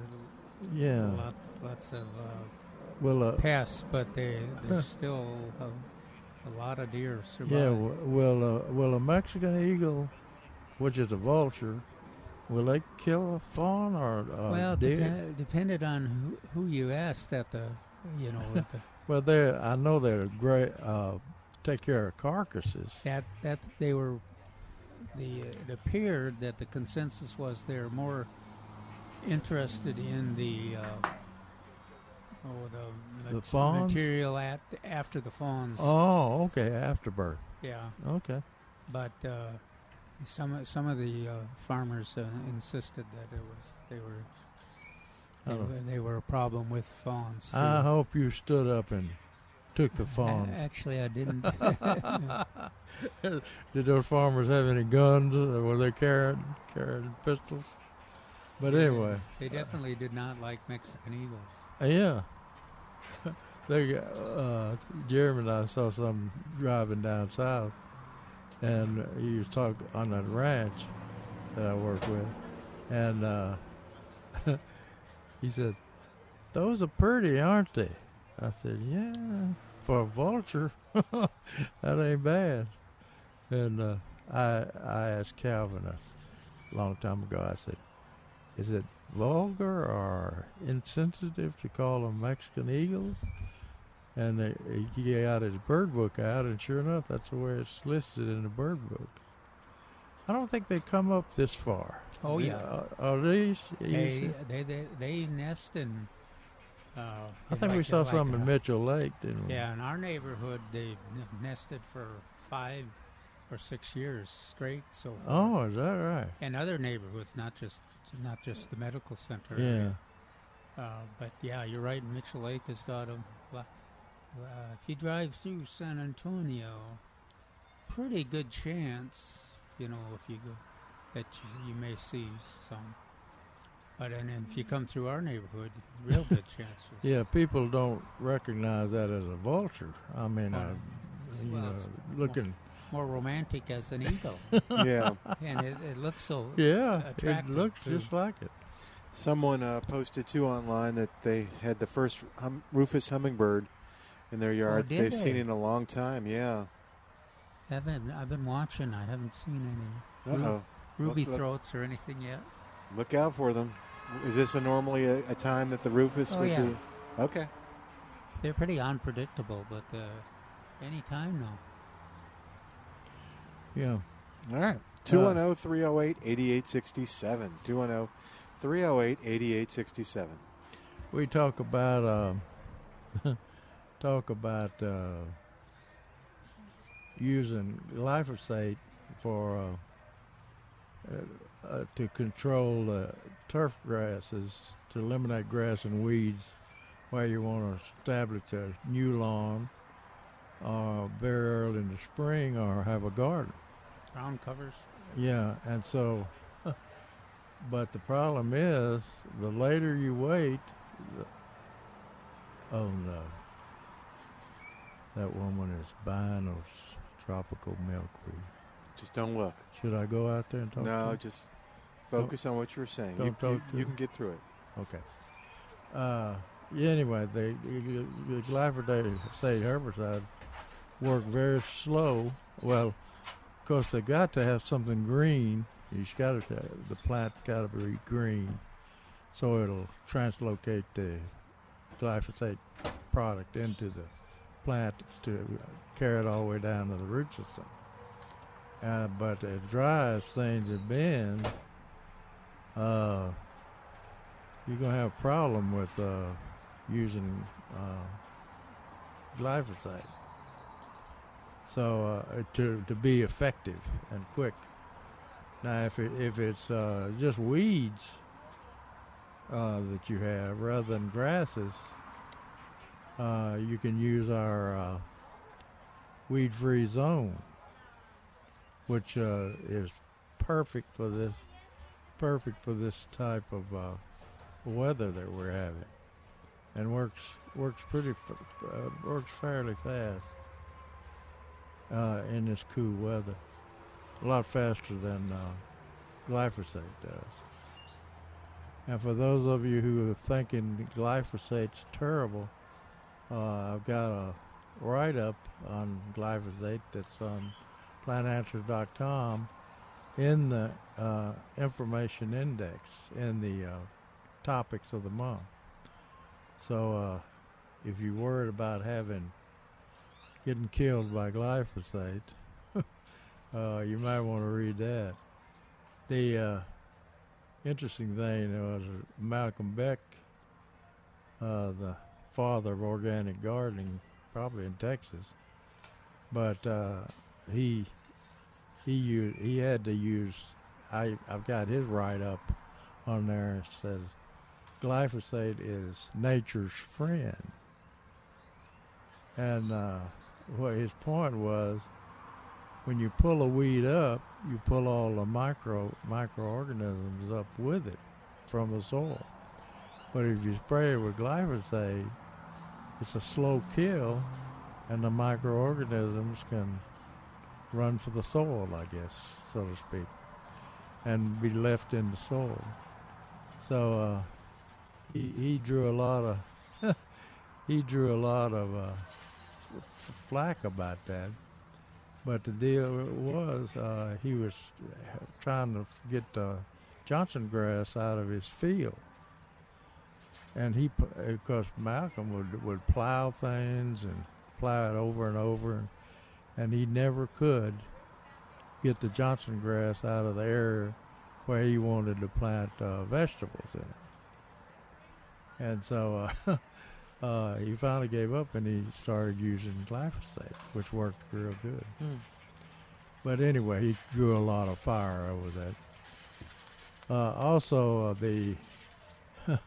Speaker 5: Yeah,
Speaker 2: lots, lots of uh,
Speaker 5: well, uh,
Speaker 2: pests, but they there's still a, a lot of deer survive.
Speaker 5: yeah, w- well, uh, will a Mexican eagle, which is a vulture, will they kill a fawn or a
Speaker 2: well,
Speaker 5: uh, deer?
Speaker 2: depen- depended on who, who you asked at the you know
Speaker 5: (laughs)
Speaker 2: at the,
Speaker 5: Well, they I know they're great. Uh, take care of carcasses.
Speaker 2: that that they were the it appeared that the consensus was they're more interested in the. Uh, Oh, the,
Speaker 5: The
Speaker 2: mat-
Speaker 5: fawns?
Speaker 2: material at after the fawns.
Speaker 5: Oh, okay, afterbirth.
Speaker 2: Yeah,
Speaker 5: Okay.
Speaker 2: but uh, some some of the uh, farmers uh, insisted that it was they were they,
Speaker 5: Oh. Ah,
Speaker 2: were, they were a problem with fawns. too.
Speaker 5: I hope you stood up and took the
Speaker 2: A-
Speaker 5: fawn.
Speaker 2: Actually, I
Speaker 5: (laughs)
Speaker 2: didn't. (laughs)
Speaker 5: Did those farmers have any guns? Or were they carrying carrying pistols? But anyway,
Speaker 2: they definitely did not like Mexican eagles.
Speaker 5: Uh, yeah. (laughs) they uh, Jeremy and I saw some driving down south, and he was talking on that ranch that I work with, and uh, (laughs) he said, "Those are pretty, aren't they?" I said, "Yeah, for a vulture, (laughs) that ain't bad." And uh, I I asked Calvin a long time ago. I said, "Is it vulgar or insensitive to call them Mexican eagles?" And they, he got his bird book out, and sure enough, that's the way it's listed in the bird book. I don't think they come up this far.
Speaker 2: Oh, yeah.
Speaker 5: Are, are these? you
Speaker 2: They
Speaker 5: see-
Speaker 2: they they, they nest in. Uh,
Speaker 5: I think we saw some in
Speaker 2: Mitchell.
Speaker 5: Mitchell Lake, didn't we?
Speaker 2: Yeah, in our neighborhood, they n- nested for five or six years straight. So far.
Speaker 5: Oh, is that right?
Speaker 2: and other neighborhoods, not just not just the medical center.
Speaker 5: Yeah.
Speaker 2: Uh, but yeah, you're right. Mitchell Lake has got a. lo- Uh, if you drive through San Antonio, pretty good chance, you know, if you go, that you, you may see some. But and then if you come through our neighborhood, real good chances.
Speaker 5: (laughs) Yeah, people don't recognize that as a vulture. I mean,
Speaker 2: Oh,
Speaker 5: uh, you
Speaker 2: well,
Speaker 5: know,
Speaker 2: it's
Speaker 5: looking.
Speaker 2: More romantic as an
Speaker 5: (laughs)
Speaker 2: eagle,
Speaker 4: Yeah.
Speaker 2: and it, it looks so
Speaker 5: Yeah, it
Speaker 2: attractive
Speaker 5: looks
Speaker 2: to-
Speaker 5: just like it.
Speaker 4: Someone uh, posted too online that they had the first hum- Rufus hummingbird in their yard.
Speaker 2: Oh, did
Speaker 4: They've
Speaker 2: they?
Speaker 4: seen it in a long time. Yeah.
Speaker 2: I've been I've been watching. I haven't seen any ru-
Speaker 4: Uh-oh.
Speaker 2: ruby
Speaker 4: Look, look.
Speaker 2: throats or anything yet.
Speaker 4: Look out for them. Is this a normally a, a time that the Rufus
Speaker 2: Oh,
Speaker 4: would
Speaker 2: yeah.
Speaker 4: be? Okay.
Speaker 2: They're pretty unpredictable, but uh, any time now.
Speaker 5: Yeah.
Speaker 4: All right. oh, 210 308 8867. 210 308 8867.
Speaker 5: We talk about uh, (laughs) talk about uh, using glyphosate for uh, uh, uh, to control uh, turf grasses to eliminate grass and weeds where you want to establish a new lawn or very early in the spring or have a garden.
Speaker 2: Ground covers.
Speaker 5: Yeah, and so, (laughs) but the problem is, the later you wait, the, oh no, that woman is buying those tropical milkweed.
Speaker 4: Just don't look.
Speaker 5: Should I go out there and talk?
Speaker 4: no,
Speaker 5: to her?
Speaker 4: just focus on what you were saying. You,
Speaker 5: don't talk
Speaker 4: you-
Speaker 5: to
Speaker 4: you
Speaker 5: her.
Speaker 4: can get through it.
Speaker 5: okay. Uh, yeah, anyway, the, the, the glyphosate herbicide work very slow. Well, of course, they got to have something green. You just got to the plant got to be green, so it'll translocate the glyphosate product into the plant to carry it all the way down to the root system. Uh, but as dry as things have been, uh, you're gonna have a problem with uh, using uh, glyphosate. So uh, to to be effective and quick. Now, if it, if it's uh, just weeds uh, that you have rather than grasses, uh, you can use our uh, weed-free zone, which uh, is perfect for this perfect for this type of uh, weather that we're having, and works works pretty f- uh, works fairly fast uh, in this cool weather. A lot faster than uh, glyphosate does. And for those of you who are thinking glyphosate's terrible, uh, I've got a write-up on glyphosate that's on plantanswers.com in the uh, information index in the uh, topics of the month. So uh, if you're worried about having getting killed by glyphosate, (laughs) uh, you might want to read that. The uh, interesting thing was Malcolm Beck, uh, the father of organic gardening, probably in Texas, but uh, he he used, he had to use. I I've got his write up on there. It says glyphosate is nature's friend, and uh, what his point was, when you pull a weed up, you pull all the micro microorganisms up with it from the soil. But if you spray it with glyphosate, it's a slow kill, and the microorganisms can run for the soil, I guess, so to speak, and be left in the soil. So uh, he, he drew a lot of (laughs) he drew a lot of uh, f- flack about that. But the deal was uh, he was trying to get the Johnson grass out of his field. And he, p- of course, Malcolm would, would plow things and plow it over and over and and he never could get the Johnson grass out of the area where he wanted to plant uh, (laughs) vegetables in it. And so uh, uh, he finally gave up and he started using glyphosate, which worked real good. But anyway, he drew a lot of fire over that. Uh, also, uh, the (laughs)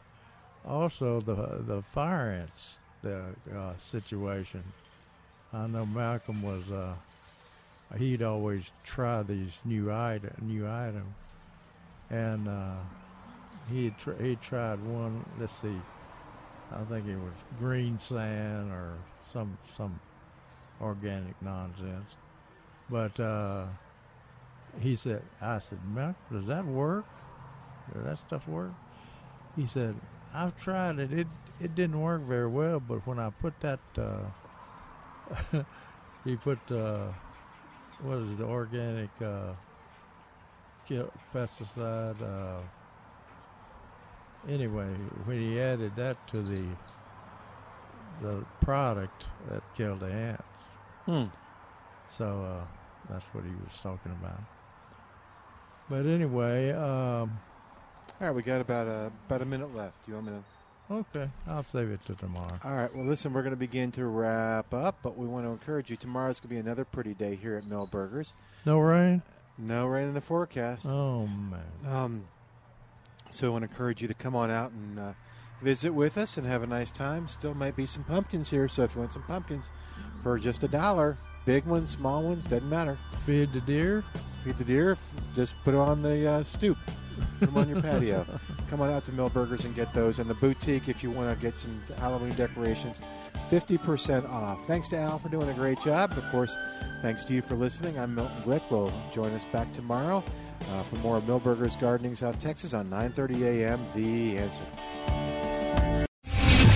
Speaker 5: also the the fire ants the uh, situation. I know Malcolm was uh, he'd always try these new item new item, and uh, he tr- he tried one. Let's see, I think it was green sand or some some organic nonsense, but. Uh, he said, I said, Malcolm, does that work? Does that stuff work? He said, I've tried it. It it didn't work very well, but when I put that, uh, (laughs) he put uh, what is it, the organic uh, kill, pesticide? Uh, anyway, when he added that to the the product that killed the ants,
Speaker 4: Hmm.
Speaker 5: so uh, that's what he was talking about. But anyway, um,
Speaker 4: All right, we got about a about a minute left. You want me to?
Speaker 5: okay, I'll save it to tomorrow.
Speaker 4: All right. Well, listen, we're going to begin to wrap up, but we want to encourage you. Tomorrow's going to be another pretty day here at Mill Burgers.
Speaker 5: No rain?
Speaker 4: No rain in the forecast.
Speaker 5: Oh man.
Speaker 4: Um, so I want to encourage you to come on out and uh, visit with us and have a nice time. Still might be some pumpkins here, so if you want some pumpkins for just a dollar, big ones, small ones, doesn't matter.
Speaker 5: Feed the deer?
Speaker 4: Feed the deer, f- just put it on the uh, stoop, put them on your patio. Come on out to Mill Burgers and get those. And the boutique, if you want to get some Halloween decorations, 50% off. Thanks to Al for doing a great job. Of course, thanks to you for listening. I'm Milton Glick. Will join us back tomorrow uh, for more Mill Burgers Gardening South Texas on 9:30 a.m. The Answer.